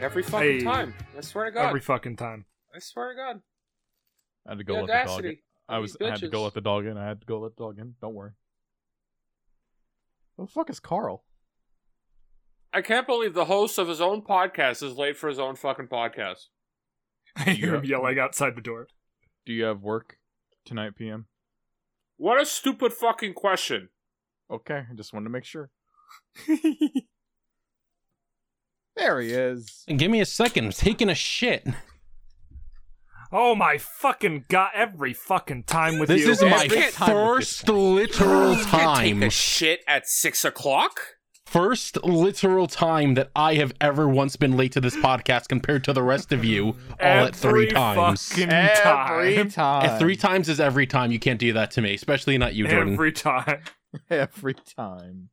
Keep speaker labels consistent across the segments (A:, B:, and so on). A: every fucking
B: Hey.
A: time. I swear to God.
B: every fucking time.
A: I swear to God.
C: I had to go
A: The
C: let the dog in.
A: audacity.
C: I
A: of
C: was
A: these
C: I had to go
A: bitches.
C: let the dog in. I had to go let the dog in. Don't worry. Who the fuck is Carl?
A: I can't believe the host of his own podcast is late for his own fucking podcast.
B: I hear him
C: Yeah.
B: yelling outside the door.
C: Do you have work tonight, PM?
A: What a stupid fucking question.
C: Okay, I just wanted to make sure. there he is.
D: Give me a second. I'm taking a shit.
B: Oh my fucking god! Every fucking time with
D: This
B: you.
D: is my
A: Every
C: time with this
D: first literal
A: You can't take
D: time.
A: a shit at six o'clock.
D: First literal time that I have ever once been late to this podcast compared to the rest of you all at
B: Every
D: three times.
B: fucking
C: Every
B: time.
C: time.
D: At three times is every time. You can't do that to me, especially not you, Jordan.
B: Every time.
C: Every time.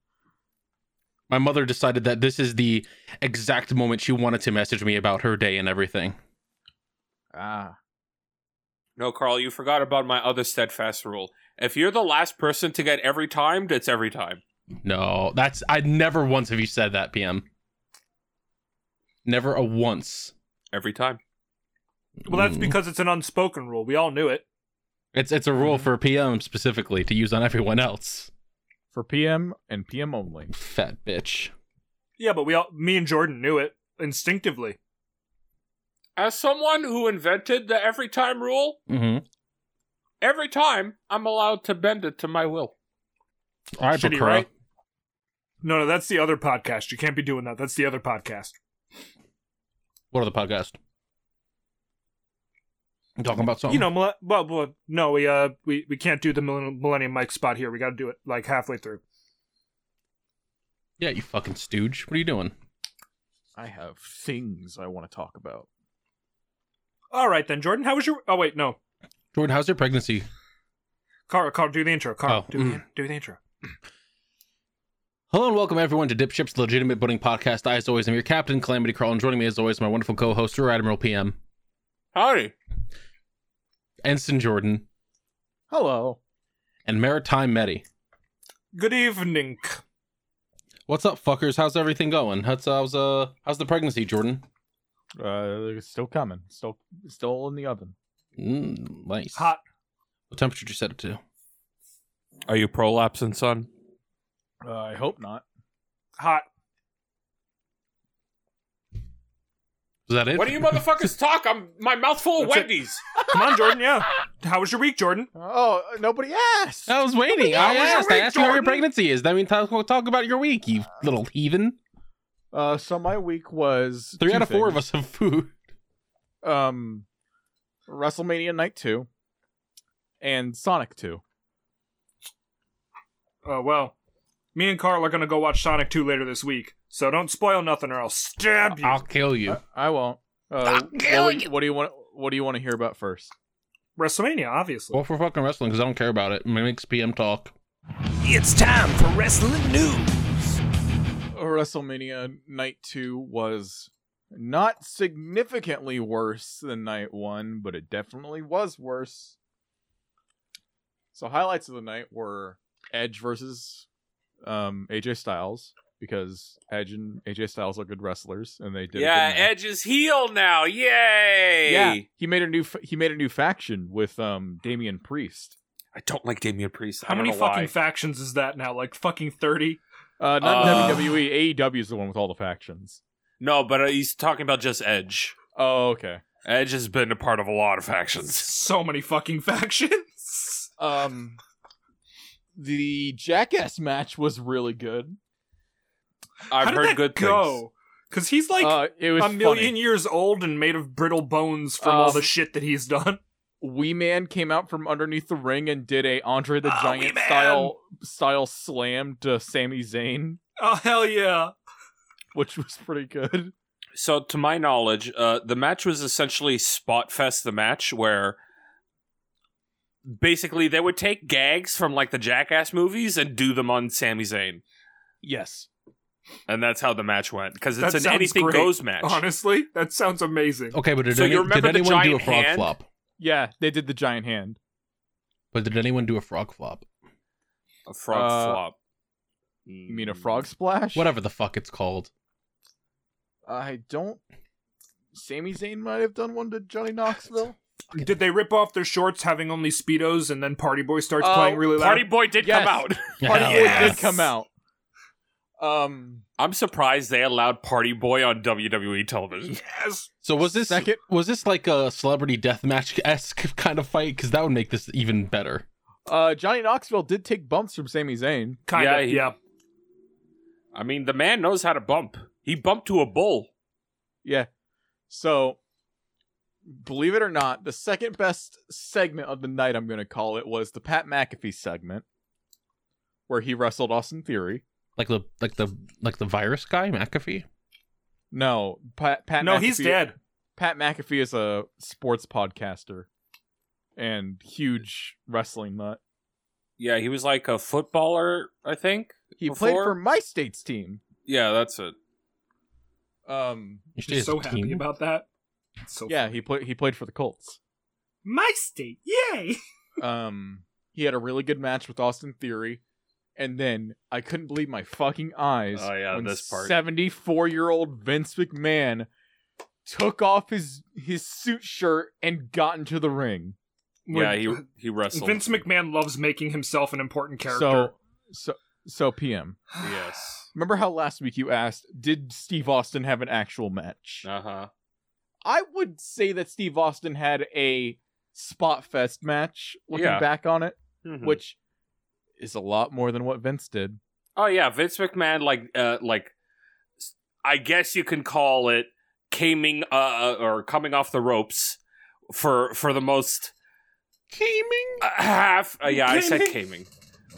D: My mother decided that this is the exact moment she wanted to message me about her day and everything.
C: Ah.
A: No, Carl, you forgot about my other steadfast rule. If you're the last person to get every time, it's every time.
D: No, that's I never once have you said that, PM. Never a once.
A: Every time.
B: Well, that's
D: Mm.
C: Hmm.
B: because it's an unspoken rule. We all knew it.
D: it's it's a rule for PM specifically to use on everyone else.
C: For PM and PM only.
D: Fat bitch.
B: Yeah, but we all, me and Jordan knew it instinctively.
A: As someone who invented the every time rule,
D: Mm-hmm.
A: every time I'm allowed to bend it to my will.
D: All right,
B: Shitty,
D: Bakura.
B: right? No, no, that's the other podcast. You can't be doing that. That's the other podcast.
D: What are the podcast? You talking about
A: Um,
D: something?
B: You know, mille- well, well, no, we uh, we, we can't do the millenn- Millennium Mike spot here. We got to do it like halfway through.
D: Yeah, you fucking stooge. What are you doing?
C: I have things I want to talk about.
B: All right then, Jordan. How was your? Oh wait, no,
D: Jordan, how's your pregnancy?
B: Carl, Carl, do the intro. Carl,
D: Oh,
B: do,
A: mm.
B: the, do the intro.
D: Hello and welcome everyone to Dipship's Legitimate Budding Podcast. I, as always, am your captain, Calamity Carl, and joining me, as always, my wonderful co-host, Rear Admiral PM,
A: Howdy.
D: Ensign Jordan,
C: Hello.
D: and Maritime Medi.
B: Good evening.
D: What's up, fuckers? How's everything going? How's how's uh how's the pregnancy, Jordan?
C: Uh, it's still coming. Still, still in the oven.
D: Mm, nice.
B: Hot.
D: What temperature did you set it to?
A: Are you prolapsing, son?
C: Uh, I hope not.
B: hot.
D: Was that it?
A: What do you motherfuckers talk? I'm my mouth full of
B: That's it.
A: Oh, Wendy's.
B: Come on, Jordan. Yeah. How was your week, Jordan?
C: Oh, nobody asked.
D: I was waiting. I
B: How was your
D: asked. I
B: week,
D: asked you how your
B: Jordan?
D: pregnancy is. That means talk, talk about your week, you little heathen.
C: Uh, so my week was
D: Three
C: two
D: out of four of
C: things.
D: us have food.
C: Um, WrestleMania Night Two, and Sonic Two.
B: Oh well. Me and Carl are gonna go watch Sonic 2 later this week, so don't spoil nothing or I'll stab you.
D: I'll kill you.
C: I won't. Uh, what, do you, what do you want? What do you want to hear about first?
B: WrestleMania, obviously.
D: Well, for fucking wrestling, because I don't care about it. It makes PM talk.
E: It's time for wrestling news.
C: WrestleMania Night Two was not significantly worse than Night One, but it definitely was worse. So highlights of the night were Edge versus um, AJ Styles because Edge and AJ Styles are good wrestlers, and they did. a
A: yeah,
C: good match.
A: Edge is heel now. Yay!
C: Yeah, he made a new f- he made a new faction with um Damian Priest.
A: I don't like Damian Priest.
B: How
A: I don't
B: many
A: know
B: fucking
A: why.
B: factions is that now? Like fucking 30?
C: Uh, not
A: Uh.
C: WWE. AEW E is the one with all the factions.
A: No, but uh, he's talking about just Edge.
C: Oh, okay.
A: Edge has been a part of a lot of factions.
B: So many fucking factions.
C: Um, the Jackass match was really good.
A: I've
B: How did
A: heard
B: that
A: good things.
B: go? Cause he's like
C: uh, it was
B: a million
C: Funny.
B: years old and made of brittle bones from all
C: Um,
B: the shit that he's done.
C: Wee Man came out from underneath the ring and did a Andre the
B: Ah, Wee
C: Giant
B: Man!
C: style style slam to Sami Zayn,
B: Oh hell yeah.
C: which was pretty good.
A: So, to my knowledge, uh, the match was essentially spot fest. The match where basically they would take gags from like the Jackass movies and do them on Sami Zayn,
C: Yes.
A: and that's how the match went because
B: That
A: it's an
B: sounds
A: anything
B: great,
A: goes match.
B: Honestly, that sounds amazing.
D: Okay, but did,
A: So
D: any-
A: you remember
D: did
A: the
D: anyone do a
A: giant
D: frog
A: hand?
D: flop?
C: Yeah, they did the giant hand.
D: But did anyone do a frog flop?
A: A frog
C: Uh,
A: flop. Hmm.
C: Hmm. You mean a frog splash?
D: Whatever the fuck it's called.
C: I don't Sami Zayn might have done one to Johnny Knoxville.
B: Did they rip off their shorts having only speedos and then Party Boy starts
C: Oh,
B: playing really loud?
A: Party Boy did
C: Yes.
A: come out.
C: Party Boy did
E: Yes.
C: come out. Um,
A: I'm surprised they allowed Party Boy on WWE television.
B: Yes.
D: So was this
C: Second-
D: was this like a celebrity deathmatch esque kind of fight? Because that would make this even better.
C: uh, Johnny Knoxville did take bumps from Sami Zayn.
B: Kind
A: Yeah,
B: of.
A: he-
B: yeah.
A: I mean, the man knows how to bump. He bumped to a bull.
C: Yeah. So, believe it or not, the second best segment of the night, I'm going to call it, was the Pat McAfee segment where he wrestled Austin Theory.
D: Like the like the like the virus guy McAfee.
C: No, Pat. Pat
B: no, he's
C: McAfee-
B: dead.
C: Pat McAfee is a sports podcaster and huge wrestling nut.
A: Yeah, he was like a footballer, I think.
C: He
A: Before-
C: played for my state's team.
A: Yeah, that's it.
C: Um,
D: You should
B: He's
D: say
B: so
D: his
B: happy
D: team.
B: about that. It's so
C: yeah, he played. He played for the Colts.
B: My state, yay!
C: Um, he had a really good match with Austin Theory, and then I couldn't believe my fucking eyes
A: Oh, yeah,
C: when
A: this part.
C: seventy-four-year-old Vince McMahon took off his his suit shirt and got into the ring.
A: Yeah, he he wrestled.
B: Vince McMahon loves making himself an important character.
C: So, so, so PM.
A: Yes.
C: Remember how last week you asked, did Steve Austin have an actual match?
A: Uh huh.
C: I would say that Steve Austin had a spot fest match looking
A: Yeah.
C: back on it,
A: Mm-hmm.
C: which is a lot more than what Vince did.
A: Oh yeah, Vince McMahon like uh like s- I guess you can call it caming uh or coming off the ropes for for the most
D: Gaming.
A: uh, half uh, yeah, I said
B: Caming.
A: caming.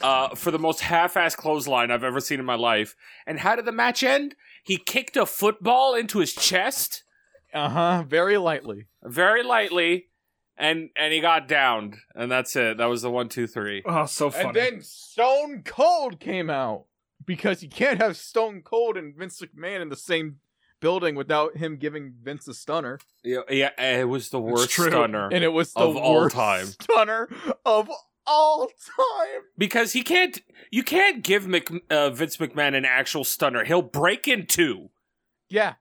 A: Uh for the most half-ass clothesline I've ever seen in my life. And how did the match end? He kicked a football into his chest
C: Uh huh. Very lightly.
A: very lightly and and he got downed and that's it. That was the 1 2 3.
B: oh, so funny.
C: And then Stone Cold came out because you can't have Stone Cold and Vince McMahon in the same building without him giving Vince a stunner.
A: Yeah, yeah, it was the worst
B: true.
A: stunner.
C: And it was the
A: Of all
C: worst
A: time.
C: stunner of all time.
A: because he can't you can't give Mc, uh, Vince McMahon an actual stunner. He'll break in two.
C: Yeah.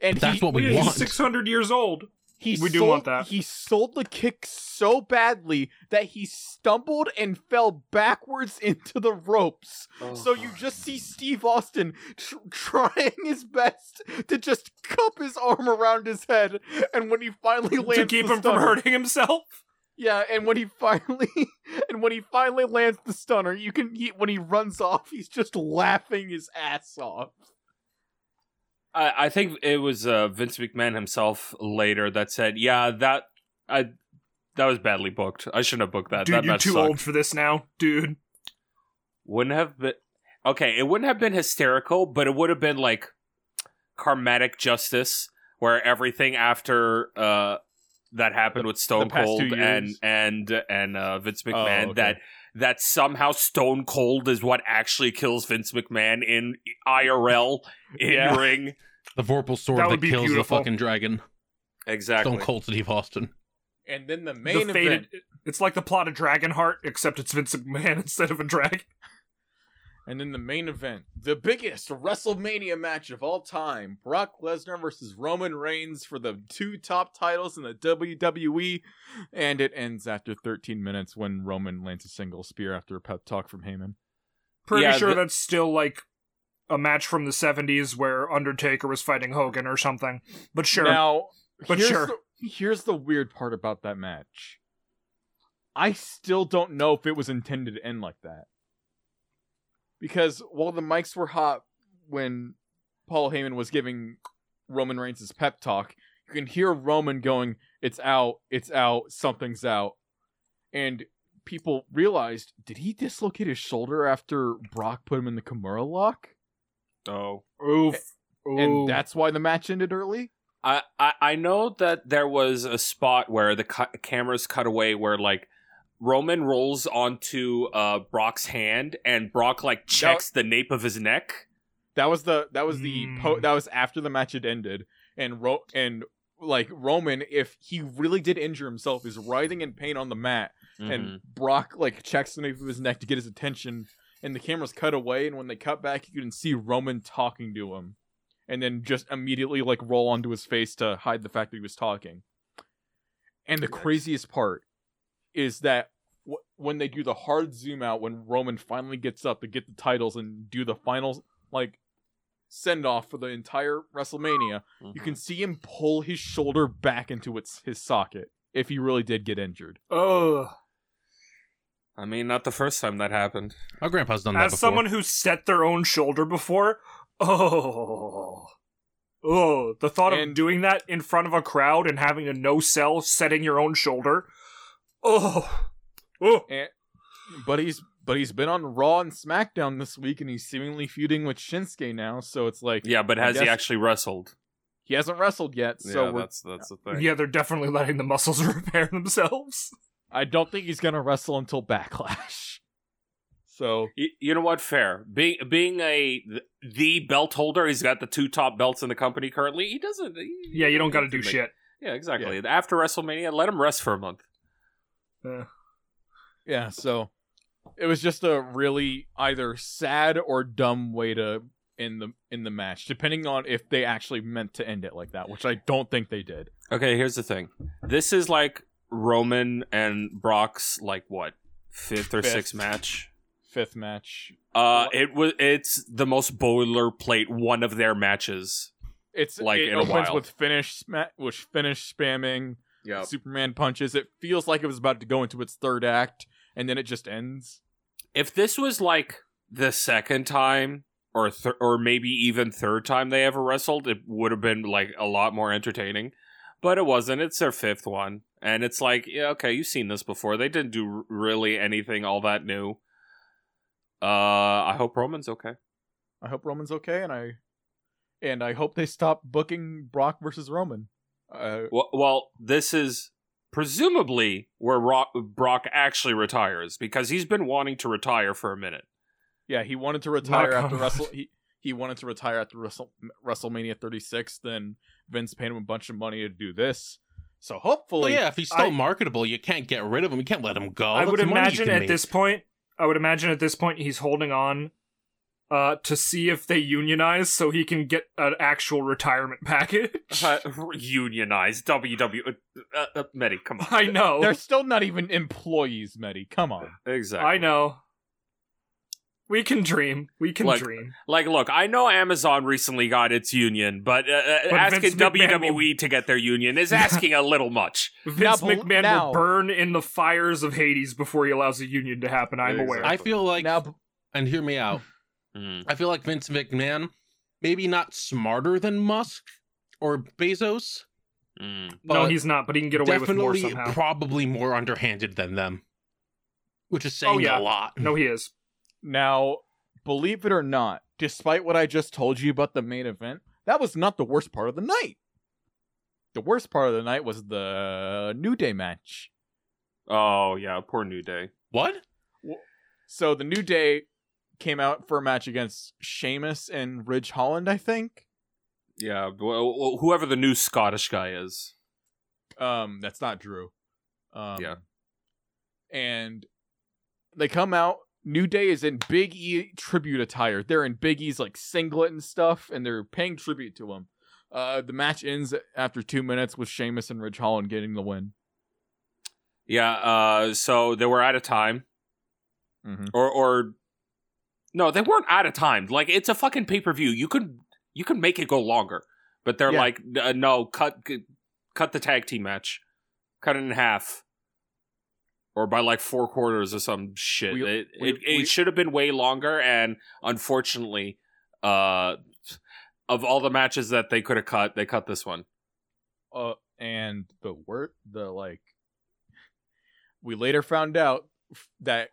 C: And
D: That's
C: he,
D: what we
B: he's
D: want.
B: 600 years old.
C: He
B: We do
C: sold-
B: want that.
C: He sold the kick so badly that he stumbled and fell backwards into the ropes. So you just see Steve Austin tr- trying his best to just cup his arm around his head, and when he finally lands
B: to keep
C: the
B: him from
C: stunner-
B: hurting himself.
C: yeah, and when he finally, and when he finally lands the stunner, you can he, when he runs off, he's just laughing his ass off.
A: I, I think it was uh, Vince McMahon himself later that said, "Yeah, that I that was badly booked. I shouldn't have booked that.
B: Dude,
A: that
B: you're
A: match
B: too
A: sucked.
B: old for this now. Dude,
A: Wouldn't have been okay. It wouldn't have been hysterical, but it would have been like karmatic justice, where everything after uh, that happened with Stone
C: past
A: Cold
C: two
A: and
C: years? Oh,
A: and and uh, Vince McMahon
C: okay.
A: that that somehow Stone Cold is what actually kills Vince McMahon in IRL in
C: Yeah.
A: ring.
D: The Vorpal sword
B: That
D: that,
B: would be
D: kills
B: beautiful.
D: the fucking dragon.
A: Exactly.
D: Stone Cold Steve Austin.
C: And then the
B: the
C: main event.
B: faded. It's like the plot of Dragonheart, except it's Vince McMahon instead of a dragon.
C: And then the main event, the biggest WrestleMania match of all time, Brock Lesnar versus Roman Reigns for the two top titles in the WWE. And it ends after 13 minutes when Roman lands a single spear after a pep talk from Heyman.
B: Pretty
A: Yeah,
B: sure
A: the-
B: that's still like a match from the 70s where Undertaker was fighting Hogan or something. But sure.
C: Now,
B: But
C: here's,
B: sure.
C: the, here's the weird part about that match. I still don't know if it was intended to end like that. Because while the mics were hot when Paul Heyman was giving Roman Reigns his pep talk, you can hear Roman going, It's out, it's out, something's out. And people realized, Did he dislocate his shoulder after Brock put him in the Kimura lock?
A: Oh.
B: Oof. Ooh.
C: And that's why the match ended early?
A: I, I I know that there was a spot where the cu- cameras cut away where like Roman rolls onto uh, Brock's hand and Brock like checks the nape of his neck.
C: That was the that was the po-
B: Mm.
C: that was after the match had ended, and Ro- and like Roman, if he really did injure himself, is writhing in pain on the mat, and Brock like checks the nape of his neck to get his attention, and the cameras cut away, and when they cut back, you can see Roman talking to him, and then just immediately like roll onto his face to hide the fact that he was talking. And the
B: Nice.
C: craziest part is that w- when they do the hard zoom out, when Roman finally gets up to get the titles and do the final like send off for the entire WrestleMania,
A: Mm-hmm.
C: you can see him pull his shoulder back into its his socket if he really did get injured.
B: Oh,
A: I mean, not the first time that happened.
D: My grandpa's done that
B: as
D: before.
B: someone who set their own shoulder before, oh, oh, the thought of
C: And-
B: doing that in front of a crowd and having a no sell setting your own shoulder, oh, oh,
C: But he's but he's been on Raw and SmackDown this week, and he's seemingly feuding with Shinsuke now. So it's like
A: Yeah, but
C: I
A: has he
C: guess-
A: actually wrestled?
C: he hasn't wrestled yet. So
A: yeah,
C: we're,
A: that's that's the thing.
B: yeah, they're definitely letting the muscles repair themselves.
C: I don't think he's gonna wrestle until Backlash. So
A: You, you know what? Fair. Being being a th- the belt holder, he's got the two top belts in the company currently. He doesn't. he-
B: Yeah, you don't got to do
A: make-
B: shit.
A: Yeah, exactly. After WrestleMania, let him rest for a month.
C: yeah, so it was just a really either sad or dumb way to end the in the match, depending on if they actually meant to end it like that, which I don't think they did.
A: Okay, here's the thing. This is like Roman and Brock's like what fifth or
C: Fifth.
A: sixth match.
C: Fifth match.
A: Uh, it was it's the most boilerplate one of their matches.
C: It's
A: Like,
C: like it
A: in a
C: opens
A: while.
C: with finish sma- with finish spamming
A: Yeah,
C: Superman punches. It feels like it was about to go into its third act, and then it just ends.
A: if this was like the second time or th- or maybe even third time they ever wrestled, it would have been like a lot more entertaining. But it wasn't. It's their fifth one, and it's like, yeah, okay, you've seen this before. They didn't do r- really anything all that new. Uh, I hope Roman's okay.
C: I hope Roman's okay, and I and I hope they stop booking Brock versus Roman. Uh,
A: Well, well this is presumably where Rock, Brock actually retires because he's been wanting to retire for a minute.
C: yeah, he wanted to retire
B: Knock
C: after
B: on
C: Wrestle. He, he wanted to retire after Wrestle, WrestleMania 36. Then Vince paid him a bunch of money to do this. So
D: Well,
C: hopefully,
D: yeah, if he's still
B: I-
D: marketable, you can't get rid of him. You can't let him go.
B: I
D: That's
B: would
D: money you
B: imagine
D: can
B: at
D: make.
B: this point, I would imagine at this point he's holding on uh, to see if they unionize so he can get an actual retirement package.
A: Uh, unionize WW. Uh, uh, uh, Medi, come on.
B: I know.
C: they're still not even employees, Medi. Come on.
A: Exactly.
B: I know. We can dream. We can
A: Like,
B: dream.
A: Like, look, I know Amazon recently got its union, but, uh, uh,
B: But
A: asking
B: Vince McMahon
A: WWE to get their union is asking a little much.
B: Vince
C: bel-
B: McMahon
C: now-
B: will burn in the fires of Hades before he allows a union to happen. I'm aware.
D: I feel like
C: Now,
D: and hear me out.
A: Mm.
D: I feel like Vince McMahon, maybe not smarter than Musk or Bezos,
B: Mm-hmm.
A: Mm.
D: but
B: no, he's not, but he can get away with more
D: definitely
B: somehow.
D: probably more underhanded than them, which is saying
B: Oh, yeah.
D: a lot.
B: no, he is.
C: now, believe it or not, despite what I just told you about the main event, that was not the worst part of the night. The worst part of the night was the New Day match.
A: Oh, yeah, poor New Day.
D: What?
C: So the New Day came out for a match against Sheamus and Ridge Holland, I think.
A: Yeah, well, well, whoever the new Scottish guy is.
C: Um, that's not Drew. Um,
A: Yeah.
C: And they come out. New Day is in Big E tribute attire. They're in Big E's like singlet and stuff, and they're paying tribute to him. Uh, the match ends after two minutes with Sheamus and Ridge Holland getting the win.
A: Yeah, uh, so they were out of time.
C: Mm-hmm.
A: or or no, they weren't out of time. Like it's a fucking pay per view. You could you could make it go longer, but they're
C: Yeah.
A: like, "N- uh, no, cut c- cut the tag team match, cut it in half, or by like four quarters or some shit.
C: We-
A: it
C: we-
A: it, it
C: we-
A: should have been way longer, and unfortunately, uh, of all the matches that they could have cut, they cut this one.
C: Uh, and the word, the like, we later found out f- that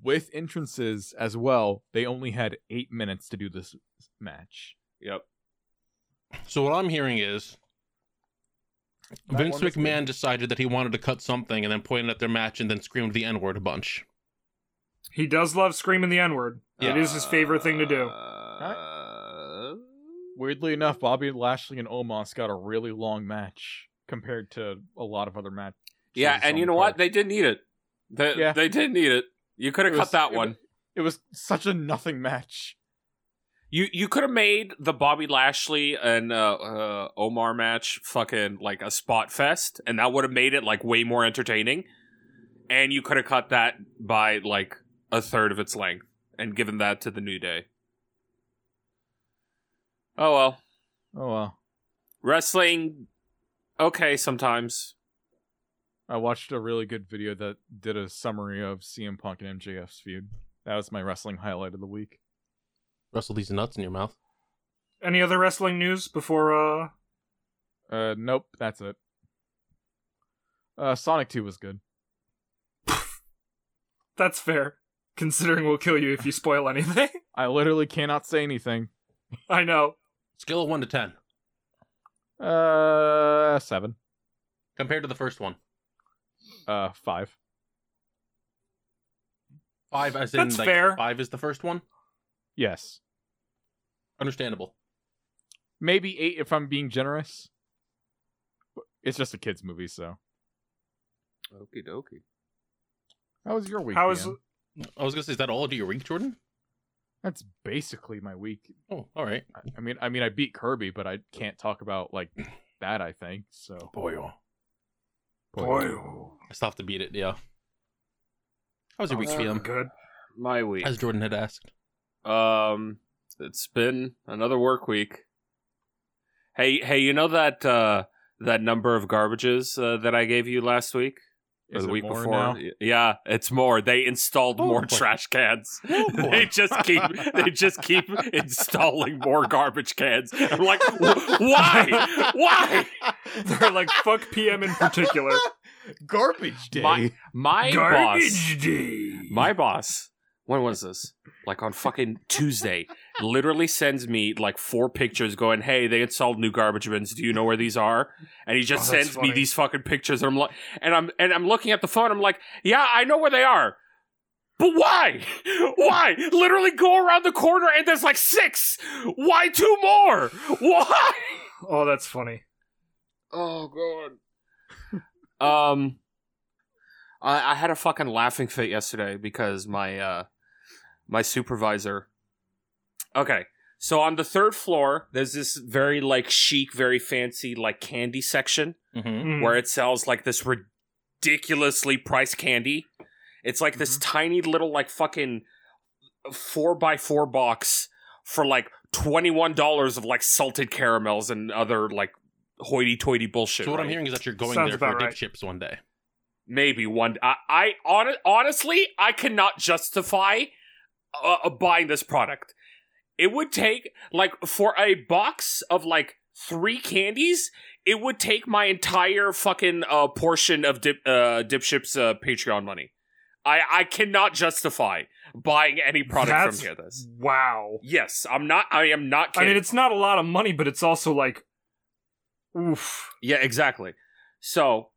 C: with entrances as well, they only had eight minutes to do this match.
A: Yep.
D: So what I'm hearing is
C: That
D: Vince
C: one was
D: McMahon decided that he wanted to cut something and then pointed at their match and then screamed the N word a bunch.
B: He does love screaming the N word. It is his favorite thing to do.
A: Uh,
C: Weirdly enough, Bobby Lashley and Omos got a really long match compared to a lot of other matches.
A: Yeah, and
C: on
A: you
C: the
A: know what?
C: card.
A: They did need it. They,
C: Yeah.
A: they did need it. You could have
C: It
A: cut
C: was-
A: that
C: it
A: one.
C: It was such a nothing match.
A: You you could have made the Bobby Lashley and uh, uh, Omar match fucking like a spot fest, and that would have made it like way more entertaining. And you could have cut that by like a third of its length and given that to the New Day. Oh well,
C: Oh well.
A: wrestling. Okay, sometimes.
C: I watched a really good video that did a summary of CM Punk and MJF's feud. That was my wrestling highlight of the week.
D: Wrestle these nuts in your mouth.
B: Any other wrestling news before uh
C: Uh, nope, that's it. Uh, Sonic 2 was good.
B: that's fair. Considering we'll kill you if you spoil anything.
C: I literally cannot say anything.
B: I know.
D: Scale of one to ten
C: Uh, seven.
D: compared to the first one.
C: Uh, five.
D: Five as in
B: That's
D: like,
B: fair.
D: five is the first one.
C: Yes.
D: Understandable.
C: Maybe eight if I'm being generous. It's just a kids' movie, so.
A: Okie dokie.
C: How was your week?
B: How is
C: Ian?
D: I was gonna say, is that all to your week, Jordan?
C: That's basically my week.
D: Oh, all right.
C: I- I mean, I mean, I beat Kirby, but I can't talk about like that. I think so.
D: Boy, oh.
B: boy oh,
D: I still have to beat it. Yeah. How was your week,
A: Uh,
D: PM?
B: good.
A: My week.
D: As Jordan had asked.
A: Um, it's been another work week. Hey, hey, you know that uh, that number of garbages uh, that I gave you last week or
C: Is
A: the
C: it
A: week
C: more
A: before?
C: now?
A: Y- Yeah, it's more. They installed
D: Oh,
A: more
D: boy.
A: trash cans.
D: Oh, boy.
A: they just keep they just keep installing more garbage cans. I'm like, "Wh- why? Why?
B: They're like fuck PM in particular.
C: Garbage day.
A: My my boss.
B: Garbage day.
A: My boss, when was this? Like on fucking Tuesday, literally sends me like four pictures going, Hey, they installed new garbage bins. Do you know where these are? And he just
B: Oh, that's
A: sends
B: funny.
A: me these fucking pictures and I'm like and I'm and I'm looking at the phone, I'm like, Yeah, I know where they are. But why? Why? Literally go around the corner and there's like six. Why two more? Why?
B: Oh, that's funny.
A: Oh god. um, I, I had a fucking laughing fit yesterday because my uh, my supervisor. Okay, so on the third floor, there's this very like chic, very fancy like candy section
D: Mm-hmm.
B: Mm.
A: Hmm? where it sells like this ridiculously priced candy. It's like this tiny little like fucking four by four box for like twenty one dollars of like salted caramels and other like hoity toity bullshit.
D: So what I'm
A: right?
D: hearing is that you're going
B: Sounds
D: there for
B: about
D: dip
B: right.
D: chips one day.
A: maybe one. I, I hon- honestly, I cannot justify uh, uh, buying this product. It would take like for a box of like three candies. It would take my entire fucking uh, portion of dip, uh, Dipship's uh, Patreon money. I I cannot justify buying any product
B: That's-
A: from here. This
B: Wow.
A: yes, I'm not. I am not
B: I
A: kidding.
B: mean, it's not a lot of money, but it's also like, oof.
A: Yeah, exactly. So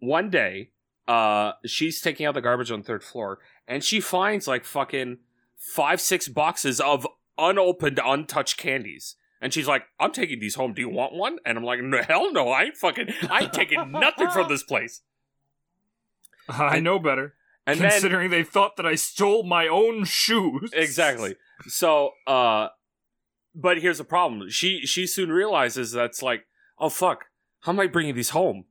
A: one day, uh, she's taking out the garbage on the third floor, and she finds like fucking five, six boxes of unopened, untouched candies. And she's like, I'm taking these home. Do you want one? And I'm like, no, hell no, I ain't fucking, I ain't taking nothing from this place.
B: I know better.
A: And then
B: considering they thought that I stole my own shoes.
A: exactly so uh but here's the problem she she soon realizes that's like oh fuck how am i bringing these home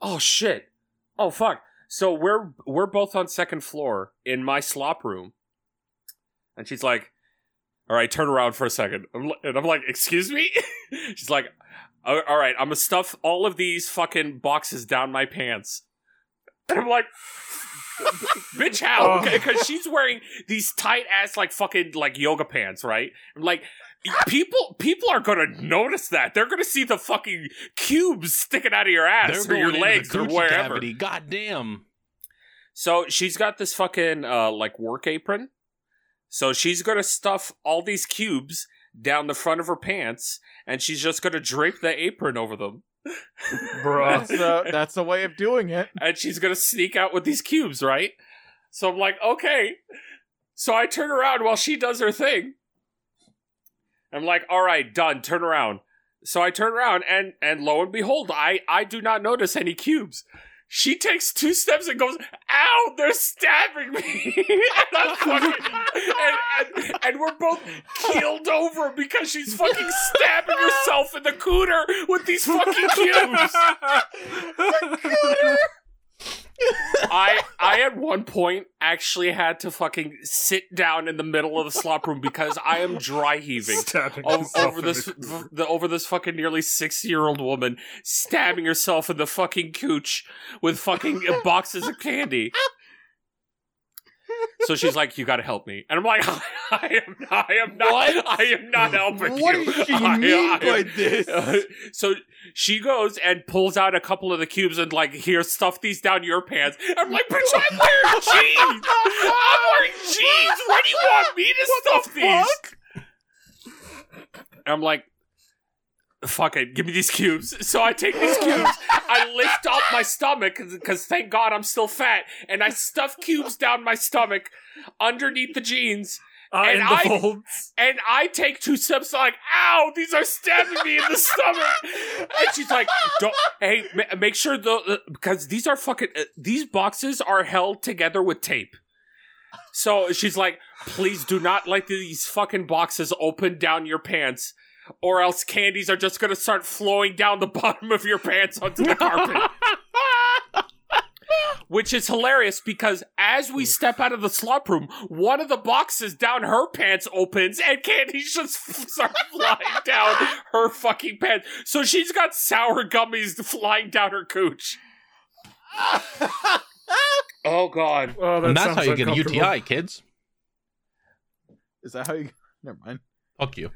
A: oh shit oh fuck so we're we're both on second floor in my slop room and she's like all right turn around for a second I'm li- and i'm like excuse me she's like all all right i'm gonna stuff all of these fucking boxes down my pants and i'm like bitch how
B: Oh.
A: because she's wearing these tight ass like fucking like yoga pants right I'm like people people are gonna notice that they're gonna see the fucking cubes sticking out of your ass or your
D: into the
A: legs or
D: Gucci
A: wherever
D: cavity. God damn.
A: so she's got this fucking uh, like work apron. So she's gonna stuff all these cubes down the front of her pants, and she's just gonna drape the apron over them,
B: Bruh.
C: that's a that's a way of doing it.
A: and she's gonna sneak out with these cubes, right? So I'm like, okay. So I turn around while she does her thing. I'm like, all right, done. Turn around. So I turn around, and and lo and behold, I I do not notice any cubes. She takes two steps and goes, "Ow! They're stabbing me!" and, I'm fucking, and, and, and we're both killed over because she's fucking stabbing herself in the cooter with these fucking cubes. I I at one point actually had to fucking sit down in the middle of the slop room because I am dry heaving
B: Stabbing
A: o-
B: himself
A: over
B: in
A: this
B: the-
A: the, over this fucking nearly sixty year old woman stabbing herself in the fucking cooch with fucking boxes of candy. So she's like, "You got to help me," and I'm like, "I am, I am not, I am not helping
C: What
A: you."
C: does she
A: I-
C: mean
A: I-
C: by this?
A: so she goes and pulls out a couple of the cubes and like, here, stuff these down your pants. I'm like, bitch, I'm wearing jeans. I'm wearing jeans. Why do you want me to stuff these? I'm like, fuck it, give me these cubes. So I take these cubes, I lift up my stomach because thank God I'm still fat, and I stuff cubes down my stomach underneath the jeans.
B: Uh,
A: And
B: in the
A: I-
B: folds.
A: And I take two steps, like, ow, these are stabbing me in the stomach. And she's like, don't, hey, ma- make sure the, uh, because these are fucking, uh, these boxes are held together with tape. So she's like, please do not let these fucking boxes open down your pants, or else candies are just gonna start flowing down the bottom of your pants onto the carpet. Which is hilarious because as we step out of the slop room, one of the boxes down her pants opens and candies just f- start flying down her fucking pants. So she's got sour gummies flying down her cooch. oh god.
B: Oh, that
D: and that's
B: sounds
D: how you get a
B: uncomfortable.
D: UTI, kids.
C: Is that how you? Never mind.
D: Fuck you.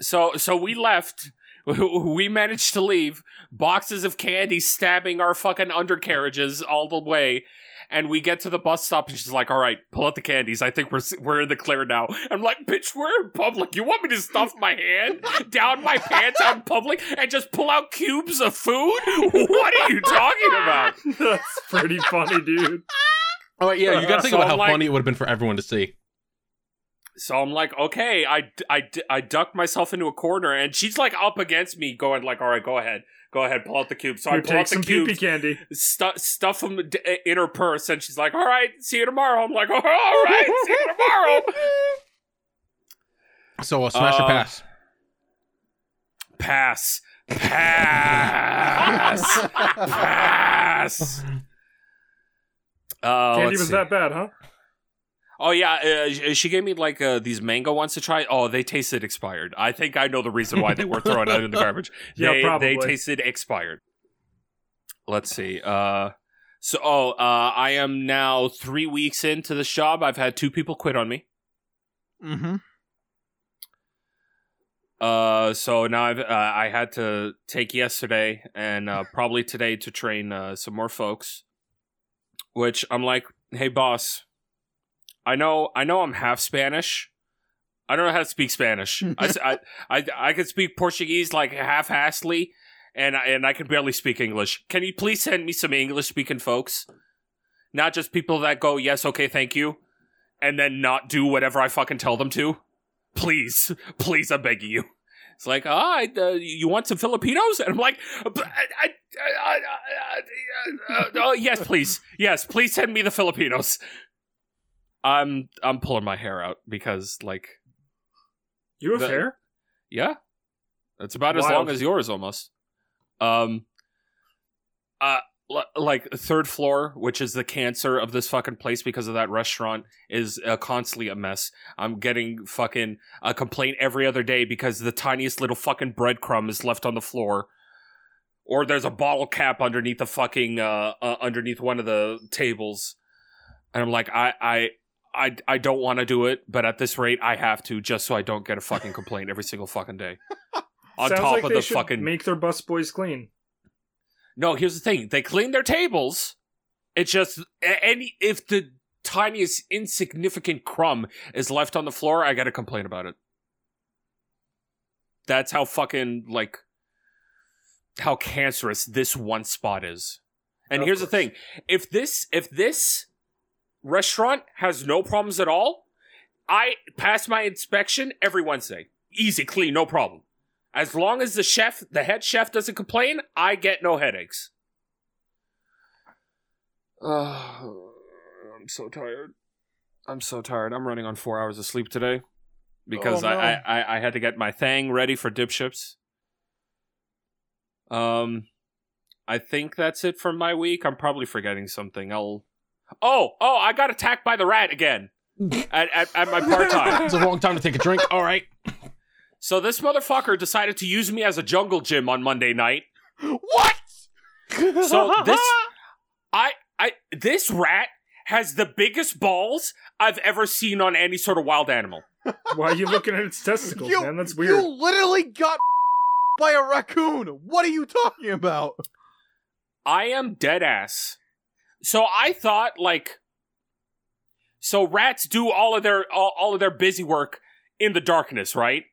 A: So so we left. We managed to leave. Boxes of candy stabbing our fucking undercarriages all the way. And we get to the bus stop, and she's like, "All right, pull out the candies. I think we're s- we're in the clear now." I'm like, "Bitch, we're in public. You want me to stuff my hand down my pants out in public and just pull out cubes of food? What are you talking about?"
B: That's pretty funny, dude.
D: All right, yeah, you got to think about
A: Uh, So,
D: how
A: like-
D: funny it would have been for everyone to see.
A: So I'm like, okay, I, I, I ducked myself into a corner, and she's like up against me, going like, all right, go ahead, go ahead, pull out the cube. So I
B: Here,
A: pull out the
B: take some pee
A: cube,
B: pee candy.
A: stu- stuff them d- in her purse, and she's like, all right, see you tomorrow. I'm like, all right, see you tomorrow.
D: So uh, smash
A: Uh,
D: or pass.
A: Pass, pass, pass. Uh,
B: candy
A: let's
B: was
A: see.
B: that bad, huh?
A: Oh yeah, uh, sh- she gave me like uh, these mango ones to try. Oh, they tasted expired. I think I know the reason why they were thrown out in the garbage.
B: Yeah,
A: They,
B: probably.
A: They tasted expired. Let's see. Uh, so oh, uh, I am now three weeks into this job. I've had two people quit on me.
C: Mm-hmm.
A: Uh, so now I've uh, I had to take yesterday and uh, probably today to train uh, some more folks. Which I'm like, hey boss, I know I know I'm half Spanish. I don't know how to speak Spanish. I s- I I, I can speak Portuguese like half assly, and I, and I can barely speak English. Can you please send me some English speaking folks, not just people that go yes, okay, thank you, and then not do whatever I fucking tell them to. Please, please, I'm begging you. It's like, ah, I- uh, you want some Filipinos? And I'm like, "B- I, I, I, I, I, uh, uh, yes, please, yes, please send me the Filipinos. I'm I'm pulling my hair out because like
B: You have
A: The-
B: hair?
A: yeah. It's about as
B: Wild.
A: long as yours almost. Um uh l- like third floor, which is the cancer of this fucking place because of that restaurant is uh, constantly a mess. I'm getting fucking a uh, complaint every other day because the tiniest little fucking breadcrumb is left on the floor. Or there's a bottle cap underneath the fucking uh, uh underneath one of the tables. And I'm like I I I, I don't want to do it, but at this rate, I have to just so I don't get a fucking complaint every single fucking day. On
B: Sounds
A: top
B: like
A: of
B: they
A: the
B: should
A: fucking.
B: make their bus boys clean.
A: no, here's the thing: they clean their tables. It's just a- any if the tiniest insignificant crumb is left on the floor, I got to complain about it. That's how fucking like how cancerous this one spot is. And
B: Of
A: here's the
B: course.
A: thing: if this if this restaurant has no problems at all, I pass my inspection every Wednesday. Easy, clean, no problem. As long as the chef, the head chef doesn't complain, I get no headaches. Uh, I'm so tired. I'm so tired. I'm running on four hours of sleep today because
C: Oh,
A: I,
C: no.
A: I, I I had to get my thing ready for dipships. Um, I think that's it for my week. I'm probably forgetting something. I'll. Oh, oh! I got attacked by the rat again at at, at my part time.
D: It's a wrong time to take a drink. All right.
A: so this motherfucker decided to use me as a jungle gym on Monday night.
C: What?
A: So this I I this rat has the biggest balls I've ever seen on any sort of wild animal.
B: Why are you looking at its testicles,
C: You-
B: man? That's
C: You
B: weird.
C: literally got by a raccoon. What are you talking about?
A: I am dead ass. So I thought like so rats do all of their all, all of their busy work in the darkness, right?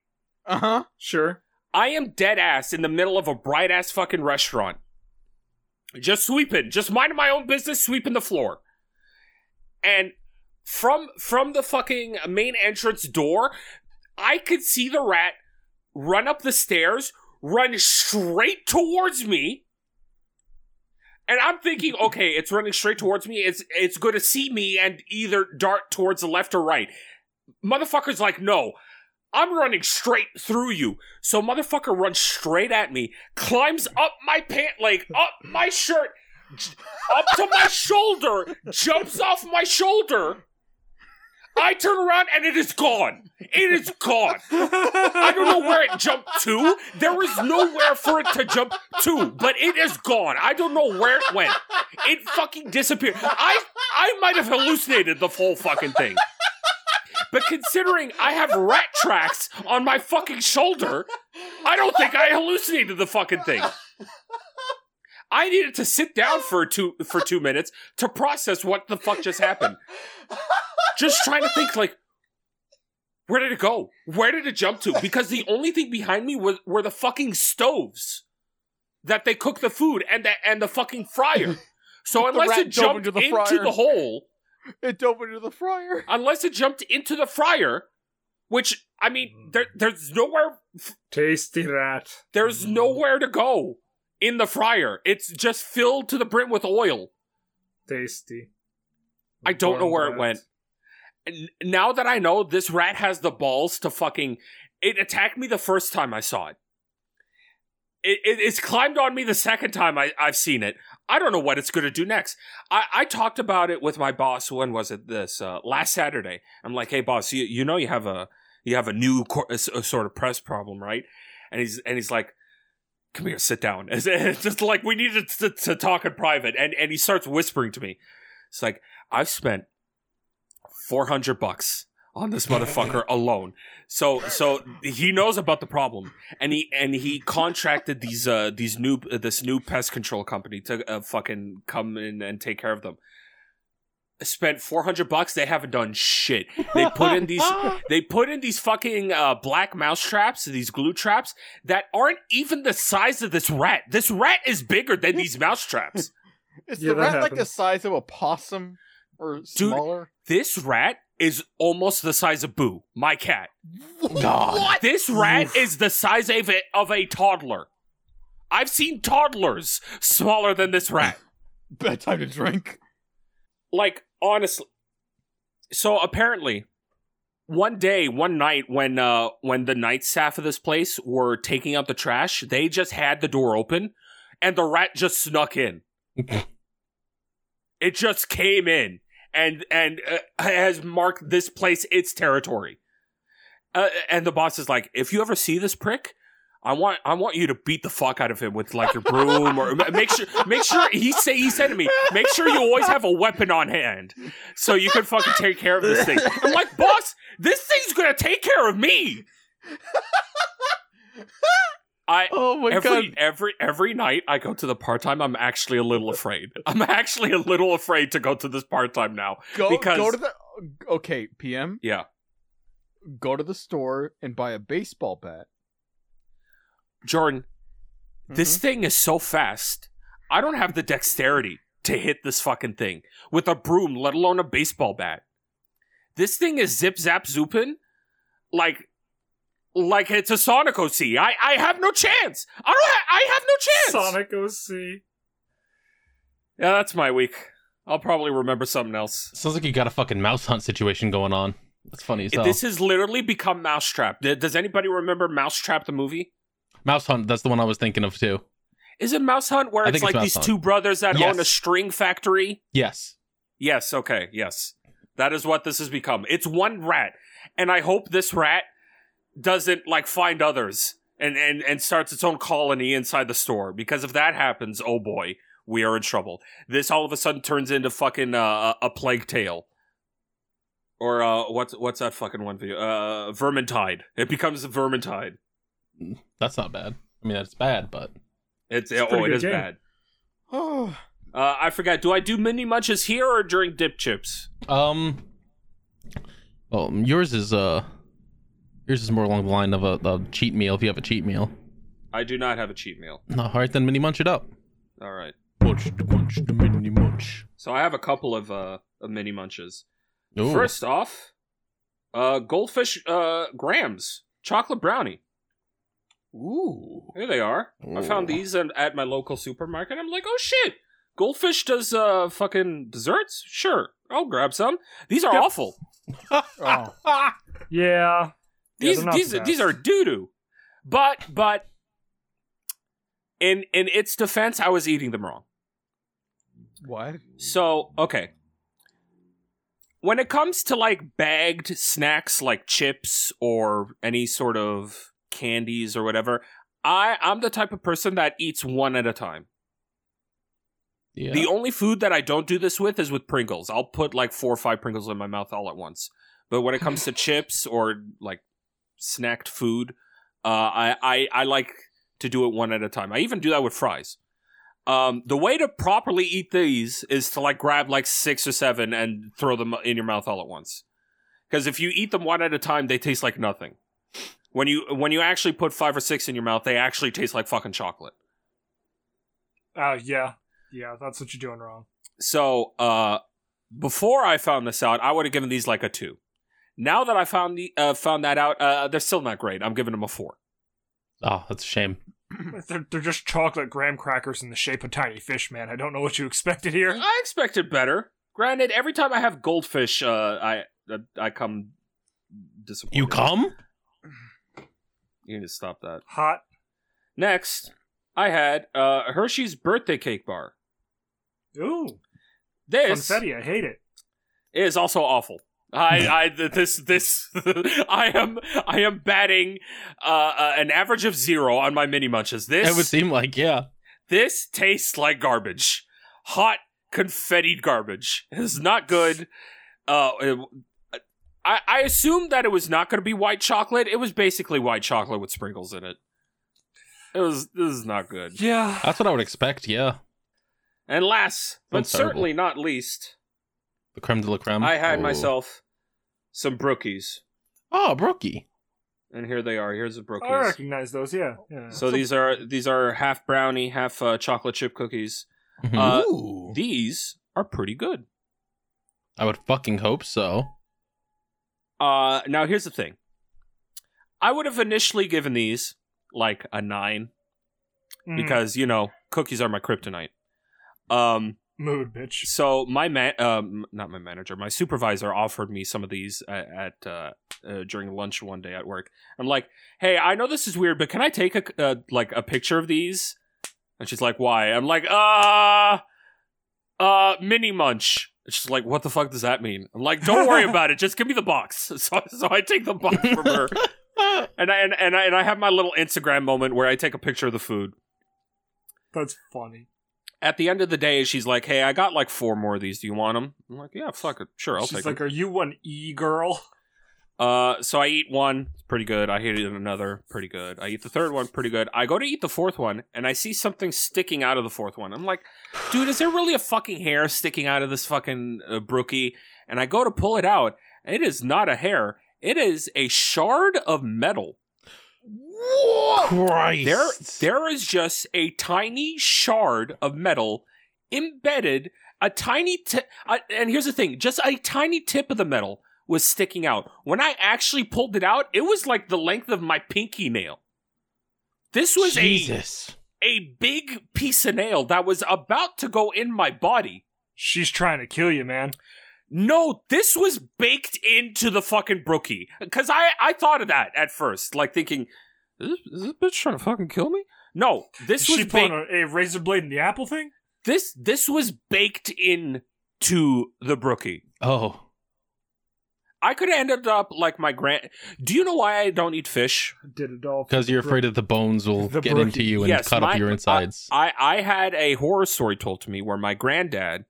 C: Uh huh.
B: Sure.
A: I am dead ass in the middle of a bright ass fucking restaurant. Just sweeping, just minding my own business, sweeping the floor. And from from the fucking main entrance door, I could see the rat run up the stairs, run straight towards me. And I'm thinking, okay, it's running straight towards me. It's it's going to see me and either dart towards the left or right. Motherfucker's like, "No. I'm running straight through you." So motherfucker runs straight at me, climbs up my pant leg, up my shirt, j- up to my shoulder, jumps off my shoulder. I turn around and it is gone. It is gone. I don't know where it jumped to. There is nowhere for it to jump to, but it is gone. I don't know where it went. It fucking disappeared. I I might have hallucinated the whole fucking thing. But considering I have rat tracks on my fucking shoulder, I don't think I hallucinated the fucking thing. I needed to sit down for two for two minutes to process what the fuck just happened. Just trying to think like where did it go? Where did it jump to? Because the only thing behind me was were the fucking stoves that they cook the food and the and the fucking fryer. So
C: The
A: unless
C: rat
A: it
C: dove
A: jumped
C: into the
A: into
C: fryer.
A: the hole,
C: It dove into the fryer.
A: unless it jumped into the fryer, which I mean, there, there's nowhere,
B: Tasty rat.
A: there's nowhere to go in the fryer. It's just filled to the brim with oil.
B: Tasty.
A: I don't know where it
B: Rat.
A: went. And now that I know this rat has the balls to fucking, it attacked me the first time I saw it. It, it- it's climbed on me the second time I, I've seen it. I don't know what it's going to do next. I, I talked about it with my boss. When was it? This uh, last Saturday. I'm like, hey, boss, you, you know you have a you have a new cor- a s- a sort of press problem, right? And he's and he's like, come here, sit down. It's, it's just like we needed to, to talk in private. And and he starts whispering to me. It's like I've spent 400 bucks on this motherfucker alone. So so he knows about the problem and he and he contracted these uh these new uh, this new pest control company to uh, fucking come in and take care of them. Spent 400 bucks, they haven't done shit. They put in these
C: Ah!
A: they put in these fucking uh, black mouse traps, these glue traps that aren't even the size of this rat. This rat is bigger than these mouse traps.
C: Is
B: Yeah,
C: the
B: that
C: rat like the
B: happens.
C: size of a possum or smaller?
A: This rat is almost the size of Boo, my cat.
D: God.
A: This rat is the size of a, of a toddler. I've seen toddlers smaller than this rat.
C: Bad time to drink.
A: like honestly so apparently one day one night when uh when the night staff of this place were taking out the trash they just had the door open and the rat just snuck in it just came in and and uh, has marked this place its territory uh, and the boss is like if you ever see this prick I want I want you to beat the fuck out of him with like your broom or ma- make sure make sure he say he said to me make sure you always have a weapon on hand so you can fucking take care of this thing. I'm like boss, this thing's gonna take care of me. I
C: Oh my
A: every every every night I go to the part time. I'm actually a little afraid. I'm actually a little afraid to go to this part time now.
C: Go,
A: because-
C: go to the. Okay, PM.
A: Yeah,
C: Go to the store and buy a baseball bat.
A: Jordan,
C: Mm-hmm.
A: this thing is so fast. I don't have the dexterity to hit this fucking thing with a broom, let alone a baseball bat. This thing is zip zap zooping like like it's a Sonic OC. I, I have no chance. I don't ha- I have no chance.
B: Sonic OC.
A: Yeah, that's my week. I'll probably remember something else.
D: Sounds like you got a fucking mouse hunt situation going on. That's funny as hell.
A: This has literally become Mousetrap. Th- Does anybody remember Mousetrap the movie?
D: mouse hunt. That's the one I was thinking of too.
A: Is it Mouse Hunt where
D: I
A: it's
D: think
A: like
D: it's Mouse
A: these
D: Hunt.
A: two brothers that
D: Yes.
A: own a string factory?
D: Yes.
A: Yes, okay, yes. That is what this has become. It's one rat, and I hope this rat doesn't like find others and and and starts its own colony inside the store because if that happens, oh boy, we are in trouble. This all of a sudden turns into fucking uh, a a plague tale. Or uh, what's what's that fucking one video? Uh, Vermintide. It becomes Vermintide.
D: That's not bad. I mean, that's bad, but
A: It's,
B: It's a pretty
A: oh, it
B: good
A: is
B: game.
A: bad.
C: Oh,
A: Uh, I forgot. Do I do mini munches here or during dip chips?
D: um, well, yours is uh, yours is more along the line of a, a cheat meal. If you have a cheat meal,
A: I do not have a cheat meal.
D: no, all right, then mini munch it up.
A: All right.
D: Munch the munch the mini munch.
A: So I have a couple of uh of mini munches.
D: Ooh.
A: First off, uh goldfish uh grams chocolate brownie.
D: Ooh.
A: Here they are. I found
D: Ooh.
A: these at, at my local supermarket. I'm like, oh shit, goldfish does uh fucking desserts. Sure, I'll grab some. These are
B: Yep.
A: awful.
C: oh.
B: Yeah. Yeah,
A: These
B: they're not
A: these
B: the
A: these
B: best.
A: are doo doo. But but in in its defense, I was eating them wrong.
C: what?
A: So, okay. When it comes to like bagged snacks like chips or any sort of candies or whatever, I I'm the type of person that eats one at a time.
D: Yeah.
A: The only food that I don't do this with is with Pringles. I'll put like four or five Pringles in my mouth all at once. But when it comes to chips or like snacked food, uh, I, I I like to do it one at a time. I even do that with fries. Um, the way to properly eat these is to like grab like six or seven and throw them in your mouth all at once. Because if you eat them one at a time, they taste like nothing. When you when you actually put five or six in your mouth, they actually taste like fucking chocolate.
B: Oh, yeah. Yeah, that's what you're doing wrong.
A: so uh before i found this out i would have given these like a two now that i found the uh, found that out uh they're still not great i'm giving them a four
D: oh, that's a shame.
B: They're, they're just chocolate graham crackers in the shape of tiny fish, man. I don't know what you expected here.
A: i expected better granted every time i have goldfish uh i i, I come disappointed
D: You come?
A: you need to stop that
B: Hot.
A: next i had uh hershey's birthday cake bar
B: Ooh.
A: this
B: Confetti. I hate it.
A: is also awful. I, I th- this this I am I am batting uh, uh, an average of zero on my mini munches. This
D: It would seem like yeah.
A: this tastes like garbage, hot confetti garbage. It's not good. Uh, it- I I assumed that it was not going to be white chocolate. It was basically white chocolate with sprinkles in it. It was this is not good.
B: Yeah.
D: That's what I would expect. Yeah.
A: And last but
D: Sounds terrible. Um, oh.
A: certainly not least,
D: The creme de la creme.
A: I had
D: Ooh.
A: myself some brookies.
D: Oh, brookie.
A: And here they are. Here's the brookies.
B: I recognize those, yeah. yeah.
A: So these are these are half brownie, half uh, chocolate chip cookies.
D: Mhm.
A: Uh,
C: Ooh.
A: These are pretty good.
D: I would fucking hope so.
A: Uh, now here's the thing. I would have initially given these like a nine
B: Mm.
A: because you know cookies are my kryptonite. Um,
B: Mood, bitch.
A: so my man, um, not my manager, my supervisor offered me some of these at, at uh, uh, during lunch one day at work. I'm like, hey, I know this is weird, but can I take a c- uh, like a picture of these? And she's like, why? I'm like, uh, uh, mini munch. And She's like, what the fuck does that mean? I'm like, don't worry about it. Just give me the box. So, so I take the box from her, and I and, and I and I have my little Instagram moment where I take a picture of the food
B: That's funny.
A: at the end of the day, she's like, "Hey, I got like four more of these. Do you want them?" I'm like, "Yeah, fuck it, sure, I'll
B: She's
A: take
B: like,
A: 'em."
B: Are you an e girl?
A: Uh, so I eat one, it's pretty good. I eat another, pretty good. I eat the third one, pretty good. I go to eat the fourth one, and I see something sticking out of the fourth one. I'm like, "Dude, is there really a fucking hair sticking out of this fucking uh, brookie?" And I go to pull it out, and it is not a hair. It is a shard of metal.
D: Christ.
A: There, there is just a tiny shard of metal embedded. A tiny tip, and here's the thing: just a tiny tip of the metal was sticking out. When I actually pulled it out, it was like the length of my pinky nail. This was
D: Jesus.
A: a a big piece of nail that was about to go in my body.
B: She's trying to kill you, man.
A: No, this was baked into the fucking brookie. Because I, I thought of that at first, like thinking, is this, is this bitch trying to fucking kill me? No, this
B: Is
A: was
B: she putting
A: baked.
B: a, a razor blade in the apple thing?
A: This this was baked in to the brookie.
D: Oh,
A: I could have ended up like my grand. Do you know why I don't eat fish?
B: Did a doll?
D: because you're afraid that the bones will
B: The
D: get
B: brookie.
D: into you and
A: Yes,
D: cut
A: my-
D: up your insides.
A: I, I had a horror story told to me where my granddad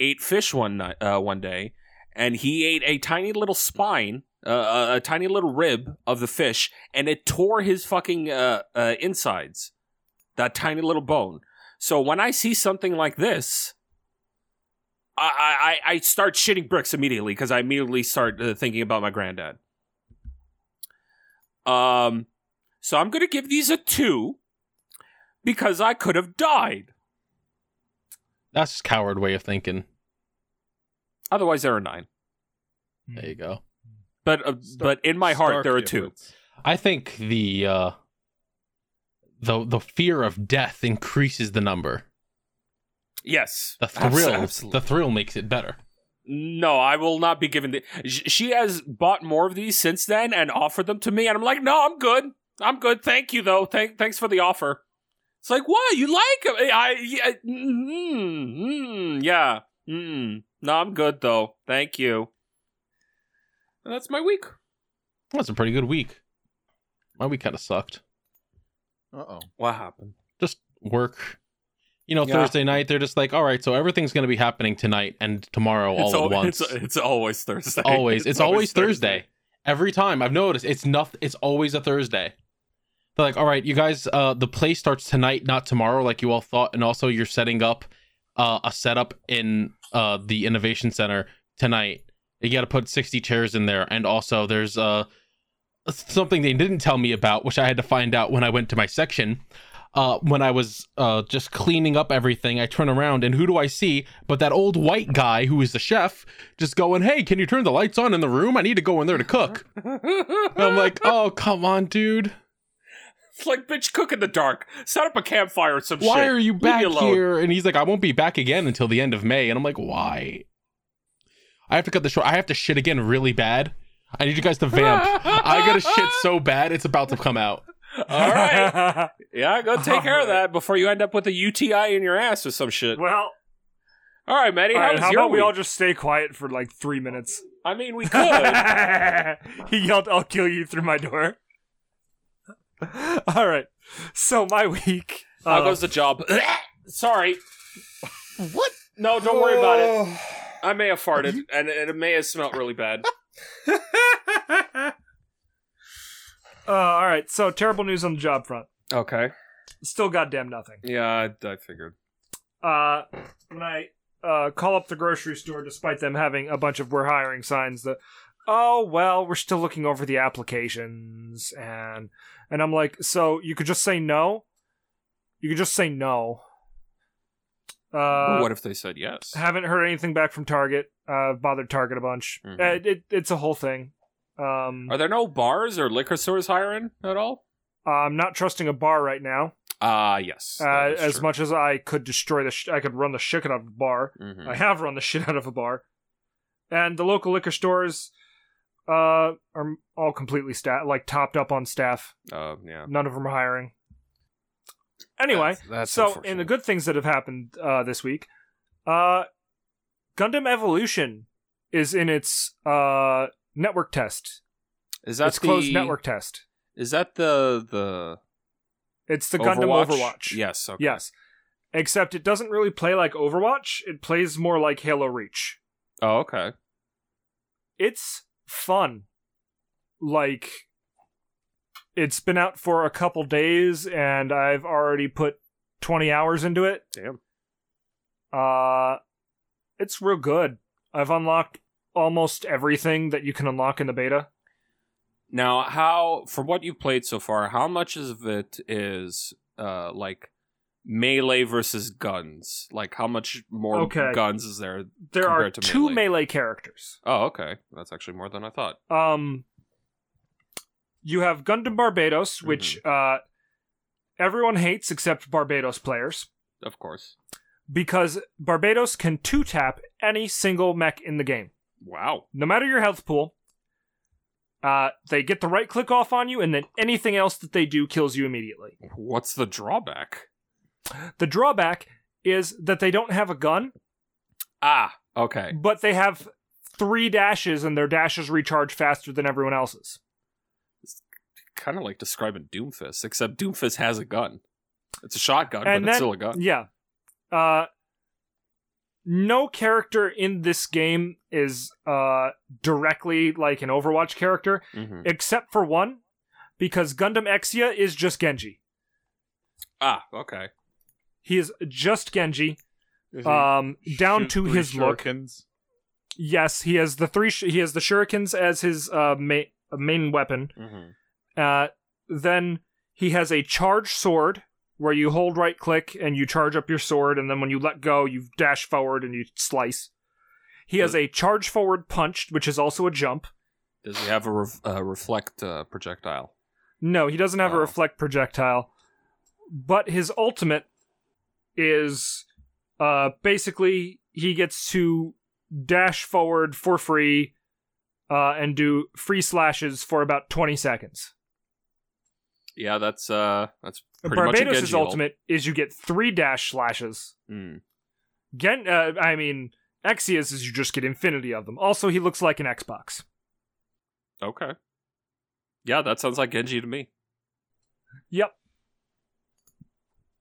A: ate fish one night, uh, one day, and he ate a tiny little spine, uh, a, a tiny little rib of the fish, and it tore his fucking uh, uh, insides. That tiny little bone. So when I see something like this, I I, I- I start shitting bricks immediately because I immediately start uh, thinking about my granddad. Um, so I'm gonna give these a two because I could have died.
D: That's just coward way of thinking.
A: Otherwise, there are nine.
D: There
C: Hmm.
D: you go.
A: But uh, but in my heart, there are two.
D: I think the uh, the the fear of death increases the number.
A: Yes,
D: The
A: Abs-
D: thrill,
A: absolutely.
D: the thrill makes it better.
A: no, I will not be given the. Sh- She has bought more of these since then and offered them to me, and I'm like, no, I'm good. I'm good. Thank you though. Thank thanks for the offer. It's like, what you like? 'em? I, I yeah, mm, mm, yeah. Mm, no, I'm good though. Thank you. And that's my week.
D: That's a pretty good week. My week kind of sucked.
C: Uh oh.
A: What happened?
D: Just work. You know,
A: Yeah.
D: Thursday night they're just like, all right, so everything's going to be happening tonight and tomorrow all
A: it's
D: at
A: al-
D: once.
A: It's, it's always Thursday.
D: always, it's, always Thursday. Every time I've noticed, it's nothing. It's always a Thursday. They're like, all right, you guys, uh, the play starts tonight, not tomorrow, like you all thought, and also you're setting up uh, a setup in uh, the innovation center tonight. You got to put 60 chairs in there, and also there's uh, something they didn't tell me about, which I had to find out when I went to my section. Uh, when I was uh, just cleaning up everything, I turn around and who do I see but that old white guy who is the chef just going, Hey, can you turn the lights on in the room? I need to go in there to cook. And I'm like, Oh, come on, dude.
A: It's like, bitch, cook in the dark. Set up a campfire or some
D: Why
A: shit.
D: are you
A: Leave me
D: back
A: alone.
D: here? And he's like, I won't be back again until the end of May. And I'm like, Why? I have to cut this short. I have to shit again really bad. I need you guys to vamp. I gotta shit so bad, it's about to come out.
A: All right. Yeah, go take
B: All
A: care of that before you end up with a UTI in your ass or some shit.
B: well,
A: All right, Maddie,
B: all
A: how
B: right,
A: was
B: how
A: your
B: about we
A: week?
B: all just stay quiet for like three minutes?
A: I mean, we
B: Uh.
A: could.
B: he yelled, I'll kill you through my door. All right. So, my week.
A: How
B: uh,
A: goes the job? Sorry. What? No, don't worry about
B: Uh.
A: it. I may have farted, and, and it may have smelt really bad.
B: uh, all right. So, terrible news on the job front.
A: okay.
B: Still goddamn nothing.
A: Yeah, I, I figured.
B: uh, when I uh, call up the grocery store, despite them having a bunch of we're hiring signs that, oh, well, we're still looking over the applications. And, and I'm like, so you could just say no? You could just say no. Uh,
A: what if they said yes?
B: haven't heard anything back from Target. Uh, bothered Target a bunch.
A: Mhm.
B: Uh, it, it's a whole thing. Um,
A: Are there no bars or liquor stores hiring at all?
B: I'm not trusting a bar right now.
A: Ah, yes.
B: Uh, as much as I could destroy the, sh- I could run the shit out of the bar.
A: hmm
B: I have run the shit out of a bar. And the local liquor stores uh, are all completely sta- like topped up on staff.
A: Uh, yeah.
B: None of them are hiring. Anyway,
A: That's- that's
B: so in the good things that have happened uh, this week, uh, Gundam Evolution is in its uh, network test.
A: Is that
B: its closed
A: the-
B: network test.
A: Is that the the
B: It's the Gundam Overwatch.
A: Yes. Okay.
B: Yes. Except it doesn't really play like Overwatch. It plays more like Halo Reach.
A: Oh, okay.
B: it's fun. Like it's been out for a couple days and I've already put 20 hours into it.
A: Damn.
B: Uh it's real good. I've unlocked almost everything that you can unlock in the beta.
A: Now, how from what you've played so far, how much of it is uh like melee versus guns? Like how much more
B: Okay.
A: guns is there?
B: There
A: Compared
B: are
A: to
B: two
A: Melee.
B: melee characters.
A: Oh, okay. That's actually more than I thought.
B: Um, you have Gundam Barbados,
A: Mm-hmm.
B: which uh, everyone hates except Barbados players.
A: Of course.
B: because Barbados can two tap any single mech in the game,
A: Wow.
B: no matter your health pool. Uh, they get the right click off on you, and then anything else that they do kills you immediately.
A: What's the drawback?
B: The drawback is that they don't have a gun,
A: Ah, okay.
B: but they have three dashes, and their dashes recharge faster than everyone else's.
A: Kind of like describing Doomfist, except Doomfist has a gun. It's a shotgun,
B: And
A: but
B: that-
A: it's still a gun.
B: Yeah. Uh, no character in this game is uh, directly like an Overwatch character,
A: Mhm.
B: except for one, because Gundam Exia is just Genji.
A: Ah, okay.
B: He is just Genji,
A: Uh,
B: um, down to his look. Yes, he has the three. Sh- he has the shurikens as his uh, ma- main weapon.
A: Mhm.
B: Uh, then he has a charge sword where you hold right click and you charge up your sword, and then when you let go, you dash forward and you slice. He has a charge forward punch, which is also a jump.
A: Does he have a ref- uh, reflect uh, projectile?
B: No, he doesn't have
A: Oh.
B: a reflect projectile, but his ultimate is uh, basically he gets to dash forward for free uh, and do free slashes for about 20 seconds.
A: Yeah, that's uh, that's pretty much a
B: Barbados'
A: Genji ult.
B: ultimate is you get three dash slashes.
A: Mm.
B: Gen, uh, I mean, Exeus is you just get infinity of them. Also, he looks like an Xbox.
A: Okay. Yeah, that sounds like Genji to me.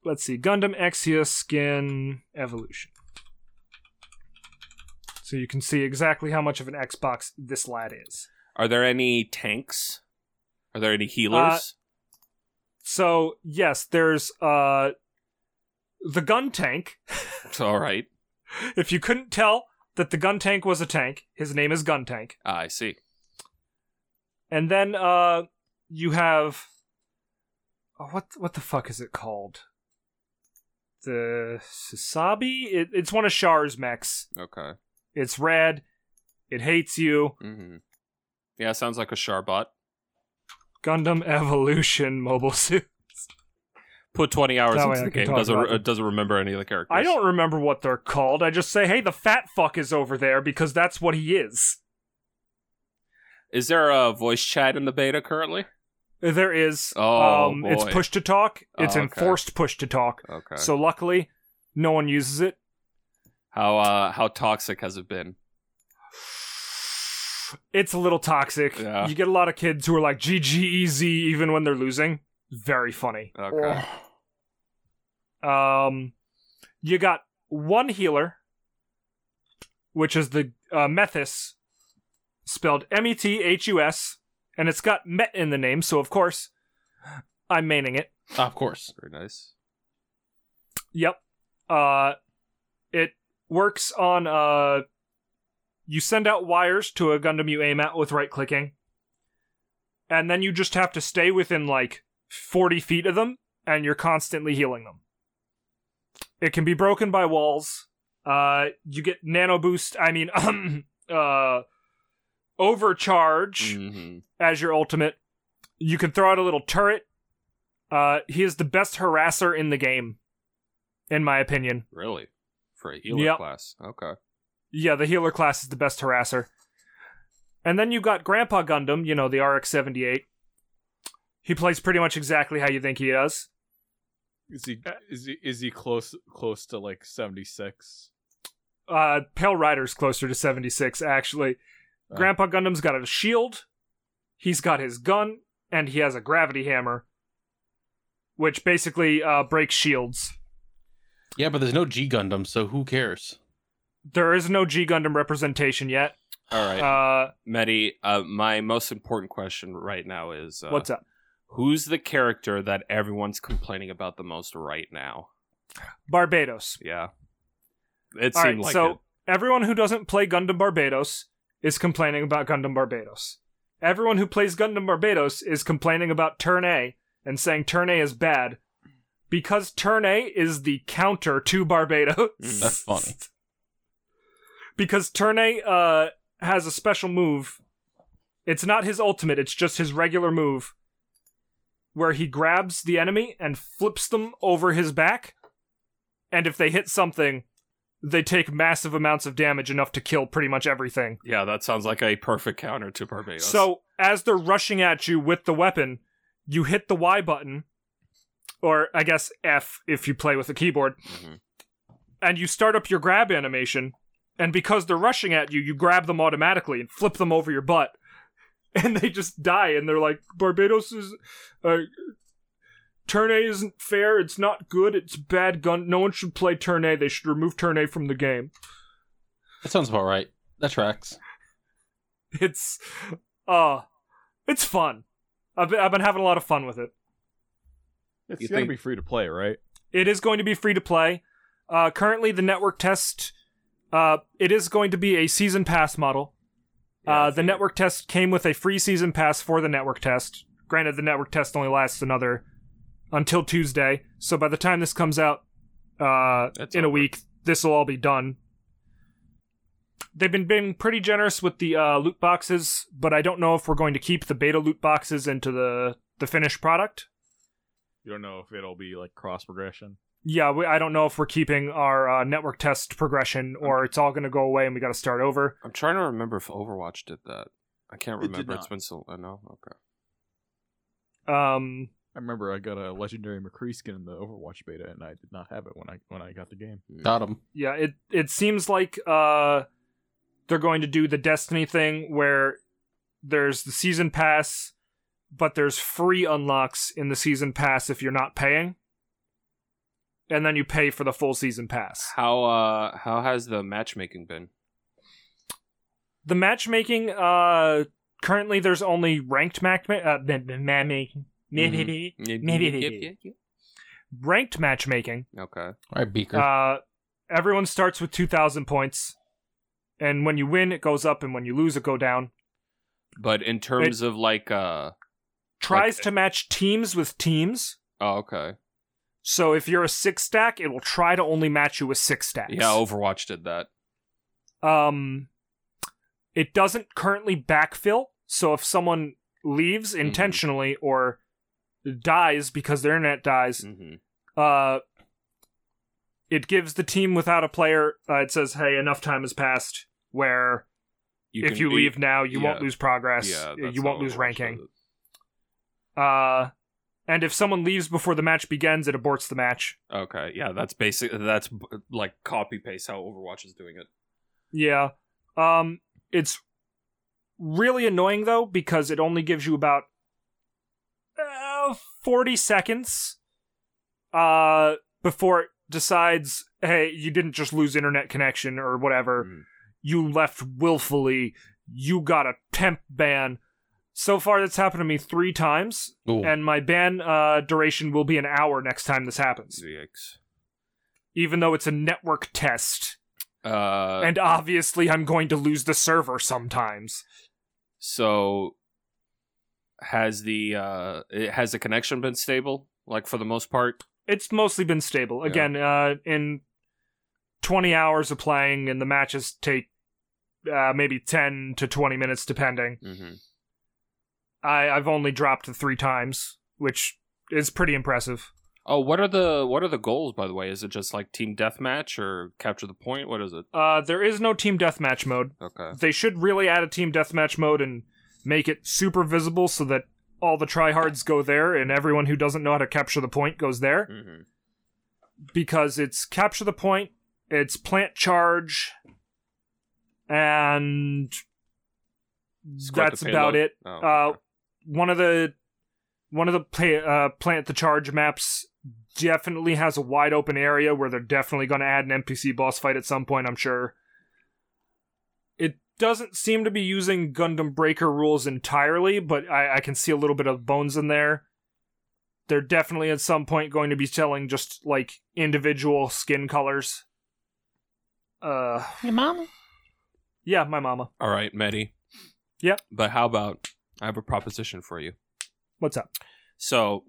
B: Let's see, Gundam Exia skin evolution. So you can see exactly how much of an Xbox this lad is.
A: Are there any tanks? Are there any
B: Uh,
A: healers?
B: So yes, there's uh, the gun tank.
A: It's All right.
B: If you couldn't tell that the gun tank was a tank, his name is Gun Tank.
A: Ah, I see.
B: And then uh you have oh, what what the fuck is it called? The Sasabi? It, it's one of Char's mechs.
A: Okay.
B: It's red. It hates you.
A: hmm Yeah, sounds like a Charbot.
B: Gundam Evolution mobile suit.
A: Put 20 hours
B: That way
A: into
B: I
A: the
B: can
A: game.
B: talk
A: Doesn't,
B: about
A: re-
B: them.
A: doesn't remember any of the characters.
B: I don't remember what they're called. I just say, hey, the fat fuck is over there because that's what he is.
A: Is there a voice chat in the beta currently?
B: There is.
A: Oh,
B: um, It's
A: boy.
B: push to talk. It's
A: Oh, okay.
B: enforced push to talk.
A: Okay.
B: So luckily, no one uses it.
A: how uh how toxic has it been?
B: it's a little toxic.
A: Yeah.
B: You get a lot of kids who are like GGEZ even when they're losing. Very funny.
A: Okay.
B: Um, you got one healer, which is the uh, Methus, spelled M E T H U S, and it's got Met in the name, so of course, I'm maining it.
D: Of course.
A: Very nice.
B: Yep. Uh, it works on uh, you send out wires to a Gundam you aim at with right clicking, and then you just have to stay within like forty feet of them, and you're constantly healing them. It can be broken by walls. Uh, you get nano boost. I mean, uh, overcharge
A: Mhm.
B: as your ultimate. You can throw out a little turret. Uh, he is the best harasser in the game, in my opinion.
A: Really? For a healer
B: Yep.
A: class. Okay.
B: Yeah, the healer class is the best harasser. And then you got Grandpa Gundam, you know, the RX 78. He plays pretty much exactly how you think he does.
C: Is he is he is he close close to like seventy six?
B: Uh, Pale Rider's closer to 76, actually.
C: Oh.
B: Grandpa Gundam's got a shield, he's got his gun, and he has a gravity hammer, which basically uh, breaks shields.
D: Yeah, but there's no G Gundam, so who cares?
B: there is no G Gundam representation yet.
A: All right.
B: Uh,
A: Medi, uh, my most important question right now is uh,
B: what's up?
A: Who's the character that everyone's complaining about the most right now?
B: Barbados.
A: Yeah. It
B: All
A: seemed
B: right,
A: like
B: so
A: it.
B: everyone who doesn't play Gundam Barbados is complaining about Gundam Barbados. Everyone who plays Gundam Barbados is complaining about Turn A and saying Turn A is bad because Turn A is the counter to Barbados.
A: Mm,
D: that's funny.
B: Because Turn A uh, has a special move. It's not his ultimate, it's just his regular move where he grabs the enemy and flips them over his back and if they hit something, they take massive amounts of damage enough to kill pretty much everything.
A: Yeah, that sounds like a perfect counter to Barbados.
B: So as they're rushing at you with the weapon, you hit the Y button, or I guess F if you play with a keyboard,
A: Mhm.
B: and you start up your grab animation. And because they're rushing at you, you grab them automatically and flip them over your butt, and they just die. And they're like, "Barbados is, uh, turn A isn't fair. It's not good. It's bad gun. No one should play turn A. They should remove turn A from the game."
D: That sounds about right. That tracks.
B: It's, uh, it's fun. I've been, I've been having a lot of fun with it.
C: It's
A: You
C: gonna
A: think-
C: be free to play, right?
B: It is going to be free to play. Uh, currently, the network test. Uh, it is going to be a season pass model.
A: Yeah, I
B: uh, the
A: figured.
B: network test came with a free season pass for the network test. Granted, the network test only lasts another until Tuesday, so by the time this comes out uh,
A: That's
B: in a
A: over.
B: week, this will all be done. They've been being pretty generous with the uh, loot boxes, but I don't know if we're going to keep the beta loot boxes into the the finished product.
C: You don't know if it'll be like cross progression.
B: Yeah, we, I don't know if we're keeping our uh, network test progression or it's all going to go away and we got to start over.
A: I'm trying to remember if Overwatch did that. I can't
C: It did
A: remember. it's
C: not.
A: been so. Uh, no, okay.
B: Um,
C: I remember I got a legendary McCree skin in the Overwatch beta, and I did not have it when I when I got the game.
D: Got him.
B: yeah, it it seems like uh, they're going to do the Destiny thing where there's the season pass, but there's free unlocks in the season pass if you're not paying, and then you pay for the full season pass.
A: How uh how has the matchmaking been?
B: The matchmaking, uh, currently there's only ranked match uh, ma- ma- ma- making. Maybe, maybe, maybe. ranked matchmaking.
A: Okay.
D: All right, Beaker.
B: Uh, everyone starts with 2,000 points. And when you win, it goes up, and when you lose, it go down.
A: But in terms of like uh
B: Tries to match teams with teams.
A: oh okay.
B: So if you're a six stack, it will try to only match you with six stacks.
A: Yeah, oh. Overwatch did that.
B: Um, it doesn't currently backfill. So if someone leaves
A: Mhm.
B: intentionally or dies because their internet dies,
A: Mm-hmm.
B: uh, it gives the team without a player. Uh, it says, "Hey, enough time has passed." Where if you leave now, you won't
A: yeah.
B: lose progress. you won't lose ranking. Uh, and if someone leaves before the match begins, it aborts the match.
A: Okay, yeah, that's basic. That's b- like copy paste how Overwatch is doing it.
B: Yeah. Um, it's really annoying though because it only gives you about uh, forty seconds uh before it decides, hey, you didn't just lose internet connection or whatever.
A: Mm.
B: You left willfully. You got a temp ban. So far, that's happened to me three times,
D: Ooh.
B: and my ban uh, duration will be an hour next time this happens.
A: Yikes.
B: even though it's a network test.
A: Uh,
B: and obviously, I'm going to lose the server sometimes.
A: so has the uh it- has the connection been stable? Like for the most part.
B: It's mostly been stable.
A: Yeah.
B: Again, uh, in 20 hours of playing, and the matches take uh, maybe 10 to 20 minutes, depending.
A: Mm-hmm.
B: I, I've only dropped three times, which is pretty impressive.
A: Oh, what are the what are the goals by the way? Is it just like team deathmatch or capture the point? What is it?
B: Uh, there is no team deathmatch mode.
A: Okay.
B: They should really add a team deathmatch mode and make it super visible so that all the tryhards go there and everyone who doesn't know how to capture the point goes there.
A: Mm-hmm.
B: because it's capture the point, it's plant charge, and that's about it.
A: Oh,
B: Uh,
A: okay.
B: one of the one of the play, uh, plant the charge maps definitely has a wide open area where they're definitely going to add an NPC boss fight at some point. I'm sure. It doesn't seem to be using Gundam Breaker rules entirely, but I, I can see a little bit of bones in there. They're definitely at some point going to be selling just like individual skin colors. Uh,
D: Hey, mama.
B: yeah, my mama.
A: All right, Medi.
B: Yep.
A: But how about I have a proposition for you.
B: What's up?
A: So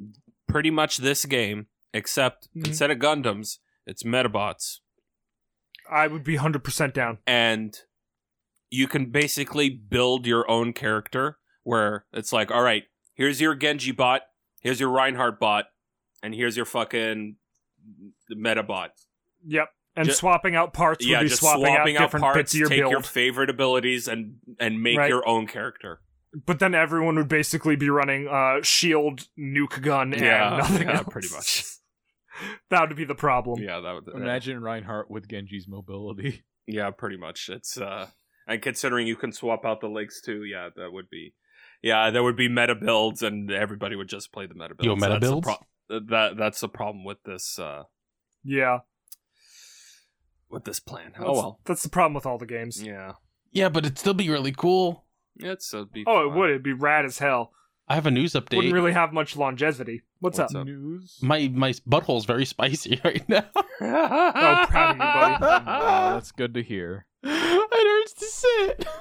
A: pretty much this game, except
B: Mhm.
A: instead of Gundams, it's Metabots,
B: I would be hundred percent down.
A: and you can basically build your own character where it's like, all right, here's your Genji bot, here's your Reinhardt bot, and here's your fucking Metabot.
B: Yep. And
A: Ju-
B: swapping out parts
A: yeah,
B: would be
A: just
B: swapping, out different
A: parts,
B: bits of your
A: take
B: build.
A: your favorite abilities, and and make
B: Right.
A: your own character.
B: but then everyone would basically be running uh shield nuke gun
A: Yeah,
B: and nothing
A: yeah,
B: else.
A: pretty much.
B: that would be the problem.
A: Yeah, that
D: uh,
A: would
C: Imagine Reinhardt with Genji's mobility.
A: Yeah, pretty much. It's uh and considering you can swap out the legs too, yeah, that would be yeah, there would be meta builds and everybody would just play the meta builds.
D: Yo, meta
A: that's the
D: builds?
A: pro- uh, that that's the problem with this uh
B: Yeah.
A: with this plan.
D: Oh,
B: That's- That's the problem with all the games.
A: Yeah.
D: Yeah, but it'd still be really cool.
A: It's a be
B: Oh, it
A: fun.
B: would. It'd be rad as hell.
D: I have a news update.
B: Wouldn't really have much longevity. What's,
A: What's
B: up?
A: up?
C: News.
D: my my butthole's very spicy right now.
A: oh,
B: proud of you, buddy.
C: Ah, that's good to hear.
D: it hurts to sit.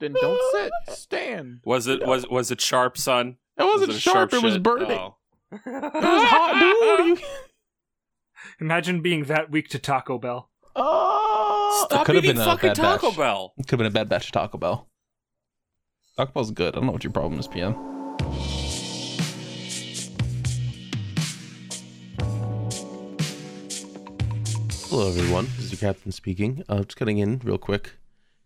C: Then don't sit, stand.
A: Was it was was it sharp, son?
D: It wasn't
A: a
D: sharp. It was
A: shit?
D: burning.
A: Oh.
D: It was hot, dude. You...
B: Imagine being that weak to Taco Bell.
D: Oh,
A: Stop
D: could have
A: eating
D: been a
A: fucking
D: bad
A: Taco
D: batch.
A: Bell.
D: Could have been a bad batch of Taco Bell. Taco Bell's good. I don't know what your problem is, PM. Hello, everyone. This is your captain speaking. Uh, just cutting in real quick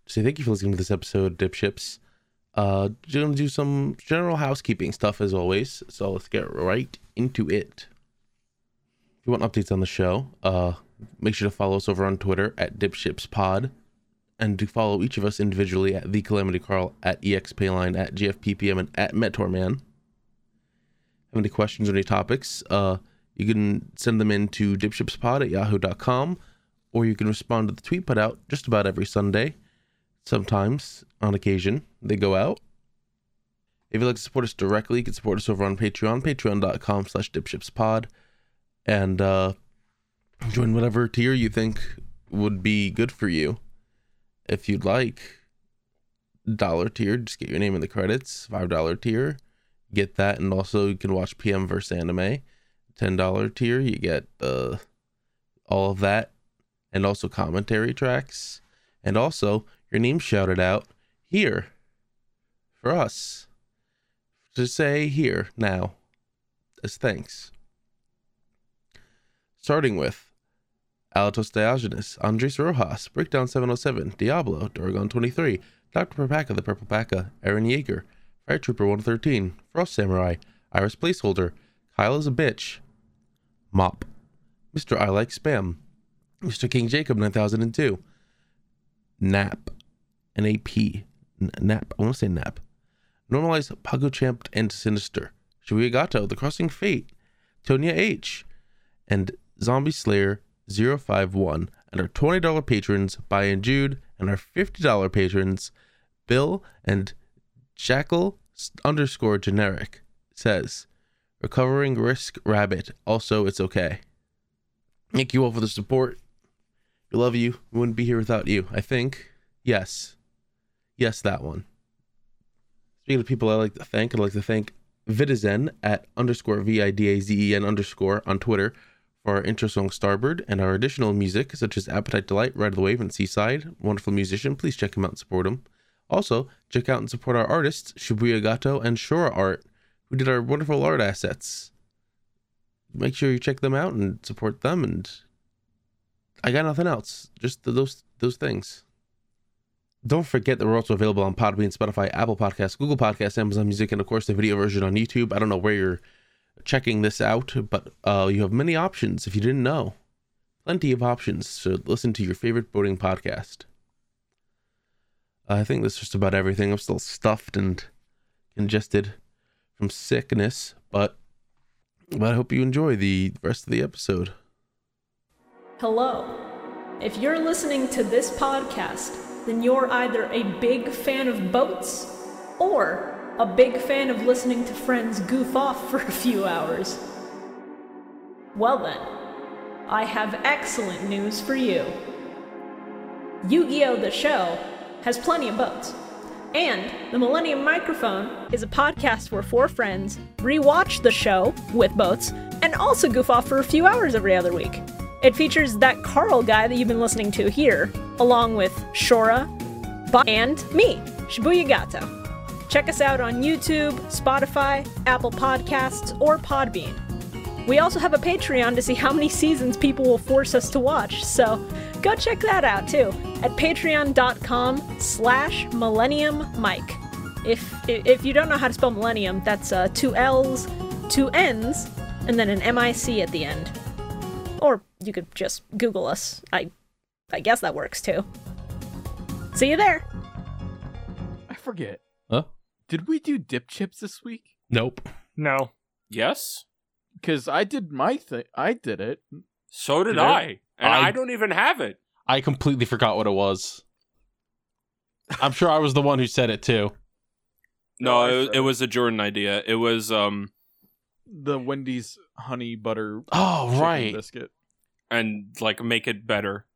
D: to say thank you for listening to this episode, Dipships. Uh, gonna do some general housekeeping stuff as always. So let's get right into it. If you want updates on the show, uh, make sure to follow us over on Twitter at DipshipsPod and to follow each of us individually at the Calamity Carl, at EXPayline, at GFPPM, and at MetorMan. Have any questions or any topics? Uh, you can send them in to dipshipspod at yahoo.com, or you can respond to the tweet put out just about every Sunday. Sometimes, on occasion, they go out. If you'd like to support us directly, you can support us over on Patreon, patreon.com slash dipshipspod, and uh, join whatever tier you think would be good for you if you'd like dollar tier just get your name in the credits five dollar tier get that and also you can watch pm versus anime ten dollar tier you get uh all of that and also commentary tracks and also your name shouted out here for us to say here now as thanks starting with Alatos Diogenes, Andres Rojas, Breakdown 707, Diablo, Duragon 23, Dr. Papaka the Purple Paka, Aaron Yeager, Fire Trooper 113, Frost Samurai, Iris Placeholder, Kyle is a Bitch, Mop, Mr. I Like Spam, Mr. King Jacob 9002, Nap, N-A-P, N- Nap, I want to say Nap, Normalize, Pago Champ, and Sinister, Shuigato, The Crossing Fate, Tonya H., and Zombie Slayer 051 and our $20 patrons By and Jude and our $50 patrons Bill and Jackal s- underscore generic says recovering risk rabbit also it's okay. Thank you all for the support. We love you. We wouldn't be here without you. I think yes, yes that one. Speaking of people I like to thank, I'd like to thank Vidazen at underscore V I D A Z E N underscore on Twitter for our intro song Starboard and our additional music such as Appetite Delight, Ride of the Wave, and Seaside. Wonderful musician. Please check him out and support him. Also, check out and support our artists, Shibuya Gato and Shura Art, who did our wonderful art assets. Make sure you check them out and support them and I got nothing else. Just th- those those things. Don't forget that we're also available on Podbean, Spotify, Apple Podcasts, Google Podcasts, Amazon Music, and of course the video version on YouTube. I don't know where you're checking this out, but uh, you have many options if you didn't know. Plenty of options to listen to your favorite boating podcast. I think that's just about everything. I'm still stuffed and congested from sickness, but but I hope you enjoy the rest of the episode.
F: Hello. If you're listening to this podcast, then you're either a big fan of boats or a big fan of listening to friends goof off for a few hours. Well, then, I have excellent news for you Yu Gi Oh! The Show has plenty of boats. And the Millennium Microphone is a podcast where four friends rewatch the show with boats and also goof off for a few hours every other week. It features that Carl guy that you've been listening to here, along with Shora, Ba- and me, Shibuya Gato. Check us out on YouTube, Spotify, Apple Podcasts, or Podbean. We also have a Patreon to see how many seasons people will force us to watch, so go check that out too at patreon.com slash millennium mike. If, if you don't know how to spell millennium, that's uh, two L's, two N's, and then an M-I-C at the end. Or you could just Google us. I, I guess that works too. See you there!
C: I forget.
D: Huh?
C: Did we do dip chips this week?
D: Nope.
B: No.
A: Yes.
C: Because I did my thing. I did it.
A: So did
D: Did I?
A: I. And I,
D: I-
A: don't even have it.
D: I completely forgot what it was. I'm sure I was the one who said it too.
A: No,
C: I
A: it,
C: said
A: it was a Jordan idea. It was um
C: The Wendy's honey butter
D: Oh
C: chicken
D: right.
C: biscuit.
A: and like make it better.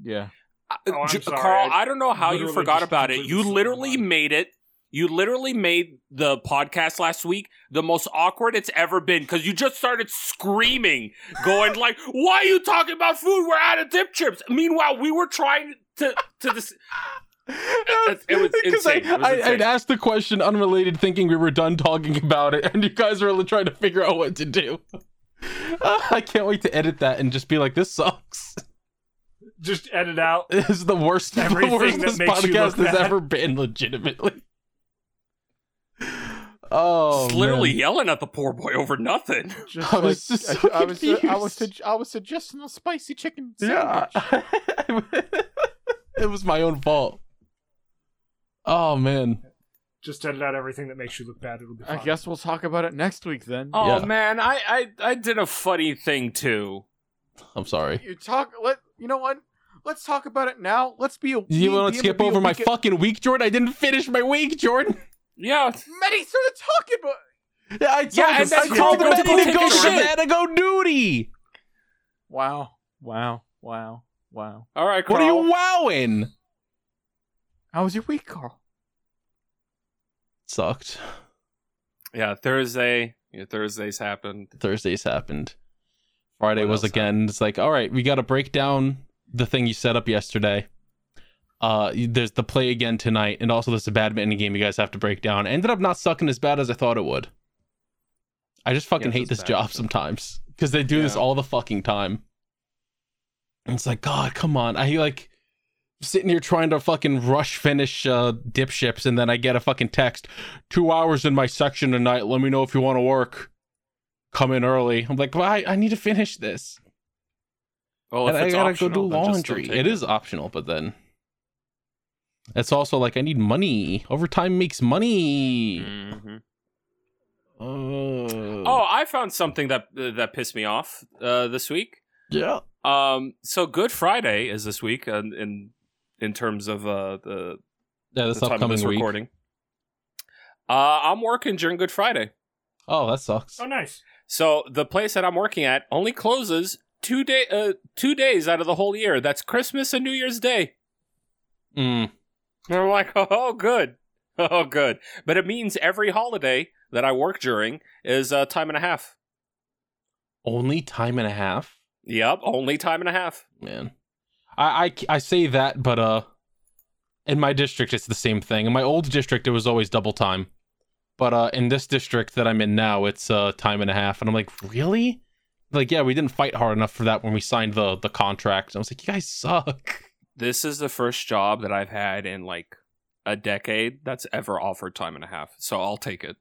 C: Yeah.
A: I-
B: Oh, I'm
A: J-
B: sorry.
A: Carl,
B: I
A: I don't know how you
B: literally
A: forgot
B: just
A: about it.
B: completely
A: You
B: slipped
A: literally
B: my mind.
A: made it. You literally made the podcast last week the most awkward it's ever been because you just started screaming, going like, "Why are you talking about food? We're out of dip chips." Meanwhile, we were trying to to this. it was
D: Because I,
A: insane. It was
D: I,
A: insane.
D: I'd asked the question unrelated, thinking we were done talking about it, and you guys were trying to figure out what to do. Ah, I can't wait to edit that and just be like, "This sucks.
B: Just edit out.
D: This is the worst, the
B: Everything
D: worst
B: that
D: this
B: makes you look
D: podcast has
B: bad."
D: ever been." Legitimately. Oh,
B: Oh,
A: Just literally
D: man.
A: yelling at the poor boy over nothing.
C: Just
D: I was just so
C: I, was, uh, I, was
D: confused.
C: sug- I was suggesting a spicy chicken sandwich.
D: Yeah. it was my own fault. Oh man.
B: Just edit out everything that makes you look bad. It'll be fine.
C: I guess we'll talk about it next week then.
A: Oh
D: Yeah.
A: man, I, I I did a funny thing too.
D: I'm sorry.
C: You talk. Let you know what. Let's talk about it now. Let's be. A,
D: You
C: be-
D: want
C: be able
D: to skip
C: be a
D: over my
C: week-
D: fucking week, Jordan? I didn't finish my week, Jordan.
A: Yeah,
C: Maddie started talking about.
D: Yeah, I told
A: Yeah,
D: yeah,
A: and then
D: I told
A: you go
D: him I
A: take
D: need to
A: a
D: go
A: shit.
D: Sabbatical duty.
C: Wow! Wow! Wow! Wow!
A: all right.
D: What are
A: Carl.
D: you wowing?
C: How was your week, Carl?
D: Sucked.
A: Yeah, Thursday. Yeah, Thursdays happened.
D: Thursdays happened. Friday
A: What
D: was
A: else
D: again. It's like, all right, we got to break down the thing you set up yesterday. Uh, y- there's the play again tonight, and also there's a badminton game you guys have to break down. Ended up not sucking as bad as I thought it would. I just fucking
C: it's
D: hate
C: a
D: this
C: bad
D: job
C: thing.
D: sometimes because they do this
C: Yeah.
D: all the fucking time. And it's like, God, come on! I like sitting here trying to fucking rush finish uh, dip ships, and then I get a fucking text, two hours in my section tonight. Let me know if you want to work. Come in early. I'm like, well, I, I need to finish this.
A: Well,
D: and I gotta go do
A: optional, then just don't
D: laundry.
A: take
D: It is optional, but then it's also like I need money. Overtime makes money.
A: Mhm.
D: Oh.
A: Oh, I found something that uh, that pissed me off uh, this week.
D: yeah.
A: Um, so Good Friday is this week, and in in terms of uh, the,
D: Yeah,
A: the
D: this
A: time of
D: upcoming
A: this
D: week.
A: recording, uh, I'm working during Good Friday.
D: Oh, that sucks.
B: Oh, nice.
A: So the place that I'm working at only closes two day uh, two days out of the whole year. That's Christmas and New Year's Day.
D: Mm.
A: And I'm like, oh, good, oh, good. But it means every holiday that I work during is uh, time and a half.
D: Only time and a half.
A: Yep, only time and a half.
D: man. I, I I say that, but uh, in my district it's the same thing. In my old district it was always double time, but uh, in this district that I'm in now it's uh time and a half, and I'm like, really? Like, yeah, we didn't fight hard enough for that when we signed the the contract. I was like, you guys suck.
A: this is the first job that I've had in like a decade that's ever offered time and a half. So I'll take it.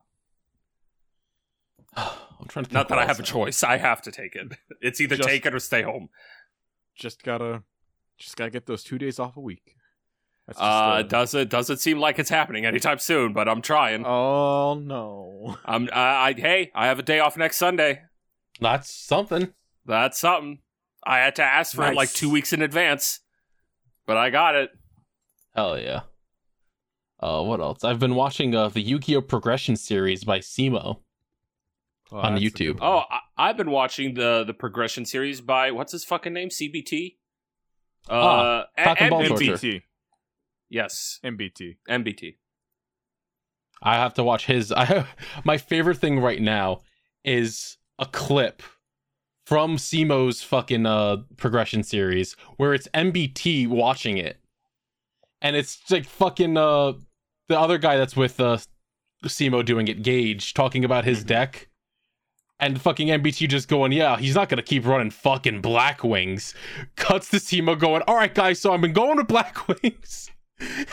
D: I'm trying to. Think
A: Not that
D: what
A: I have a
D: else
A: choice. I have to take it. It's either
C: Just-
A: take it or stay home.
C: Just gotta, just gotta get those two days off a week. That's just
A: Uh,
C: a-
A: does it doesn't seem like it's happening anytime soon, but I'm trying.
C: Oh no!
A: I'm I, I hey, I have a day off next Sunday.
D: That's something.
A: That's something. I had to ask for it like
C: Nice.
A: 2 weeks in advance. But I got it.
D: Hell yeah. Uh, what else? I've been watching uh the Yu-Gi-Oh progression series by Simo. On
C: that's a good
D: YouTube.
C: one.
A: Oh, I, I've been watching the the progression series by what's his fucking name? CBT. Uh,
D: Ah,
A: a-
D: Cock and Ball
C: Oh,
A: MBT.
D: Torture.
C: MBT,
A: Yes,
C: MBT.
A: MBT.
D: I have to watch his. I have, my favorite thing right now is a clip from Simo's fucking uh progression series where it's MBT watching it, and it's like fucking uh the other guy that's with uh Simo doing it, Gage, talking about his deck, And fucking MBT just going, yeah, he's not gonna keep running fucking Black Wings. Cuts to Simo going, all right, guys, so I've been going to Black Wings,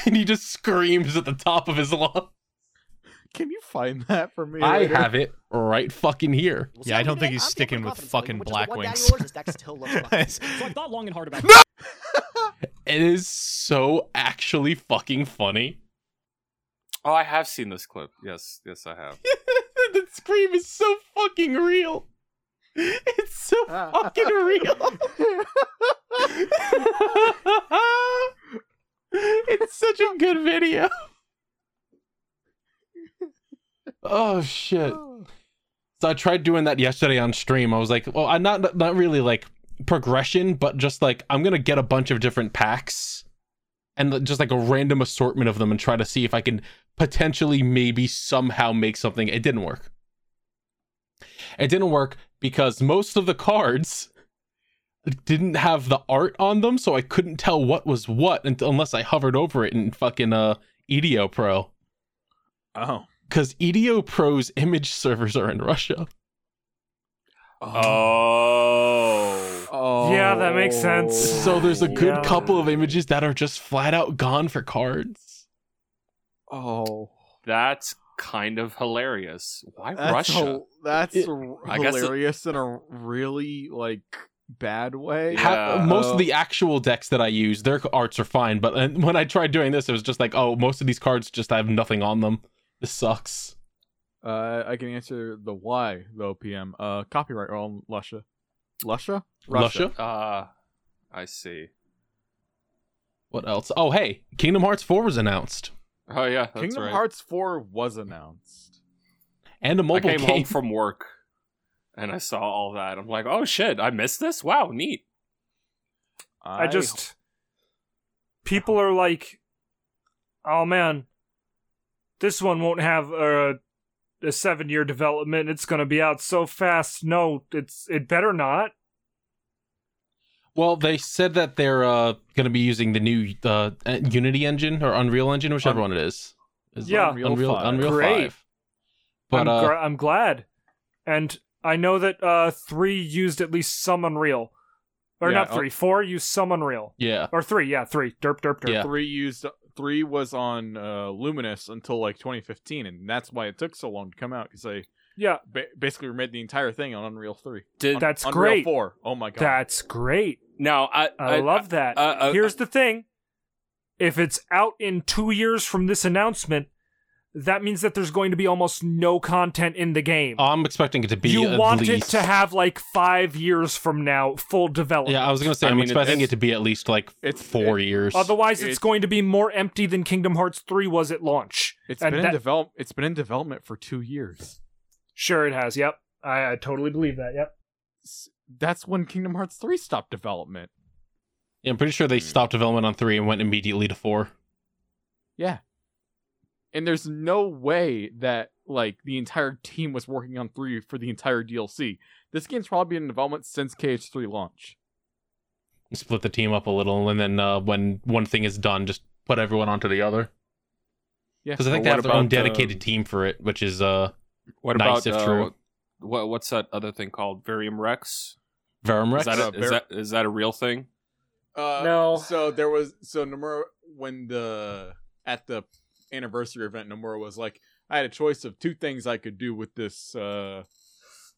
D: and he just screams at the top of his lungs.
C: Can you find that for me?
D: I
C: later?
D: have it right fucking here.
G: Yeah, I don't think he's sticking with fucking black wings. so I thought long and hard about it.
D: It is so actually fucking funny.
A: Oh, I have seen this clip. Yes, yes, I have.
D: the scream is so fucking real. It's so
C: Oh.
D: fucking real. it's such a good video. Oh shit. So I tried doing that yesterday on stream. I was like, well, I'm not not really like progression, but just like I'm gonna get a bunch of different packs and just like a random assortment of them and try to see if I can potentially maybe somehow make something. It didn't work. It didn't work because most of the cards didn't have the art on them, so I couldn't tell what was what unt- unless I hovered over it in fucking uh EDO Pro.
C: Oh.
D: Because EDO Pro's image servers are in Russia.
A: Oh.
C: Oh.
B: Yeah, that makes sense.
D: So there's a good
B: Yeah.
D: couple of images that are just flat out gone for cards.
C: Oh.
A: That's kind of hilarious. Why
C: That's
A: Russia?
C: hil- that's
D: It-
C: r-
A: I guess it-
C: hilarious in a really like bad way.
A: Yeah. oh.
D: Ha- most
C: Uh,
D: of the actual decks that I use, their arts are fine. But uh, when I tried doing this, it was just like, oh, most of these cards just have nothing on them. This sucks.
C: Uh, I can answer the why though. PM. Uh, copyright on Lusha. Lusha.
D: Russia.
A: Uh, I see.
D: What else? Oh, hey, Kingdom Hearts 4 was announced,
A: Oh yeah, that's
C: Kingdom
A: right.
C: Hearts Four was announced.
D: and a mobile
A: I came
D: game.
A: home from work, and I saw all that. I'm like, oh shit, I missed this. Wow, neat.
B: I just people are like, oh man, this one won't have a a seven year development. It's gonna be out so fast. No, it's it better not.
D: well, they said that they're uh, going to be using the new uh, Unity engine or Unreal engine, whichever one it is. Is it
B: Yeah.
C: Unreal
D: Unreal, Unreal,
C: five.
D: 5.
B: Great.
D: But
B: I'm,
D: uh,
B: gr- I'm glad, and I know that uh three used at least some Unreal, or
C: Yeah,
B: not
C: uh,
B: three, four used some Unreal,
D: yeah,
B: or three, yeah, three. Derp, derp, derp.
D: Yeah.
C: three used three was on uh, Luminous until like 2015, and that's why it took so long to come out because they
B: Yeah,
C: ba- basically made the entire thing on Unreal Three.
A: Did
C: Un-
B: That's
C: Unreal
B: great.
C: Four. Oh my god.
B: that's great.
A: Uh, now I
B: I, love that.
A: uh, uh,
B: Here's the thing: if it's out in two years from this announcement, that means that there's going to be almost no content in the game.
D: I'm expecting it to be.
B: you
D: at
B: want
D: least...
B: it to have like five years from now, full development.
D: Yeah, I was gonna say
A: I
D: I am
A: mean,
D: expecting
A: it's-
D: it to be at least like
C: it's-
D: four years.
B: Otherwise, it's
C: it-
B: going to be more empty than Kingdom Hearts three was at launch.
C: It's
B: and
C: been in
B: that-
C: develop. It's been in development for two years.
B: Sure, it has. Yep, I, I totally believe that. Yep.
C: S- That's when Kingdom Hearts Three stopped development.
D: Yeah, I'm pretty sure they
A: Hmm.
D: stopped development on three and went immediately to four.
C: Yeah, and there's no way that like the entire team was working on three for the entire DLC. This game's probably been in development since KH3 launch.
D: Split the team up a little, and then uh, when one thing is done, just put everyone onto the other.
C: Yeah,
D: Because I think
A: But
D: they
A: what
D: have their own
A: about, uh,
D: dedicated team for it, which is uh,
A: what
D: nice
A: about
D: if
A: uh,
D: true.
A: What, what's that other thing called? Varium Rex.
D: Verum Rex.
A: Is that,
C: Uh,
A: a, is,
C: Var-
A: that, is that a real thing?
C: Uh,
B: No.
C: So there was so Nomura when the at the anniversary event, Nomura was like, I had a choice of two things I could do with this uh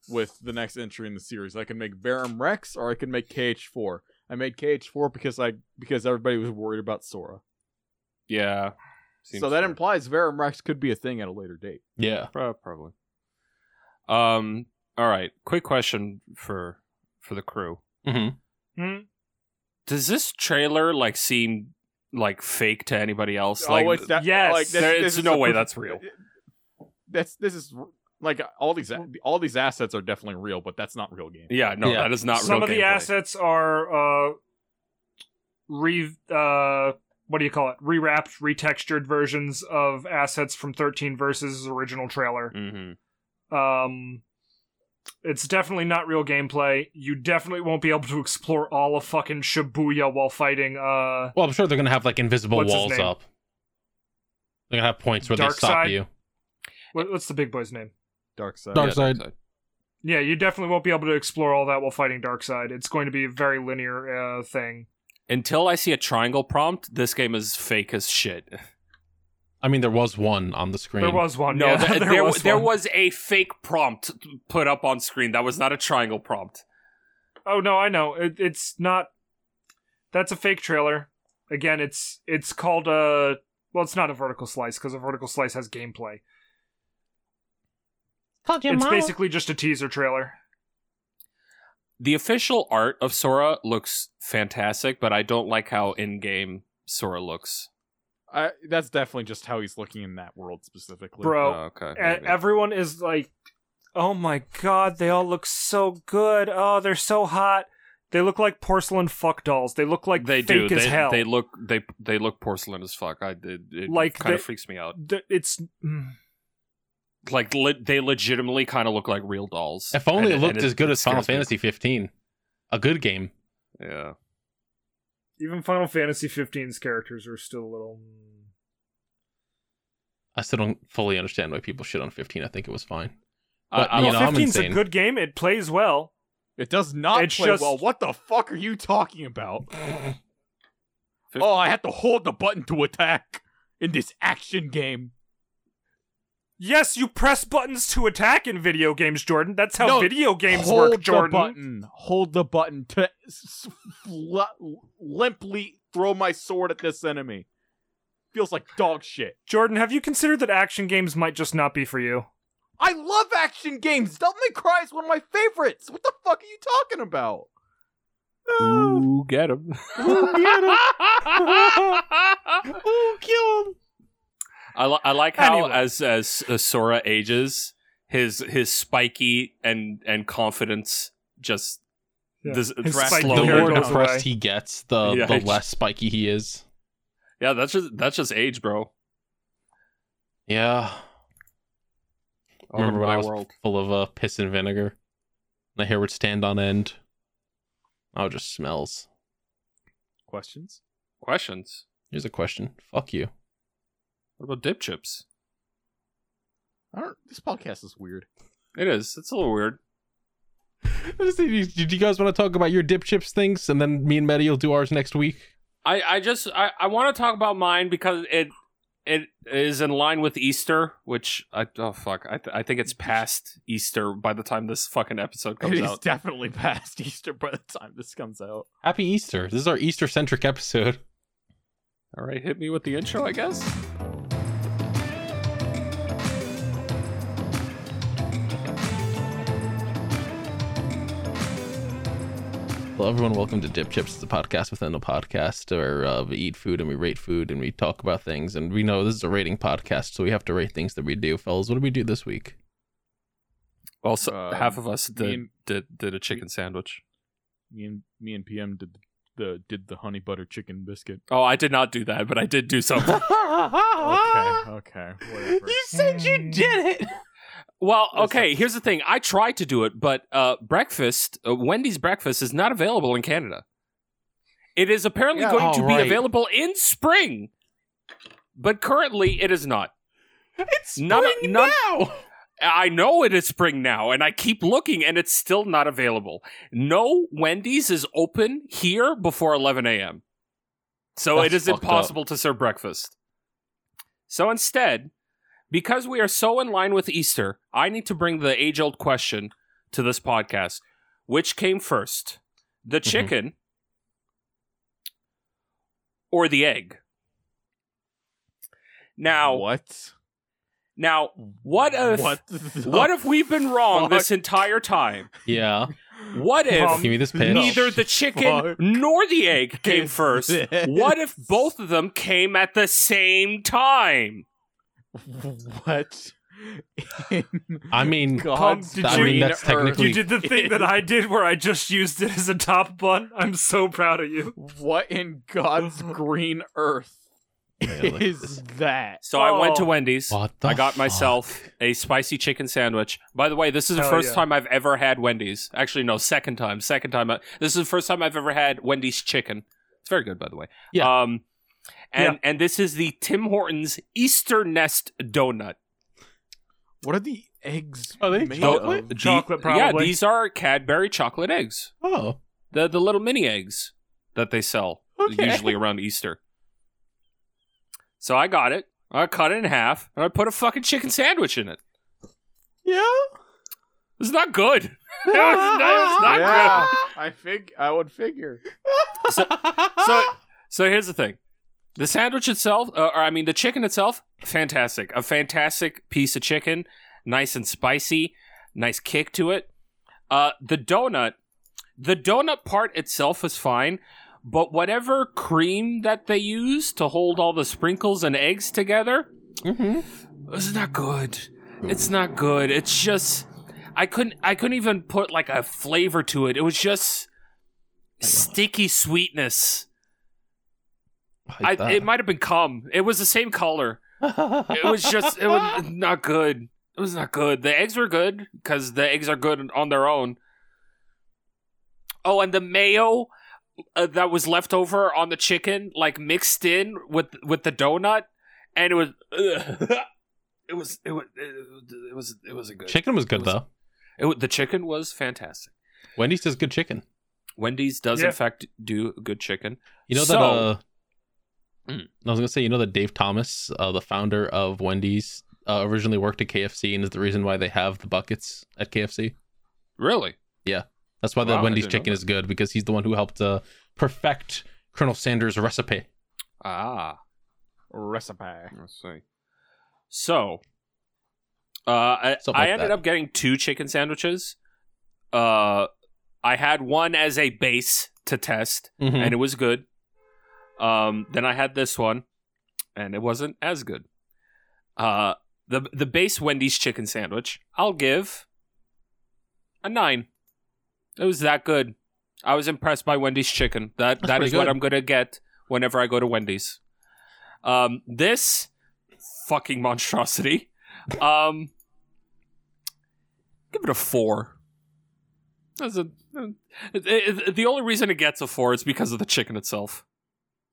C: with the next entry in the series. I can make Barum Rex or I can make KH4. I made KH4 because I because everybody was worried about Sora.
A: Yeah. Seems
C: so that
A: fair.
C: implies Barum Rex could be a thing at a later date.
D: yeah.
A: Prob- probably. Um. All right. Quick question for for the crew.
D: hmm
A: Mm-hmm.
B: Hmm?
A: Does this trailer like seem like fake to anybody else? Like,
C: Oh, it's that,
B: yes,
A: there- it's
C: is
A: no
C: a
A: way
C: proof-
A: that's real.
C: That's this is like all these a- all these assets are definitely real, but that's not real game.
A: yeah. No,
D: Yeah.
A: that is not
B: Some
A: real
B: of the
A: gameplay.
B: assets are uh, re uh, what do you call it? Rewrapped, retextured versions of assets from 13 versus original trailer.
A: Mhm.
B: Um, it's definitely not real gameplay. You definitely won't be able to explore all of fucking Shibuya while fighting. Uh,
D: Well, I'm sure they're gonna have like invisible
B: What's his
D: walls
B: name?
D: up. They're gonna have points where
B: Dark
D: they stop
B: side?
D: you.
B: what, what's the big boy's name?
C: Dark side.
D: Dark side.
B: Yeah, you definitely won't be able to explore all that while fighting Darkseid. It's going to be a very linear uh, thing.
A: Until I see a triangle prompt, this game is fake as shit.
D: I mean, there was one on the screen.
B: There was one.
A: No,
B: Oh, yeah,
A: th-
B: there,
A: there,
B: was
A: there
B: one.
A: was a fake prompt put up on screen. That was not a triangle prompt.
B: Oh no, I know. It, it's not. That's a fake trailer. Again, it's it's called a. Well, it's not a vertical slice because a vertical slice has gameplay. it's basically just a teaser trailer.
A: The official art of Sora looks fantastic, but I don't like how in-game Sora looks.
C: I, that's definitely just how he's looking in that world specifically.
B: Bro,
A: Uh, okay.
B: E- everyone is like, "Oh my god, they all look so good. Oh, they're so hot. They look like porcelain fuck dolls. They look like
A: they do.
B: fake as
A: They,
B: hell.
A: they look they they look porcelain as fuck. I it, it
B: Like
A: kind of
B: they-
A: freaks me out.
B: Th- it's mm.
A: Like le- they legitimately kind of look like real dolls.
D: If
A: And-
D: only it looked
A: and
D: as good as Final
A: scares me.
D: Fantasy 15. A good game.
A: Yeah.
B: even Final Fantasy 15's characters are still a little. mm.
D: I still don't fully understand why people shit on 15. I think it was fine.
A: I-
D: But,
A: I
D: you
A: don't
D: know,
B: well,
D: I'm
B: 15's a
D: insane.
B: good game. It plays well.
C: It does not
B: It's
C: play
B: just-
C: well. What the fuck are you talking about? oh, I have to hold the button to attack in this action game.
B: Yes, you press buttons to attack in video games, Jordan. That's how
C: No,
B: video games
C: hold
B: work, Jordan.
C: the button. Hold the button to s- fl- limply throw my sword at this enemy. Feels like dog shit.
B: Jordan, have you considered that action games might just not be for you?
C: I love action games. Devil May Cry is one of my favorites. What the fuck are you talking about?
A: Ooh, get him.
D: Ooh, kill him.
A: I, li- I like how
B: Anyway.
A: as as uh, Sora ages, his his spiky and and confidence just
B: Yeah.
A: this,
B: His
A: ras-
B: spike
D: The
A: slowly
B: hair
D: more
B: goes
A: goes-
D: depressed
B: away.
D: he gets, the,
A: Yeah,
D: the
A: it's-
D: less spiky he is.
A: Yeah, that's just that's just age, bro.
D: Yeah.
A: All
D: Remember
A: over
D: when
A: my
D: I was
A: world.
D: full of uh, piss and vinegar? My hair would stand on end. Oh, it just smells.
C: Questions?
A: Questions?
D: Here's a question. Fuck you.
A: What about dip chips?
C: I don't. This podcast is weird.
A: It is. It's a little weird.
D: I just think, do you guys want to talk about your dip chips things, and then me and Maddie will do ours next week?
A: I I just I I want to talk about mine because it it is in line with Easter, which I oh fuck I th- I think it's past Easter by the time this fucking episode comes
C: It is
A: out.
C: definitely past Easter by the time this comes out.
D: Happy Easter. This is our Easter centric episode.
A: All right, hit me with the intro, I guess.
D: Hello, everyone. Welcome to Dip Chips, the podcast within a podcast where uh, we eat food and we rate food and we talk about things. And we know this is a rating podcast, so we have to rate things that we do. Fellas, what did we do this week?
A: Well, so,
C: Um,
A: half of us did,
C: me and-
A: did did a chicken sandwich.
C: Me and me and PM did the did the honey butter chicken biscuit.
A: Oh, I did not do that, but I did do something.
C: okay, Mm.
D: said Uh-huh. you did it.
A: well, okay. Here's the thing: I tried to do it, but uh, breakfast, uh, Wendy's breakfast, is not available in Canada. It is apparently
C: Yeah.
A: going
D: Oh,
A: to be
D: right.
A: available in spring, but currently it is not.
D: It's
A: None-
D: spring
A: none-
D: now.
A: I know it is spring now, and I keep looking, and it's still not available. No Wendy's is open here before 11 a.m. So
D: That's
A: it is
D: fucked
A: impossible to serve breakfast. So instead, because we are so in line with Easter, I need to bring the age old question to this podcast which came first, the
D: Mhm.
A: chicken or the egg? Now,
C: what?
A: now, what if
C: what? the
A: what if we've been wrong
C: fuck?
A: this entire time?
D: Yeah.
A: What if
B: Um,
D: Give me this pitch.
A: neither the chicken
C: fuck
A: nor the egg came
C: is
A: first?
C: this?
A: What if both of them came at the same time?
C: What? in
D: I mean,
C: God's
B: Did you-
D: I mean
C: green
D: that's
C: earth?
D: technically
B: You did the thing that I did where I just used it as a top bun. I'm so proud of you.
C: What in God's green earth
D: Yeah, like
C: is
D: this.
C: that?
A: So I went to
B: Oh.
A: Wendy's.
D: What the
A: I got
D: fuck?
A: myself a spicy chicken sandwich. By the way, this is the
B: Hell
A: first
B: yeah.
A: time I've ever had Wendy's. Actually, no, second time. Second time. I- this is the first time I've ever had Wendy's chicken. It's very good, by the way.
D: Yeah.
A: Um, and and this is the Tim Hortons Easter Nest donut.
C: What are the eggs?
D: Are they
C: made
D: chocolate?
C: of?
B: Chocolate,
A: Yeah,
B: probably.
A: these are Cadbury chocolate eggs.
D: Oh,
A: The the little mini eggs that they sell
D: Okay.
A: usually around Easter. So I got it. I cut it in half and I put a fucking chicken sandwich in it.
D: yeah.
A: It's not good. It was not, it's not
C: yeah, I fig I would figure.
A: good. So so here's the thing. The sandwich itself, uh, or I mean the chicken itself, fantastic. A fantastic piece of chicken, nice and spicy, nice kick to it. Uh, the donut, the donut part itself is fine, but whatever cream that they use to hold all the sprinkles and eggs together,
D: mm-hmm.
A: it's not good. It's not good. It's just I couldn't I couldn't even put like a flavor to it. It was just sticky sweetness. I, it might have been cum. It was the same color. It was just it was not good. It was not good. The eggs were good because the eggs are good on their own. Oh, and the mayo uh, that was left over on the chicken, like mixed in with with the donut, and it was. It was it was it was it was a good
D: chicken was good
A: It
D: though.
A: It, wa- the chicken was fantastic.
D: Wendy's does good chicken.
A: Wendy's does
B: Yeah.
A: in fact do good chicken.
D: You know that.
A: So-
D: uh,
A: Mm.
D: I was gonna say, you know that Dave Thomas, uh, the founder of Wendy's, uh, originally worked at KFC and is the reason why they have the buckets at KFC.
A: Really?
D: That's why
C: Wow,
D: the
C: I
D: Wendy's
C: didn't know
D: chicken
C: that.
D: is good because he's the one who helped uh, perfect Colonel Sanders' recipe.
A: Ah,
C: Recipe.
A: let's see. So, uh, I,
D: Something
A: I
D: like
A: ended
D: that.
A: up getting two chicken sandwiches. Uh, I had one as a base to test,
C: Mm-hmm.
D: Mm-hmm.
A: and it was good. Um, then I had this one, and it wasn't as good. Uh, the the base Wendy's chicken sandwich, I'll give a nine. It was that good. I was impressed by Wendy's chicken. That
D: That's
A: that
D: pretty
A: is what
D: good.
A: I'm gonna get whenever I go to Wendy's. Um, this fucking monstrosity. Um, give it a four. That's a, it- it- the only reason it gets a four is because of the chicken itself.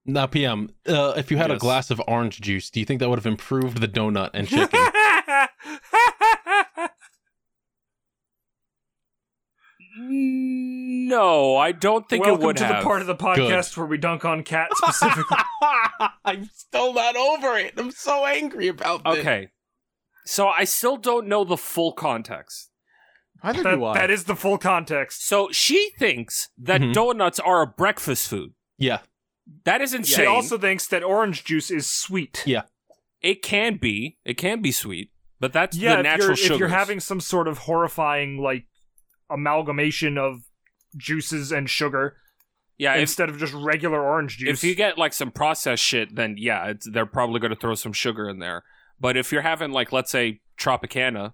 D: Now, PM, uh, if you had a
A: Yes.
D: glass of orange juice, do you think that would have improved the donut and chicken?
A: No, I don't think
B: Mm, Welcome
A: it would
B: to
A: have.
B: the part of the podcast where we dunk on cat specifically.
D: I'm still not over it. I'm so angry about
A: okay, so I still don't know the full context.
C: Neither
B: That-
C: do I.
B: that is the full context.
A: So she thinks that
B: Mm-hmm.
D: Mhm.
A: donuts are a breakfast food.
D: Yeah.
A: That is insane.
B: She also thinks that orange juice is sweet.
D: Yeah,
A: it can be, it can be sweet, but that's
B: yeah,
A: the
B: if
A: natural
B: you're,
A: sugar.
B: if you're having some sort of horrifying like amalgamation of juices and sugar
A: yeah, if,
B: instead of just regular orange juice.
A: if you get like some processed shit, then yeah, it's, they're probably going to throw some sugar in there. But if you're having like let's say Tropicana,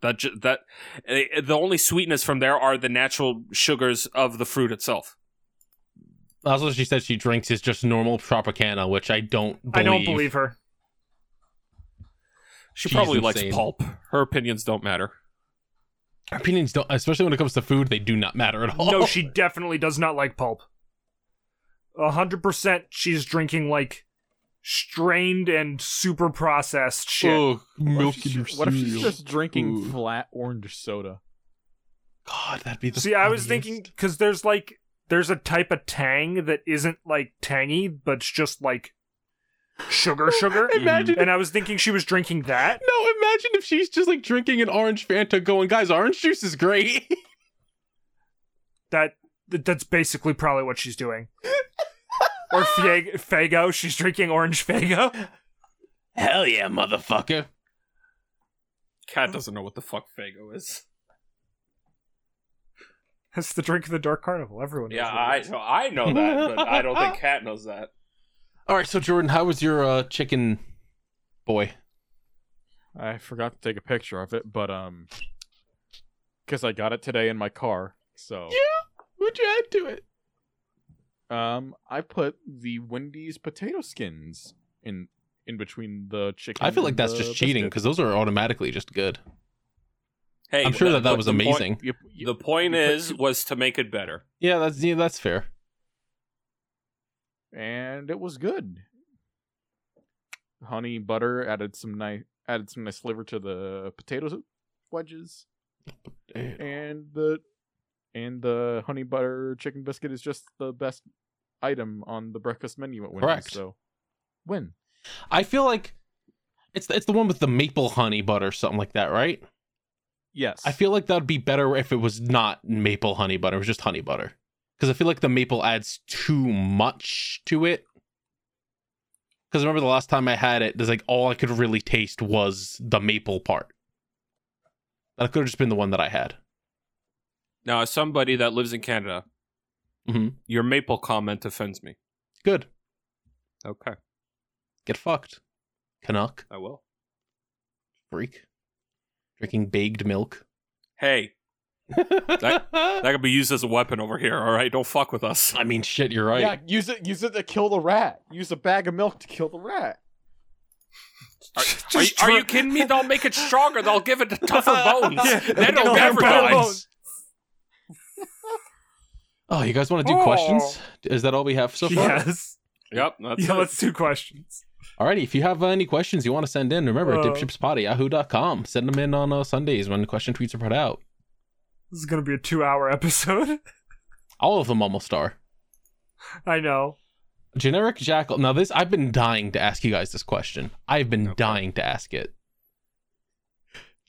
A: that ju- that eh, the only sweetness from there are the natural sugars of the fruit itself.
D: Also, she said she drinks is just normal Tropicana, which I don't. Believe.
B: I don't believe her.
A: She
D: She's
A: probably
D: insane.
A: likes pulp. Her opinions don't matter.
D: Her opinions don't, especially when it comes to food, they do not matter at all.
B: No, she definitely does not like pulp. A hundred percent, she's drinking like strained and super processed shit.
D: Ugh, Oh, milk
C: what if she's,
D: in your
C: just- what if she's
D: cereal.
C: just drinking
D: Ooh.
C: flat orange soda?
D: God, that'd be the.
B: See, I was
D: funniest.
B: thinking because there's like there's a type of tang that isn't like tangy, but it's just like sugar, sugar.
D: Imagine-
B: And I was thinking she was drinking that.
D: No, imagine if she's just like drinking an orange Fanta, going, "Guys, orange juice is great."
B: That that- that's basically probably what she's doing. or Fieg- Fago, she's drinking orange Fago.
D: Hell yeah, motherfucker!
C: Mm.
A: Cat doesn't know what the fuck Fago is.
B: That's the drink of the Dark Carnival. Everyone. knows
A: Yeah,
B: what it
A: I
B: is.
A: know, I know that, but I don't think Cat knows that.
D: All right, so Jordan, how was your uh, chicken boy?
C: I forgot to take a picture of it, but um, because I got it today in my car. So
D: Would you add to it?
C: um, I put the Wendy's potato skins in in between the chicken.
D: I feel like
C: and
D: that's
C: the
D: just cheating
C: biscuit.
D: because those are automatically just good.
A: Hey,
D: I'm sure
A: the-
D: that that
A: the-
D: was
A: the point-
D: amazing.
C: You- you-
A: the point
C: you put
A: is was to make it better.
D: Yeah, that's yeah, that's fair.
C: and it was good. Honey butter added some nice added some nice flavor to the potato wedges, and the and the honey butter chicken biscuit is just the best item on the breakfast menu at Wendy's.
D: Correct.
C: So, win.
D: I feel like it's the, it's the one with the maple honey butter, something like that, right?
C: Yes,
D: I feel like that'd be better if it was not maple honey butter. It was just honey butter. Because I feel like the maple adds too much to it. Because remember the last time I had it, there's like all I could really taste was the maple part. That could have just been the one that I had.
A: Now, as somebody that lives in Canada,
D: Mhm.
A: your maple comment offends me.
D: Good.
A: Okay,
D: Get fucked. Canuck.
A: I will.
D: Freak. Drinking baked milk.
A: Hey, that could be used as a weapon over here. All right, don't fuck with us.
D: I mean, shit, you're right.
C: Yeah, use it. Use it to kill the rat. Use a bag of milk to kill the rat.
A: Are, are you, are you kidding me? They'll make it stronger. They'll give it tougher bones. then it'll never
B: better
A: die.
B: bones.
D: Oh, you guys want to do questions? Is that all we have so far?
B: yes.
A: Yep, that's
B: yeah,
A: it.
B: let's do questions.
D: Alrighty, if you have uh, any questions you want to send in, remember
B: Uh.
D: dipshipspot yahoo.com. Send them in on uh, Sundays when question tweets are put out.
B: This is gonna be a two-hour episode.
D: All of them almost are.
B: I know.
D: Generic jackal. Now this, I've been dying to ask you guys this question. I've been dying to ask it.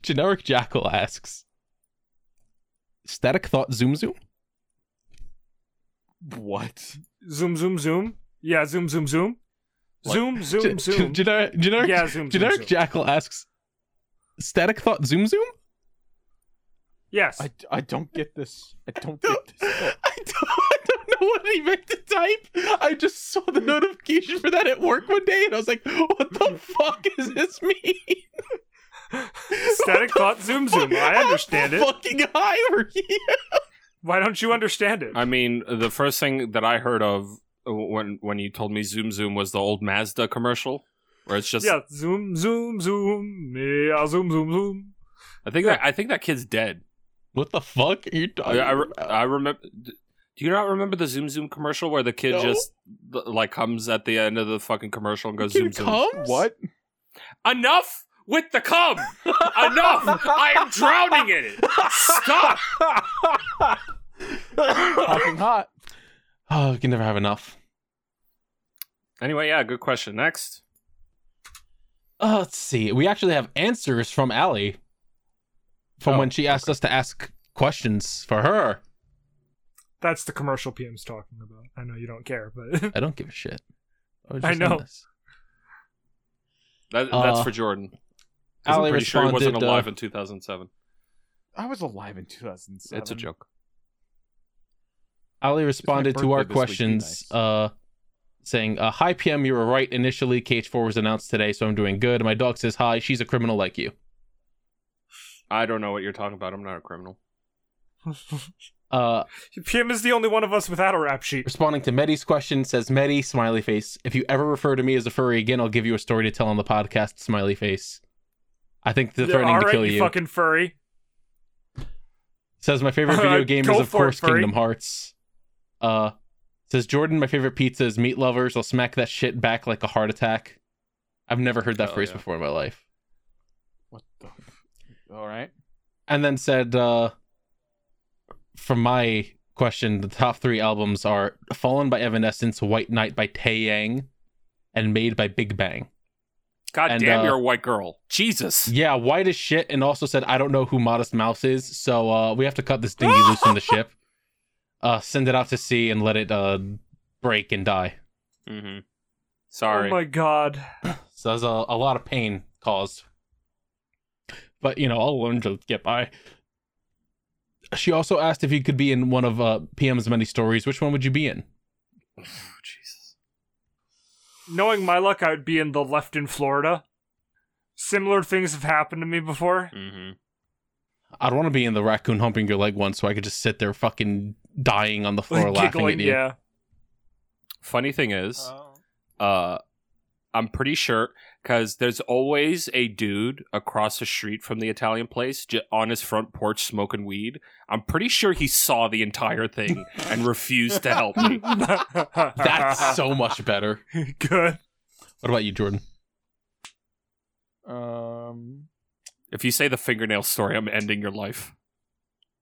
D: Generic jackal asks, "Static thought zoom zoom."
C: What?
B: Zoom, zoom, zoom. Yeah, zoom, zoom, zoom. Zoom, zoom,
D: Gen-
B: zoom.
D: Generic, generic,
B: Yeah, zoom, zoom,
D: generic
B: zoom.
D: jackal asks, "Static thought zoom zoom."
B: Yes.
C: I, I don't get this. I don't get this.
D: I don't, I don't know what he meant to type. I just saw the notification for that at work one day, and I was like, "What the fuck is this mean?"
B: Static thought, zoom, zoom. I understand it.
D: Fucking high over here.
B: Why don't you understand it?
A: I mean, the first thing that I heard of when when you told me Zoom Zoom was the old Mazda commercial, where it's just
B: Yeah, zoom, zoom, zoom. Yeah, zoom, zoom, zoom.
A: I think that I think that kid's dead.
D: What the fuck are you
A: I
D: talking
A: I, re- Uh,
D: about?
A: I remember. Do you not remember the Zoom Zoom commercial where the kid
D: No.
A: just like comes at the end of the fucking commercial and goes
D: Kid
A: Zoom Zoom?
D: comes?
C: What?
A: Enough with the cum! Enough! I am drowning in it. Stop!
C: Fucking hot.
D: Oh, you can never have enough.
A: Anyway, yeah, good question. Next.
D: Uh, let's see. We actually have answers from Allie from
A: Oh,
D: when she asked us to ask questions for her.
B: That's the commercial PM's talking about. I know you don't care, but
D: I don't give a shit. was
B: I
D: just on
B: know.
D: this.
A: That, that's
D: Uh,
A: for Jordan. 'Cause
D: Allie
A: I'm pretty sure he wasn't
D: responded, uh,
A: alive in 2007.
C: I was alive in 2007.
A: It's a joke.
D: Ali responded to
C: birthday
D: our
C: this week, be
D: questions,
C: nice.
D: uh, saying, uh, "Hi PM, you were right initially. KH4 was announced today, so I'm doing good. My dog says hi. She's a criminal like you."
A: I don't know what you're talking about. I'm not a criminal.
D: Uh,
B: PM is the only one of us without a rap sheet.
D: responding to Medi's question, says Medi smiley face. If you ever refer to me as a furry again, I'll give you a story to tell on the podcast. Smiley face. I think they're
B: Yeah,
D: threatening to
B: alright,
D: kill you.
B: you fucking furry.
D: Says my favorite video
B: Alright,
D: game
B: go
D: is of
B: for it,
D: course
B: furry.
D: Kingdom Hearts. Uh, says Jordan, my favorite pizza is meat lovers. I'll smack that shit back like a heart attack. I've never heard that
A: Hell
D: phrase
A: yeah.
D: before in my life.
C: What the? F- All right.
D: and then said uh from my question the top three albums are fallen by evanescence white knight by tae yang and made by big bang
A: God
D: And,
A: damn,
D: uh,
A: you're a white girl. Jesus.
D: yeah white as shit and also said i don't know who modest mouse is so uh we have to cut this dinghy loose from the ship uh send it out to sea and let it uh break and die
A: Mm-hmm. Sorry.
B: Oh my god.
D: so there's a, a lot of pain caused but you know i'll learn to get by she also asked if you could be in one of uh, pm's many stories which one would you be in
B: Knowing my luck, I would be in the left in Florida. Similar things have happened to me before.
A: mm-hmm.
D: I'd want to be in the raccoon humping your leg once so I could just sit there fucking dying on the floor laughing
B: Giggling,
D: at you.
B: yeah.
A: Funny thing is, uh, I'm pretty sure because there's always a dude across the street from the Italian place j- on his front porch smoking weed. I'm pretty sure he saw the entire thing and refused to help me.
D: That's so much better.
B: good.
D: What about you, Jordan?
C: Um, Um,
A: If you say the fingernail story, I'm ending your life.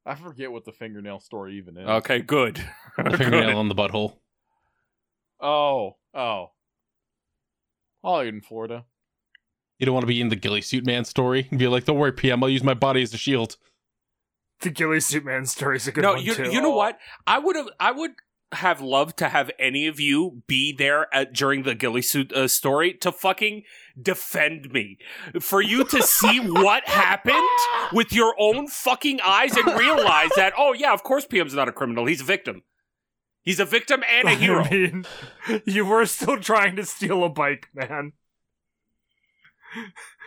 C: I forget what the fingernail story even is.
A: Okay, good.
D: The fingernail on the butthole.
C: Oh, oh. Hollywood in Florida.
D: You don't want to be in the ghillie suit man story and be like, "Don't worry, PM. I'll use my body as a shield."
B: The Gilly Suit Man story is a good
A: no,
B: one
A: you
B: too.
A: you know what? I would have I would have loved to have any of you be there at during the ghillie suit uh, story to fucking defend me for you to see what happened with your own fucking eyes and realize that oh yeah of course PM's not a criminal he's a victim he's a victim and a hero
B: I Oh, mean, you were still trying to steal a bike, man.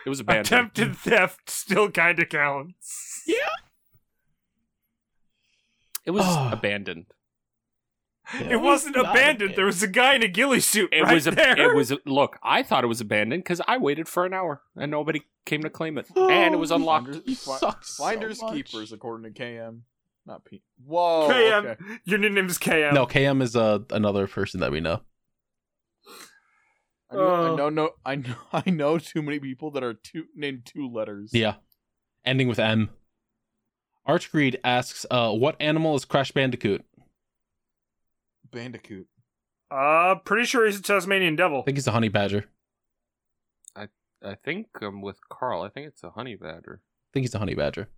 A: it was a bad one.
B: Attempted theft still kind of counts.
A: it was
D: Oh.
A: abandoned
B: It wasn't abandoned. There was a guy in a ghillie suit.
A: it
B: right
A: was a,
B: there.
A: it was a, look I thought it was abandoned because I waited for an hour and nobody came to claim it and it was unlocked
C: Finders,
D: You
C: fi-
D: suck so
C: finders
D: much.
C: keepers, according to KM. Not P. Whoa.
B: KM.
C: okay.
B: Your new name's KM.
D: No, KM is uh, another person that we know.
C: I, know,
B: Uh.
C: I know. No. I know. I know too many people that are two named two letters.
D: Yeah. Ending with M. Archgreed asks, uh, what animal is Crash Bandicoot?
C: Bandicoot.
B: Uh, pretty sure he's a Tasmanian devil.
D: I think he's a honey badger. I
A: I think I'm with Carl I think it's a honey badger.
D: think he's a honey badger.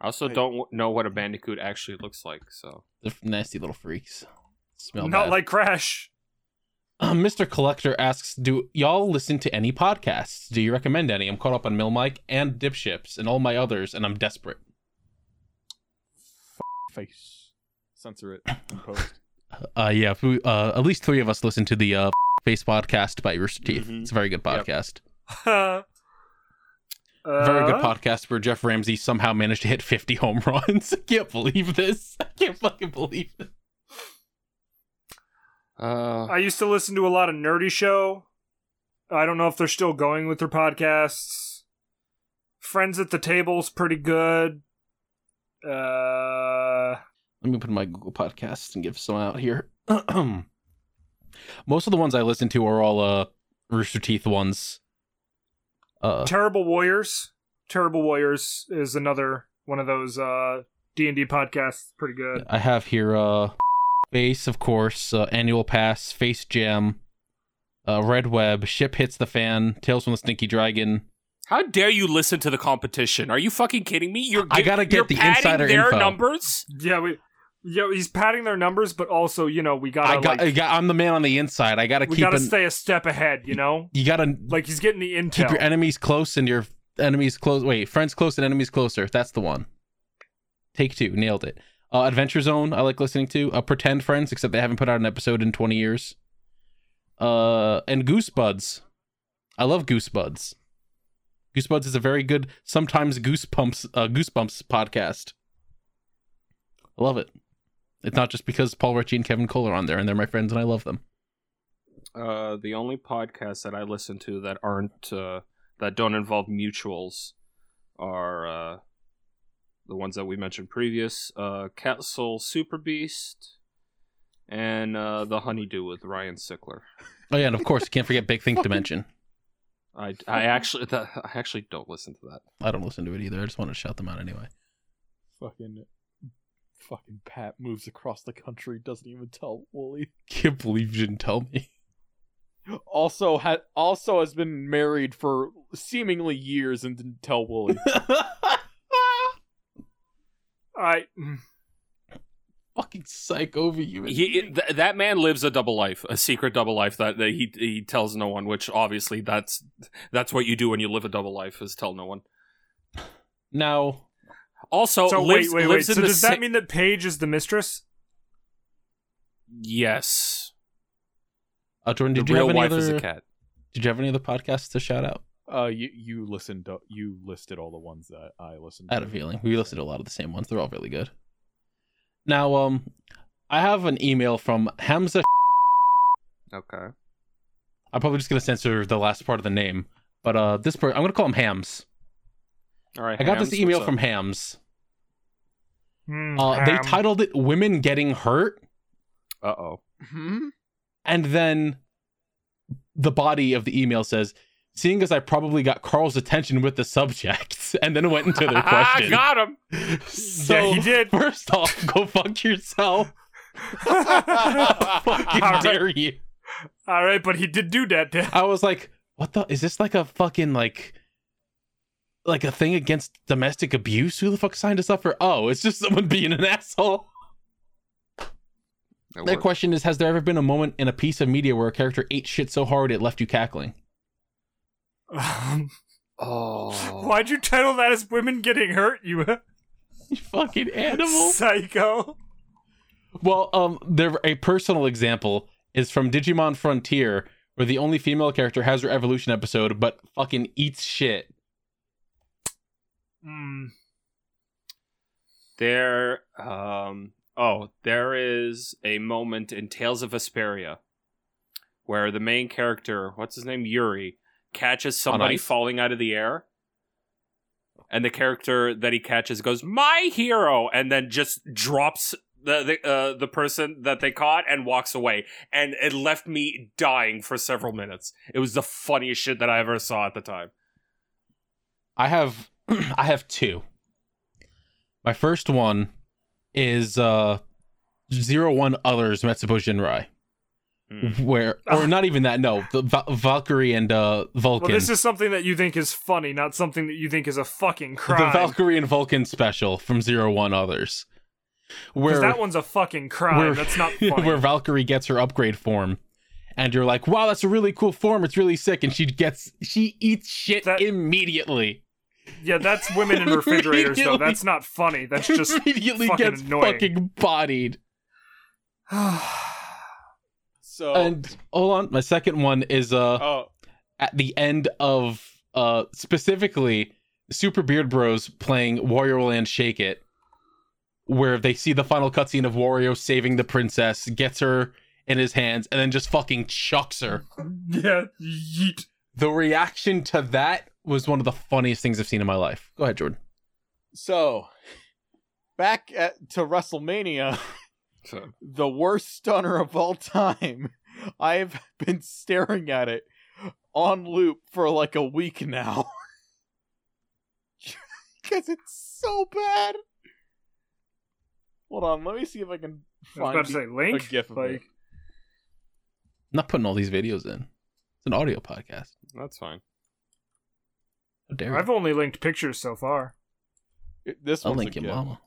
A: I also
C: I-
A: don't w- know what a bandicoot actually looks like, so
D: They're nasty little freaks. Smell
B: Not
D: bad.
B: like Crash.
D: Uh, Mr. Collector asks, do y'all listen to any podcasts? Do you recommend any? I'm caught up on Mill Mike and Dip Ships and all my others, and I'm desperate.
C: Face. Censor it. In post.
D: Uh, yeah, if we- uh, at least three of us listen to the uh, Face podcast by Rooster Teeth.
B: Mm-hmm.
A: Mhm.
D: It's a very good
A: Yep.
D: podcast.
B: very Uh,
D: Very good podcast where Jeff Ramsey somehow managed to hit 50 home runs. I can't believe this. I can't fucking believe this.
A: uh,
B: I used to listen to a lot of Nerdy Show. I don't know if they're still going with their podcasts. Friends at the Table's pretty good. Uh,
D: Let me put my Google Podcasts and give some out here. Most of the ones I listen to are all uh Rooster Teeth ones. Uh
B: Terrible Warriors. Terrible Warriors is another one of those uh D and D podcasts. Pretty good.
D: I have here uh Face, of course, uh, Annual Pass, Face Jam, uh Red Web, Ship Hits the Fan, Tales from the Stinky Dragon.
A: how dare you listen to the competition? Are you fucking kidding me? You're
D: I
A: gi-
D: gotta get
A: you're
D: the
A: padding
D: insider
A: their
D: info.
A: numbers.
B: Yeah, we. Yeah, he's padding their numbers, but also you know we gotta
D: I got,
B: like,
D: I got I'm the man on the inside. I gotta
B: we
D: keep
B: gotta
D: an,
B: stay a step ahead. You know,
D: you gotta
B: like he's getting the
D: keep
B: intel.
D: your enemies close and your enemies close. Wait, friends close and enemies closer. That's the one. Take two, nailed it. Uh, Adventure Zone, I like listening to. Uh, Pretend Friends, except they haven't put out an episode in twenty years. Uh, and Goosebuds, I love Goosebuds. Goosebuds is a very good, sometimes goosebumps, uh, goosebumps podcast. I love it. It's not just because Paul Ritchie and Kevin Cole are on there, and they're my friends, and I love them.
A: Uh, the only podcasts that I listen to that aren't uh, that don't involve mutuals are uh, the ones that we mentioned previous: uh, Castle Super Beast and uh, the Honeydew with Ryan Sickler.
D: Oh yeah, and of course, can't forget Big Think Dimension.
A: I, I actually I actually don't listen to that.
D: I don't listen to it either. I just wanted to shout them out anyway.
C: Fucking. Fucking Pat moves across the country. Doesn't even tell Wooly.
D: Can't believe you didn't tell me.
C: Also had also has been married for seemingly years and didn't tell Wooly.
A: Ah.
B: I
D: Fucking psycho over you.
A: he th- that man lives a double life, a secret double life that, that he he tells no one. Which obviously that's that's what you do when you live a double life is tell no one.
D: now, Oh,
A: Also,
B: so
A: lives,
B: wait, wait, wait.
A: lives in
B: So
A: the
B: does
A: sa-
B: that mean that Paige is the mistress?
A: yes?
D: uh, Jordan, did
A: the
D: you
A: real
D: have any
A: wife
D: other?
A: is a cat.
D: Did you have any other podcasts to shout out?
C: uh, you you listened to, you listed all the ones that I listened.
D: I had a feeling we listened to a lot of the same ones. They're all really good. Now, um, I have an email from Hamza.
A: Okay.
D: I'm probably just gonna censor the last part of the name, but uh, this per- I'm gonna call him Hams.
A: All right.
D: I got
A: Hams,
D: this email
A: what's
D: from
A: up?
D: Hams.
B: Hmm,
D: Uh, they
B: um,
D: titled it "Women Getting Hurt."
A: Uh oh.
C: Hmm?
D: And then the body of the email says seeing as I probably got Carl's attention with the subject and then went into their
A: I
D: question.
A: got him.
D: So,
B: Yeah, he did.
D: First off, go fuck yourself. How
B: Alright.
D: fucking dare you?
B: All right, but he did do that. Dan.
D: I was like, what the? Is this like a fucking like, like a thing against domestic abuse? Who the fuck signed us up for? Oh, it's just someone being an asshole.
H: That
D: That
H: worked.
D: question is: Has there ever been a moment in a piece of media where a character ate shit so hard it left you cackling?
B: Um,
A: Oh.
B: Why'd you title that as "Women Getting Hurt"? You
D: You fucking animal.
B: psycho.
D: Well, um, there a personal example is from Digimon Frontier, where the only female character has her evolution episode, but fucking eats shit.
B: Mm.
A: There, um, oh, there is a moment in Tales of Asperia where the main character, what's his name, Yuri, catches somebody
D: ice?
A: falling out of the air, and the character that he catches goes, "My hero," and then just drops the the uh, the person that they caught and walks away, and it left me dying for several minutes. It was the funniest shit that I ever saw at the time.
D: I have I have two. My first one is uh zero one others Metsubo Shinrai.
A: Hmm.
D: Where or not even that, no. The Va- Valkyrie and uh Vulcan.
B: Well, this is something that you think is funny, not something that you think is a fucking
D: the
B: crime.
D: Valkyrie and Vulcan special from Zero One Others.
B: 'Cause
D: Where
B: that one's a fucking crime. That's not funny.
D: where Valkyrie gets her upgrade form, and you're like, "Wow, that's a really cool form. It's really sick." And she gets she eats shit
B: That-
D: immediately.
B: Yeah, that's women in refrigerators, though.
D: Immediately.
B: That's not funny. That's just.
D: immediately
B: fucking
D: gets
B: annoying.
D: fucking bodied.
C: So
B: Oh.
D: And hold on, my second one is uh
C: oh,
D: at the end of uh specifically Super Beard Bros playing Warrior Land Shake It, where they see the final cutscene of Wario saving the princess, gets her in his hands, and then just fucking chucks her.
B: yeah, yeet.
D: The reaction to that was one of the funniest things I've seen in my life. Go ahead, Jordan.
C: so back at to WrestleMania,
H: So-
C: the worst stunner of all time. I've been staring at it on loop for like a week now. Cuz it's so bad. Hold on, let me see if I can
B: I was
C: find
B: about to say Link.
C: gif of
B: like,
C: it.
D: I'm not putting all these videos in. It's an audio podcast.
A: That's fine.
D: How dare you?
B: I've only linked pictures so far.
C: It- this
D: I'll
C: one's
D: link
C: a
D: your
C: gif.
D: mama.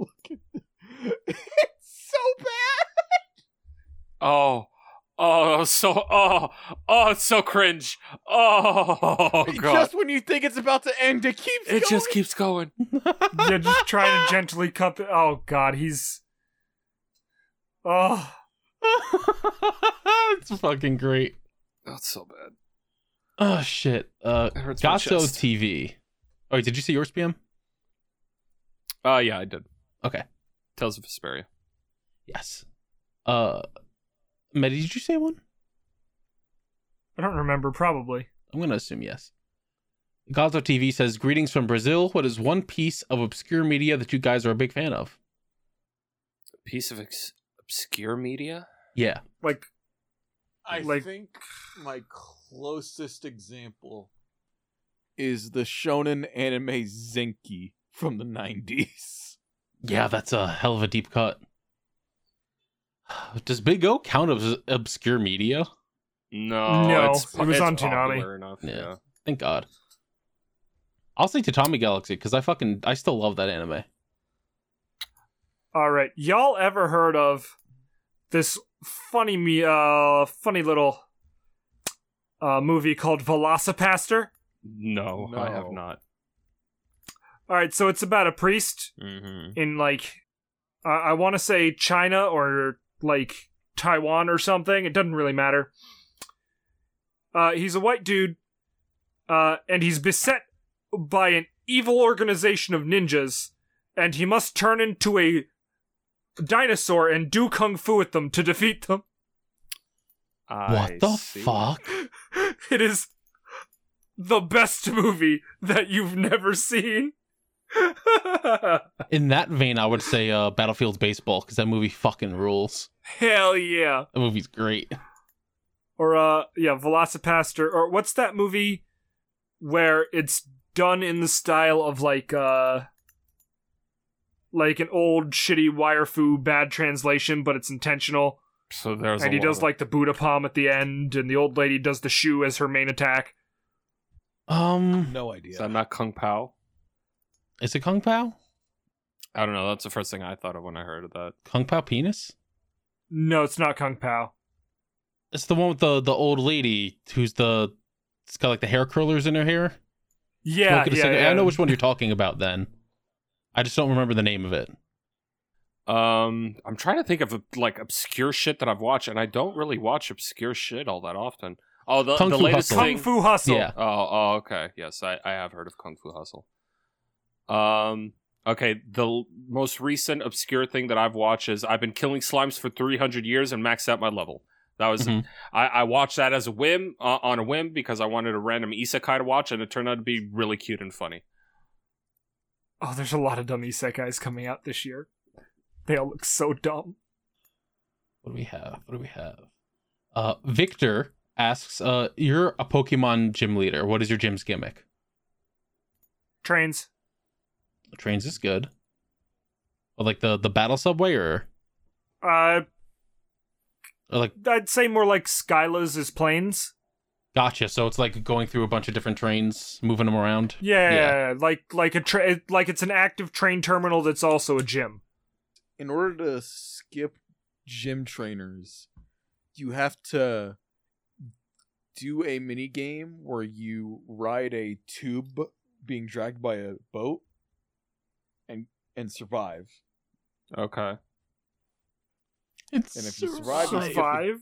C: Look at It's so bad.
A: Oh, oh, that was so, oh, oh, it's so cringe. Oh, God.
C: Just when you think it's about to end, it keeps
A: It
C: going.
A: just keeps going.
B: Yeah, just trying to gently cup it. Oh, God, he's. Oh.
D: it's fucking great.
A: That's so bad.
D: Oh shit. Uh
A: It hurts my
D: Gotso
A: chest.
D: TV. Oh, wait, did you see yours, PM?
A: Oh, yeah, I did.
D: Okay.
A: Tales of Vesperia.
D: Yes. Uh Medi, did you say one?
B: I don't remember, probably.
D: I'm gonna assume yes. Gotso TV says, Greetings from Brazil. What is one piece of obscure media that you guys are a big fan of?
A: Piece of ex- obscure media?
D: Yeah.
B: Like,
C: I
B: Like-
C: think my closest example is the shonen anime Zenki from the 90s.
D: Yeah, that's a hell of a deep cut. Does Big O count as obscure media?
A: No.
B: No,
A: it's
B: it was
A: it's
B: on Toonami.
A: popular Enough,
D: Yeah.
A: yeah.
D: Thank God. I'll say Tatami Galaxy because I fucking I still love that anime.
B: all right, y'all ever heard of this funny me uh funny little uh movie called Velocipaster?
A: No, I have
C: No.
A: not.
B: All right, so it's about a priest
A: Mm-hmm.
B: in like uh, I want to say China or like Taiwan or something. It doesn't really matter. Uh, he's a white dude, uh, and he's beset by an evil organization of ninjas, and he must turn into a dinosaur and do kung fu with them to defeat them.
D: what the fuck?
B: It is the best movie that you've never seen.
D: In that vein, I would say uh, Battlefield Baseball because that movie fucking rules.
B: Hell yeah.
D: That movie's great.
B: or uh yeah velocipaster or what's that movie where it's done in the style of like uh like an old shitty wire foo bad translation but it's intentional
A: So there's
B: and
A: a
B: he does
A: lot
B: like the buddha palm at the end and the old lady does the shoe as her main attack
D: Um,
E: No
A: of-
E: idea.
A: Is that not Kung Pao?
D: is it Kung Pao?
A: I don't know. That's the first thing I thought of when I heard of that.
D: Kung Pao penis?
B: no it's not kung pao
D: It's the one with the the old lady who's the it's got like the hair curlers in her hair.
B: yeah,
D: Smoking a
B: yeah,
D: cigarette.
B: yeah.
D: I know which one you're talking about. Then I just don't remember the name of it.
A: Um, I'm trying to think of like obscure shit that I've watched, and I don't really watch obscure shit all that often. Oh, the,
D: Kung
A: the
D: Fu
A: latest
D: Hustle.
B: kung
A: thing.
B: fu hustle
D: Yeah.
A: Oh, oh, okay. Yes, I, I have heard of Kung Fu Hustle. Um, okay. The l- most recent obscure thing that I've watched is I've been killing slimes for 300 years and maxed out my level. That was
D: Mhm.
A: I, I watched that as a whim uh, on a whim because I wanted a random isekai to watch, and it turned out to be really cute and funny.
B: oh there's a lot of dumb isekais coming out this year they all look so dumb
D: What do we have? What do we have? Uh, Victor asks, uh, "You're a Pokemon gym leader. What is your gym's gimmick?"
B: trains
D: Trains is good. Or like the the battle subway, or,
B: uh
D: or like
B: i'd say more like skyla's is planes
D: gotcha. So it's like going through a bunch of different trains, moving them around.
B: Yeah, like like a tra- like it's an active train terminal that's also a gym.
C: in order to skip gym trainers, you have to do a mini game where you ride a tube being dragged by a boat and and survive.
A: Okay.
D: It's
C: And if you survive, you skip the-
B: Survive,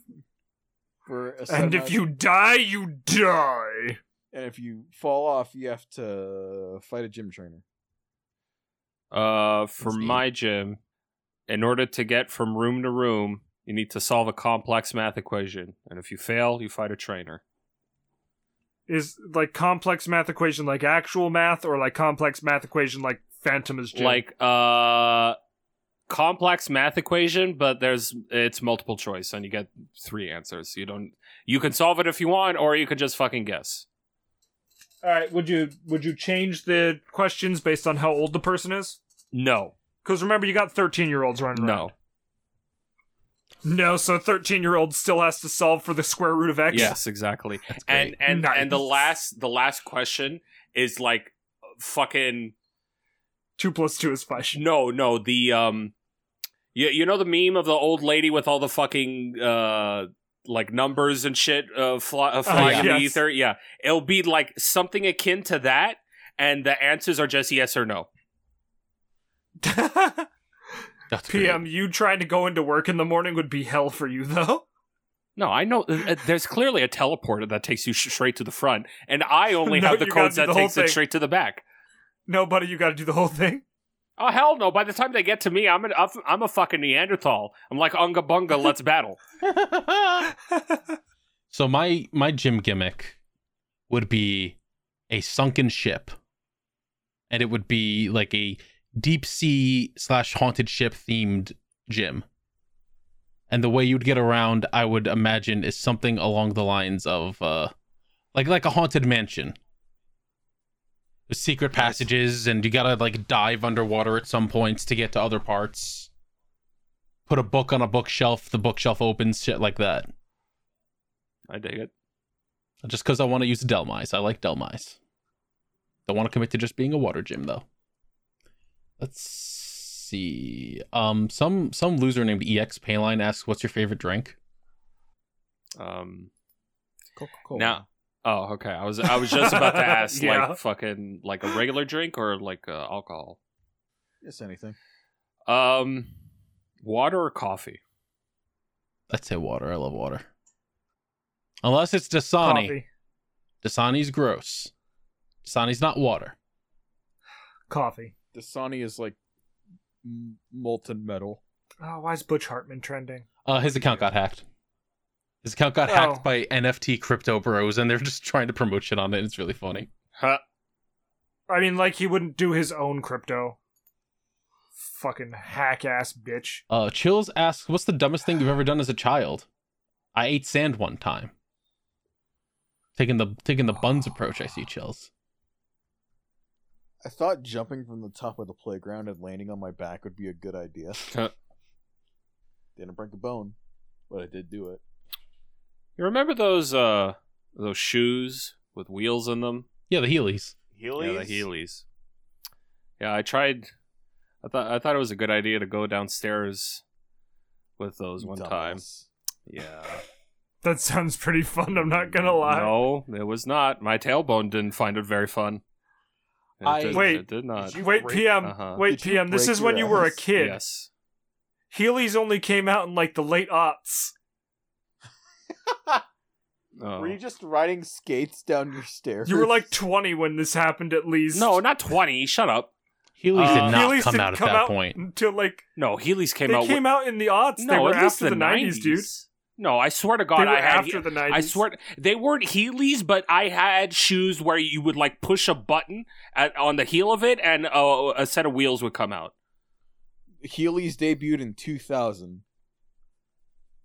C: for a set
B: and if
C: amount-
B: you die, you die.
C: and if you fall off, you have to fight a gym trainer.
A: Uh, for
C: Let's see.
A: my gym, in order to get from room to room, you need to solve a complex math equation, and if you fail, you fight a trainer.
B: Is like complex math equation like actual math, or like complex math equation like Phantom is gym?
A: Like uh, complex math equation, but there's it's multiple choice, and you get three answers. You don't you can solve it if you want, or you can just fucking guess.
B: all right, would you would you change the questions based on how old the person is?
A: No,
B: Because remember, you got thirteen year olds running around.
A: no,
B: no. So thirteen year old still has to solve for the square root of x.
A: yes, exactly.
D: That's great.
A: and and and the
B: Nice.
A: last the last question is like fucking
B: two plus two is five.
A: No, no, the um you, you know the meme of the old lady with all the fucking uh like numbers and shit uh, fly, uh, flying in the
B: Oh, yes.
A: ether? Yeah. It'll be like something akin to that and the answers are just yes or no.
D: That's great.
B: PM, you trying to go into work in the morning would be hell for you, though.
A: No, I know uh, uh, there's clearly a teleporter that takes you sh- straight to the front and I only
B: No,
A: have the
B: you gotta
A: codes
B: do
A: that
B: the whole
A: takes
B: thing.
A: it straight to the back.
B: No, buddy, you got to do the whole thing.
A: Oh hell no, by the time they get to me, I'm an, I'm- I'm a fucking Neanderthal. I'm like unga bunga, let's battle.
D: So my my gym gimmick would be a sunken ship, and it would be like a deep sea slash haunted ship themed gym. And the way you'd get around, I would imagine, is something along the lines of uh, like like a haunted mansion. With secret passages, and you gotta like dive underwater at some points to get to other parts. Put a book on a bookshelf, the bookshelf opens, shit like that
A: I dig it.
D: just because I want to use Delmise. I like Delmise. Don't want to commit to just being a water gym though. Let's see. Um, some some loser named Ex Payline asks, "What's your favorite drink?"
A: Um
C: Coca-Cola.
A: Now, oh, okay. I was I was just about to ask,
B: Yeah.
A: like fucking like a regular drink or like uh, alcohol.
C: yes, anything.
A: Um, water or coffee?
D: I'd say water. I love water. Unless it's Dasani.
B: Coffee.
D: Dasani's gross. Dasani's not water.
B: Coffee.
C: Dasani is like m- molten metal.
B: Oh, why is Butch Hartman trending?
D: Uh, his account got hacked. His account got
B: Oh.
D: hacked by NFT crypto bros, and they're just trying to promote shit on it. It's really funny.
A: Huh.
B: I mean, like, he wouldn't do his own crypto. Fucking hack ass bitch.
D: Uh, Chills asks, "What's the dumbest thing you've ever done as a child?" I ate sand one time. Taking the taking the buns approach, I see chills.
H: I thought jumping from the top of the playground and landing on my back would be a good idea. Didn't break a bone, but I did do it.
A: You remember those uh those shoes with wheels in them?
D: Yeah, the Heelys.
A: Yeah, the Heelys. Yeah, I tried. I thought I thought it was a good idea to go downstairs with those one time.
H: Dumbass.
A: Yeah.
B: That sounds pretty fun. I'm not gonna lie.
A: No, it was not. My tailbone didn't find it very fun. It
D: I-
A: did,
B: Wait,
A: it did not.
B: Wait, PM.
A: Uh-huh.
B: Wait,
H: Did you
B: PM. This
H: break
B: is when
H: your
B: you were a
H: ass?
B: kid.
A: Yes.
B: Heelys only came out in like the late aughts.
A: Oh.
C: Oh.
H: Were you just riding skates down your stairs?
B: You were like 20 when this happened, at least.
A: No, not twenty. Shut up.
D: Heelys
A: Uh,
D: did not
B: Heelys
D: come
B: didn't
D: out at
B: come
D: that
B: out
D: point.
B: Until like
A: No, Heelys came
B: they
A: out.
B: came
A: with-
B: out in the aughts.
A: No,
B: they were
A: at least
B: after the 90s, dude.
A: No, I swear to God,
B: they were
A: I had
B: after the 90s.
A: I swear they weren't Heelys, but I had shoes where you would like push a button at, on the heel of it, and uh, a set of wheels would come out.
H: Healy's debuted in 2000.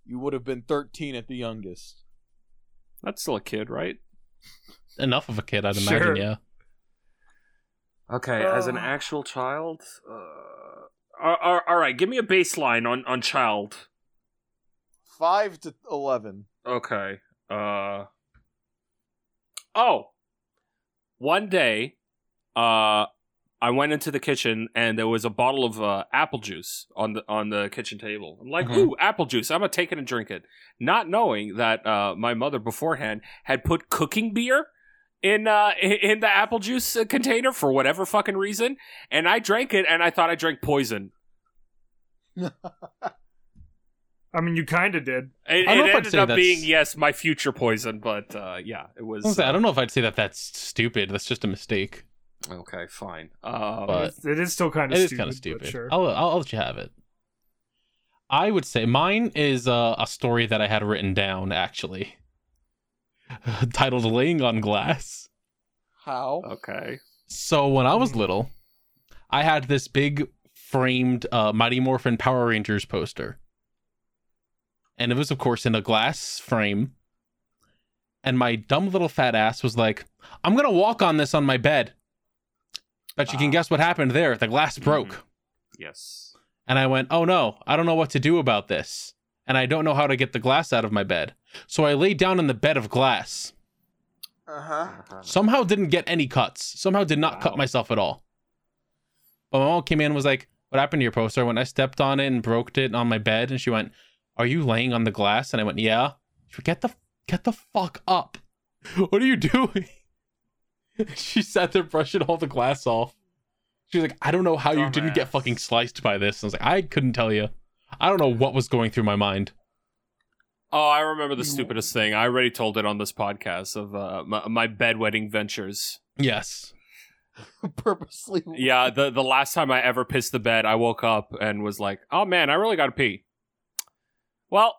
H: You would have been 13 at the youngest.
A: That's still a kid, right?
D: Enough of a kid, I'd imagine.
B: Sure.
D: Yeah.
A: Okay, as an
B: Uh.
A: actual child, uh, all- Uh, all- all right, give me a baseline on on child.
H: 5 to 11.
A: Okay. Uh. Oh. One day, uh, I went into the kitchen and there was a bottle of uh, apple juice on the on the kitchen table. I'm like,
D: Mhm.
A: ooh, apple juice. I'm gonna take it and drink it, not knowing that uh, my mother beforehand had put cooking beer in uh i- in the apple juice uh, container for whatever fucking reason, and I drank it and I thought I drank poison.
B: I mean, you kind of did.
A: It,
D: I don't know
A: it
D: if I'd
A: ended
D: say
A: up
D: that's-
A: being yes, my future poison, but uh, yeah, it was.
D: I was gonna say,
A: uh,
D: I don't know if I'd say that that's stupid. That's just a mistake.
A: Okay, fine. Um,
D: But-
B: It is still kind of
D: It is
B: stupid.
D: kind of
B: but
D: stupid.
B: Sure.
D: I'll, I'll I'll let you have it. I would say mine is uh, a story that I had written down actually, titled "Laying on Glass."
H: How?
A: okay.
D: So when I was little, I had this big framed uh, Mighty Morphin Power Rangers poster. And it was, of course, in a glass frame. And my dumb little fat ass was like, I'm going to walk on this on my bed. Bet you can guess what happened there. The glass broke.
A: Yes.
D: And I went, Oh no, I don't know what to do about this. And I don't know how to get the glass out of my bed. So I lay down in the bed of glass.
H: Uh
C: Uh-huh.
H: huh.
D: Somehow didn't get any cuts. Somehow did not
A: Wow.
D: cut myself at all. But my mom came in and was like, What happened to your poster? When I stepped on it and broke it on my bed, and she went, Are you laying on the glass? And I went, Yeah. She went, Get the get the fuck up. What are you doing? she sat there brushing all the glass off. She was like, I don't know how you didn't get
B: Dumbass.
D: fucking sliced by this. And I was like, I couldn't tell you. I don't know what was going through my mind.
A: Oh, I remember the stupidest thing. I already told it on this podcast of uh, my, my bedwetting ventures.
D: Yes.
H: Purposely.
A: Yeah, the the last time I ever pissed the bed, I woke up and was like, "Oh man, I really got to pee." Well,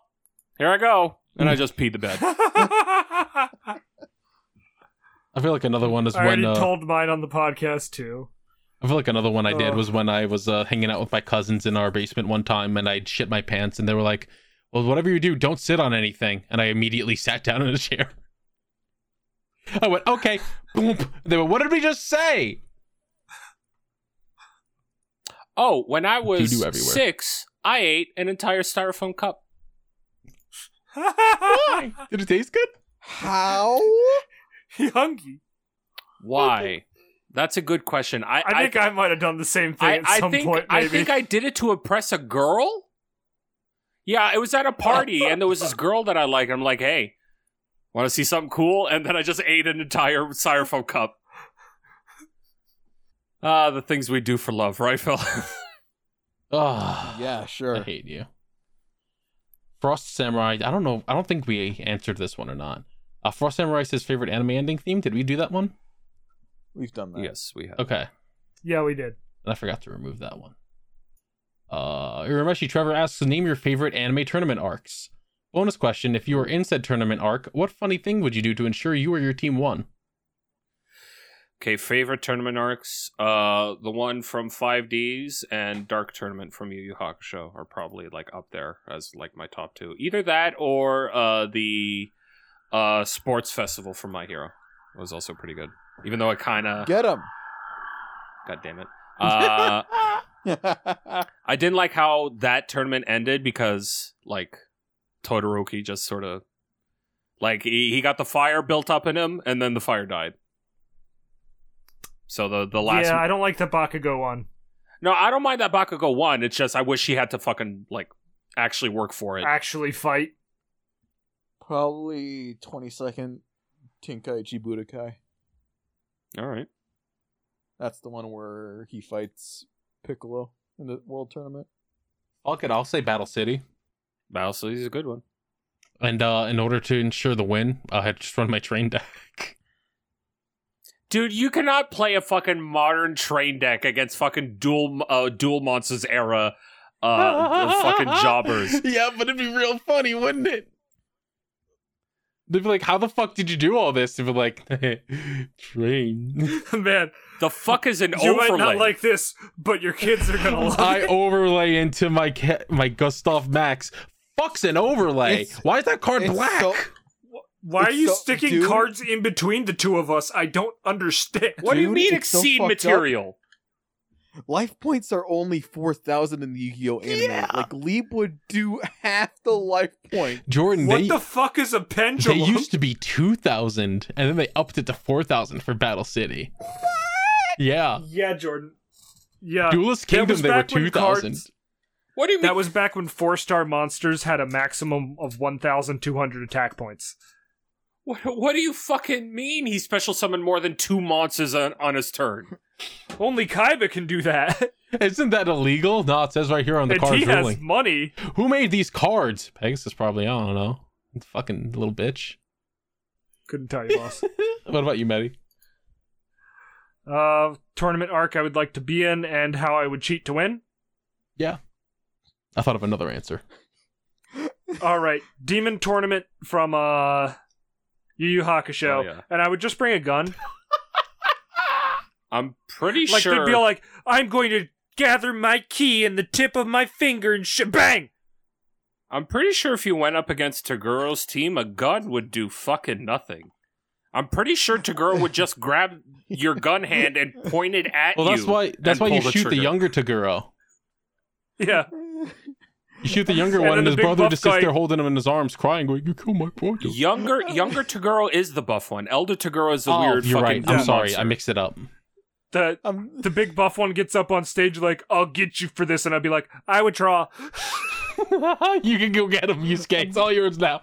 A: here I go, and I just peed the bed.
D: I feel like another one is
B: I already
D: when uh,
B: told mine on the podcast too.
D: I feel like another one I did
B: Ugh.
D: was when I was uh, hanging out with my cousins in our basement one time, and I shit my pants, and they were like, "Well, whatever you do, don't sit on anything." And I immediately sat down in a chair. I went, "Okay." Boom. They were, "What did we just say?"
A: Oh, when I
D: Doo-doo
A: was
D: everywhere.
A: six, I ate an entire styrofoam cup.
D: Why? Did it taste good?
H: How?
B: he hungry.
A: Why? That's a good question. I
B: I think I, might have done the same thing
A: I,
B: at
A: I
B: some
A: think
B: point. Maybe.
A: I think I did it to impress a girl. Yeah, it was at a party, and there was this girl that I liked. I'm like, hey, want to see something cool? And then I just ate an entire styrofoam cup. Ah, the things we do for love, right, Phil?
D: Oh,
H: Yeah,
D: I
H: sure.
D: hate you. Frost Samurai. I don't know. I don't think we answered this one or not. Uh, Frost Samurai's his favorite anime ending theme. Did we do that one?
H: We've done that.
A: yes, we have.
D: Okay.
B: yeah, we did.
D: and I forgot to remove that one. Uh, Urameshi Trevor asks, name your favorite anime tournament arcs. Bonus question: If you were in said tournament arc, what funny thing would you do to ensure you or your team won?
A: Okay, favorite tournament arcs? Uh, the one from 5Ds and Dark Tournament from Yu Yu Hakusho are probably like up there as like my top two. Either that or uh the uh, sports festival for My Hero was also pretty good, even though it kind of
H: Get him.
A: God damn it. Uh,
H: That's
A: I didn't like how that tournament ended because like Todoroki just sort of like he, he got the fire built up in him and then the fire died. So the the last
B: yeah, I don't like the Bakugo one.
A: no, I don't mind that Bakugo won. It's just I wish he had to fucking like actually work for it.
B: Actually, fight.
H: probably twenty second Tenkaichi Budokai.
A: All right,
H: That's the one where he fights Piccolo in the World Tournament.
D: Fuck it, I'll say Battle City.
A: Battle City's a good one.
D: And uh, in order to ensure the win, I had to just run my train deck.
A: Dude, you cannot play a fucking modern train deck against fucking dual uh, dual monsters era uh fucking jobbers.
D: yeah, but it'd be real funny, wouldn't it? They'd be like, "How the fuck did you do all this?" If like, train,
B: Man,
A: The fuck is an
B: you
A: overlay?
B: might not like this, but your kids are gonna love
D: I
B: it.
D: overlay into my ca- my Gustav Max. Fucks an overlay.
H: It's-
D: Why is that card
H: It's
D: black?
H: so-
B: Why are
H: It's
B: you
H: so-
B: sticking
H: dude.
B: cards in between the two of us? I don't understand.
A: what do you
H: Dude,
A: mean
H: it's so
A: exceed
H: fucked up.
A: material?
H: Life points are only four thousand in the Yu-Gi-Oh anime. Like Leap would do half the life point.
D: Jordan,
B: What
D: they,
B: the fuck is a
D: they
B: pendulum?
D: used to be two thousand, and then they upped it to four thousand for Battle City. Yeah,
B: yeah, Jordan. Yeah,
D: Duelist
B: That
D: Kingdom
B: was
D: they were
B: back when
D: two thousand.
B: cards-
A: What do you mean?
B: That was back when four star monsters had a maximum of 1,200 attack points.
A: what, what do you fucking mean? He special summoned more than two monsters on, on his turn.
B: Only Kaiba can do that.
D: Isn't that illegal? No, it says right here on the
B: and
D: card
B: he
D: ruling.
B: has money.
D: Who made these cards? Pegasus probably. I don't know. Fucking little bitch.
B: Couldn't tell you, boss.
D: What about you, Maddie?
B: uh, tournament arc I would like to be in and how I would cheat to win.
D: I thought of another answer.
B: All right, demon tournament from uh, Yu Yu Hakusho,
A: Oh, yeah.
B: and I would just bring a gun.
A: I'm pretty
B: Like
A: sure.
B: they'd be like, "I'm going to gather my key in the tip of my finger and sh- bang."
A: I'm pretty sure if you went up against Taguro's team, a gun would do fucking nothing. I'm pretty sure Taguro would just grab your gun hand and point it at
D: Well,
A: you.
D: that's why. That's
A: and
D: why you
A: pull the
D: shoot the
A: trigger.
D: younger Taguro.
B: Yeah,
D: You shoot the younger
B: And
D: one,
B: then
D: and
B: the
D: his
B: big
D: brother
B: buff
D: just
B: guy-
D: sits there holding him in his arms, crying, going, "You killed my brother."
A: Younger, younger Taguro is the buff one. Elder Taguro is the
D: Oh,
A: weird
D: you're
A: fucking.
D: right. I'm
A: dumb
D: sorry.
A: monster.
D: I mixed it up.
B: the
H: Um,
B: the big buff one gets up on stage like, "I'll get you for this," and I'd be like, "I would draw."
D: you can go get him, Yusuke. It's all yours now.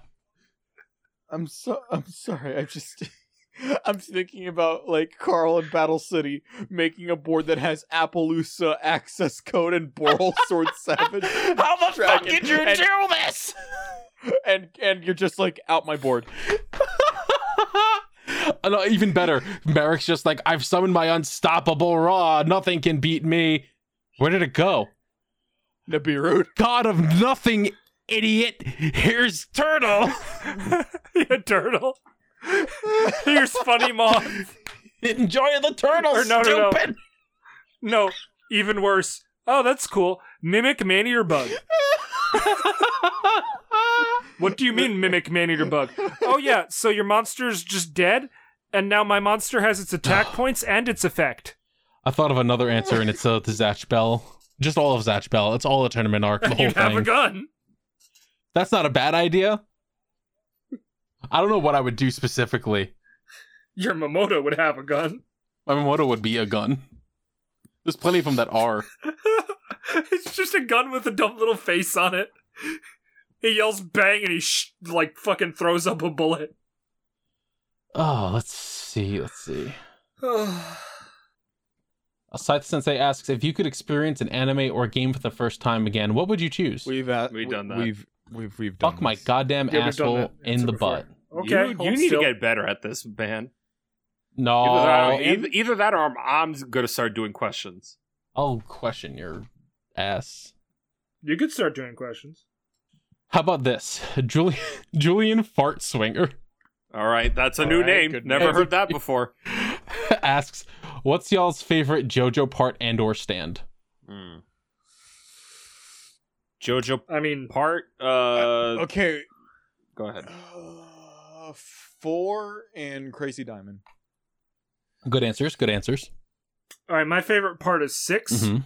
H: I'm so I'm sorry. I just I'm thinking about like Carl in Battle City making a board that has Appaloosa access code and Boral Sword Savage. How the fuck did you do this? And and you're just like out my board.
D: Uh, no, even better. Merrick's just like, I've summoned my unstoppable raw. Nothing can beat me. Where did it go?
H: Nibiru.
D: God of nothing, idiot. Here's turtle.
B: yeah, turtle. Here's funny moth.
D: Enjoy the turtle,
B: Or no, no, no.
D: stupid.
B: No, even worse. Oh, that's cool. Mimic man eater bug. what do you mean mimic man eater bug? Oh yeah, so your monster's just dead, and now my monster has its attack points and its effect.
D: I thought of another answer, and it's uh, the Zatch Bell. Just all of Zatch Bell. It's all a tournament arc, the whole
B: You have a
D: thing.
B: gun.
D: That's not a bad idea. I don't know what I would do specifically.
B: Your Momoto would have a gun.
D: My Momoto would be a gun. There's plenty of them that are.
B: it's just a gun with a dumb little face on it. He yells bang and he sh- like fucking throws up a bullet.
D: Oh, let's see. Let's see. Scythe Sensei asks if you could experience an anime or game for the first time again, what would you choose?
C: We've uh,
A: We've done that.
C: We've we've we've done
D: Fuck my
C: this.
D: goddamn
B: Yeah, we've done
D: asshole
B: that
D: in
B: answer
D: the
B: before.
D: butt.
B: Okay,
A: you, you need to get better at this, man.
D: No.
A: Either that, or, either, either that or I'm, I'm gonna start doing questions.
D: I'll Oh, question your ass.
B: You could start doing questions.
D: How about this? Julian Julian Fart Swinger
A: All right, that's a
C: All
A: new
C: right,
A: name.
C: good
A: Never
D: name.
A: heard that before.
D: asks, "What's y'all's favorite JoJo part and or stand?"
A: Hmm. JoJo
B: I mean,
A: part. Uh,
C: Okay,
A: Go ahead.
C: Uh, four and Crazy Diamond.
D: Good answers. Good answers.
B: All right, my favorite part is 6
D: Mhm.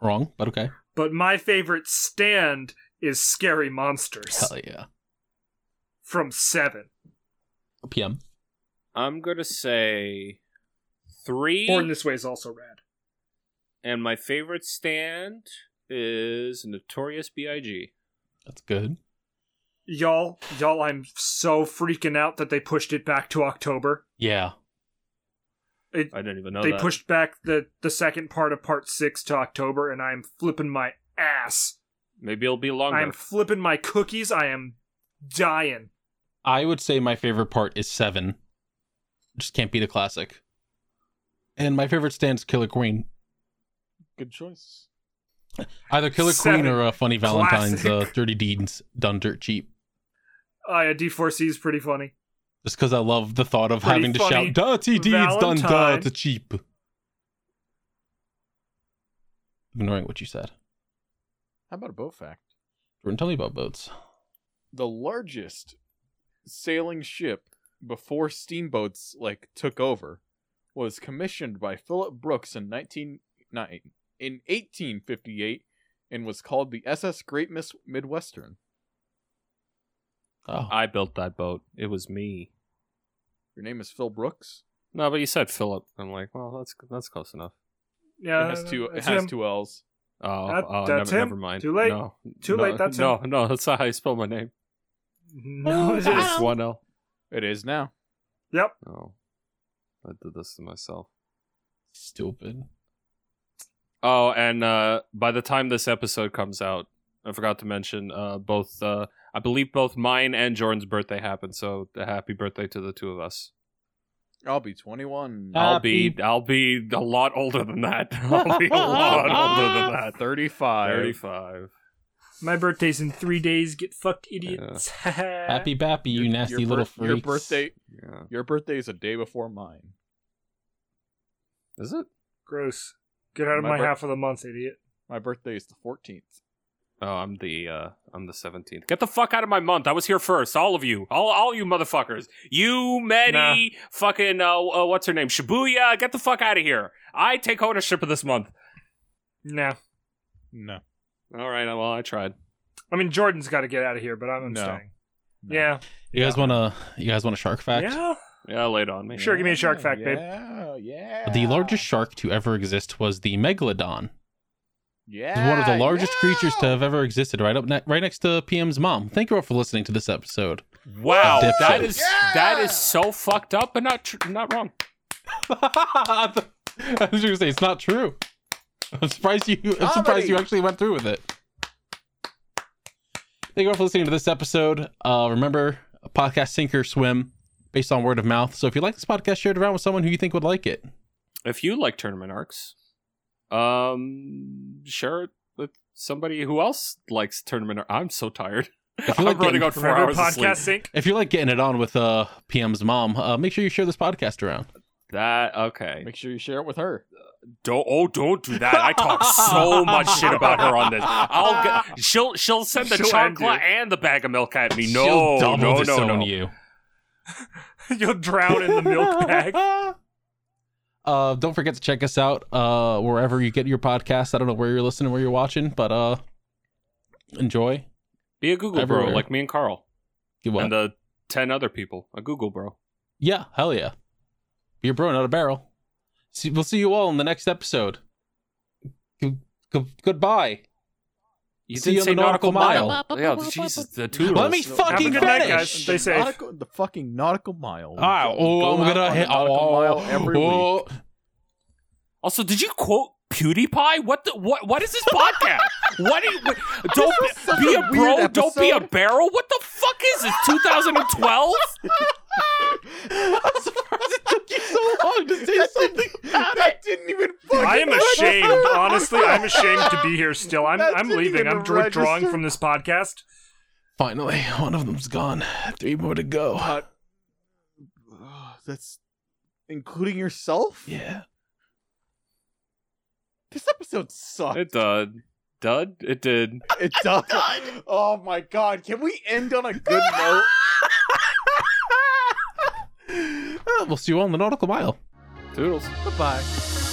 D: Wrong, but okay.
B: but my favorite stand is Scary Monsters
D: Hell yeah.
B: from seven.
D: PM.
A: I'm gonna say three,
B: Born This Way is also rad.
A: and my favorite stand is Notorious B.I.G.
D: That's good.
B: Y'all, y'all, I'm so freaking out that they pushed it back to October.
D: Yeah.
B: It,
A: I didn't even know
B: they
A: that.
B: pushed back the the second part of part six to October, and I'm flipping my ass.
A: Maybe it'll be longer.
B: I'm flipping my cookies. I am dying.
D: I would say my favorite part is seven. Just can't beat a classic. And my favorite stands Killer Queen.
C: Good choice.
D: Either Killer
B: Seven.
D: Queen or uh, Funny Valentine's uh,
B: Classic.
D: Dirty Deeds done dirt cheap.
B: Oh yeah, D4C is pretty funny.
D: Just because I love the thought of
B: Pretty
D: having to
B: funny
D: shout Dirty Deeds done
B: Valentine.
D: dirt cheap. Ignoring what you said.
C: How about a boat fact?
D: Jordan, tell me about boats.
C: The largest sailing ship before steamboats like took over was commissioned by Philip Brooks in 19 ni- in 1858 and was called the SS Great Miss Midwestern.
B: Uh,
D: Oh,
A: I built that boat. It was me.
C: Your name is Phil Brooks.
A: No, but you said Philip. I'm like, well, that's that's close enough.
B: Yeah,
C: it has two it
B: that's
C: has
B: him.
C: two L's.
A: Oh,
B: That-
A: oh
B: that's
A: never,
B: him.
A: never mind.
B: Too late.
A: No,
B: Too
A: no,
B: late, that's
A: no, no. That's not how you spell my name.
B: No,
C: Oh,
B: it is.
A: It's one L.
C: It is now.
B: Yep.
A: Oh, I did this to myself.
D: stupid.
A: Oh, and uh, by the time this episode comes out, I forgot to mention uh, both. Uh, I believe both mine and Jordan's birthday happened, so a happy birthday to the two of us.
C: I'll be 21.
D: Ah.
A: I'll be I'll be a lot older than that. I'll be a lot older than that.
C: 35.
A: Thirty-five.
B: My birthday's in three days. Get fucked, idiots.
D: Happy bappy, you
C: Your-
D: nasty
C: your
D: little
C: bir-
D: freaks.
C: Your birthday
A: Yeah.
C: your birthday is a day before mine.
A: Is it?
B: Gross. Get out of
C: My
B: my,
C: bir-
B: half of the month, idiot.
C: My birthday is the 14th.
A: Oh, I'm the uh I'm the seventeenth. Get the fuck out of my month. I was here first. All of you. All all you motherfuckers. You, Medi, fucking uh, uh what's her name? Shibuya, get the fuck out of here. I take ownership of this month.
B: Nah.
C: No.
A: Alright, well I tried.
B: I mean, Jordan's got to get out of here, but I'm, I'm
C: No.
B: staying.
C: No.
B: Yeah.
D: You guys want to? You guys want a shark fact?
B: Yeah.
A: Yeah, laid on me.
B: Sure, give me a shark fact, babe.
C: Yeah, yeah.
D: The largest shark to ever exist was the megalodon. It's
C: Yeah.
D: one of the largest
C: yeah.
D: creatures to have ever existed, right up ne- right next to PM's mom. Thank you all for listening to this episode.
A: Wow,
D: Dipshit.
A: that is
C: Yeah!
A: that is so fucked up and not tr- not wrong.
D: I was gonna say it's not true. I'm surprised you. I'm surprised
C: Comedy.
D: you actually went through with it. Thank you all for listening to this episode. Uh, remember, a podcast sink or swim, based on word of mouth. So if you like this podcast, share it around with someone who you think would like it.
A: If you like tournament arcs, um share it with somebody who else likes tournament ar- I'm so tired.
D: If you
A: I'm
D: like
A: running
D: getting-
A: on four
B: Remember
A: hours of
B: podcast
A: sleep.
B: sync?
D: If you like getting it on with uh, PM's mom, uh, make sure you share this podcast around.
A: That okay.
C: Make sure you share it with her.
A: Don't oh don't do that. I talk so much shit about her on this. I'll get, she'll she'll send the
B: She'll end
A: chocolate and the bag of milk at me. No,
D: She'll double
A: no, no,
D: disown
A: no.
D: you.
B: You'll drown in the milk bag.
D: Uh, don't forget to check us out uh, wherever you get your podcast. I don't know where you're listening, where you're watching, but uh, enjoy.
A: Be a Google
D: Everywhere.
A: bro like me and Carl
D: You what?
A: and uh, the ten other people. A Google bro.
D: yeah, hell yeah. You're bro, not a barrel. See, we'll see you all in the next episode. G- g- goodbye.
A: You
D: See
A: didn't
D: you on
A: say
D: the nautical mile.
A: Yeah, Jesus, the two.
D: Let me
B: Have a
D: fucking
B: good night,
D: finish.
B: guys. Stay safe.
C: Nautical, the fucking nautical mile.
D: Ah,
C: Go
D: oh,
C: out
D: I'm
C: on
D: gonna
C: the
D: hit.
C: nautical
D: Oh,
C: mile every
D: oh,
C: week.
A: Also, did you quote PewDiePie? What the what? What is this podcast? what, do you, what- Don't
C: This is such
A: be
C: a
A: a bro.
C: weird
A: Don't be a
C: episode.
A: barrel. What the fuck is this? 2012.
D: I'm surprised it took you so long to say something.
C: that didn't even fucking
B: I am ashamed. Honestly, I'm ashamed to be here still. I'm,
C: That
B: I'm
C: didn't
B: leaving.
C: even
B: I'm withdrawing
C: register.
B: from this podcast.
D: Finally, one of them's gone. Three more to go.
C: Uh, ugh, that's including yourself?
D: Yeah.
C: This episode sucked.
A: It did. Dud. It did.
C: It does. oh my god. Can we end on a good note?
I: We'll see you on the nautical mile.
D: Toodles.
C: Goodbye.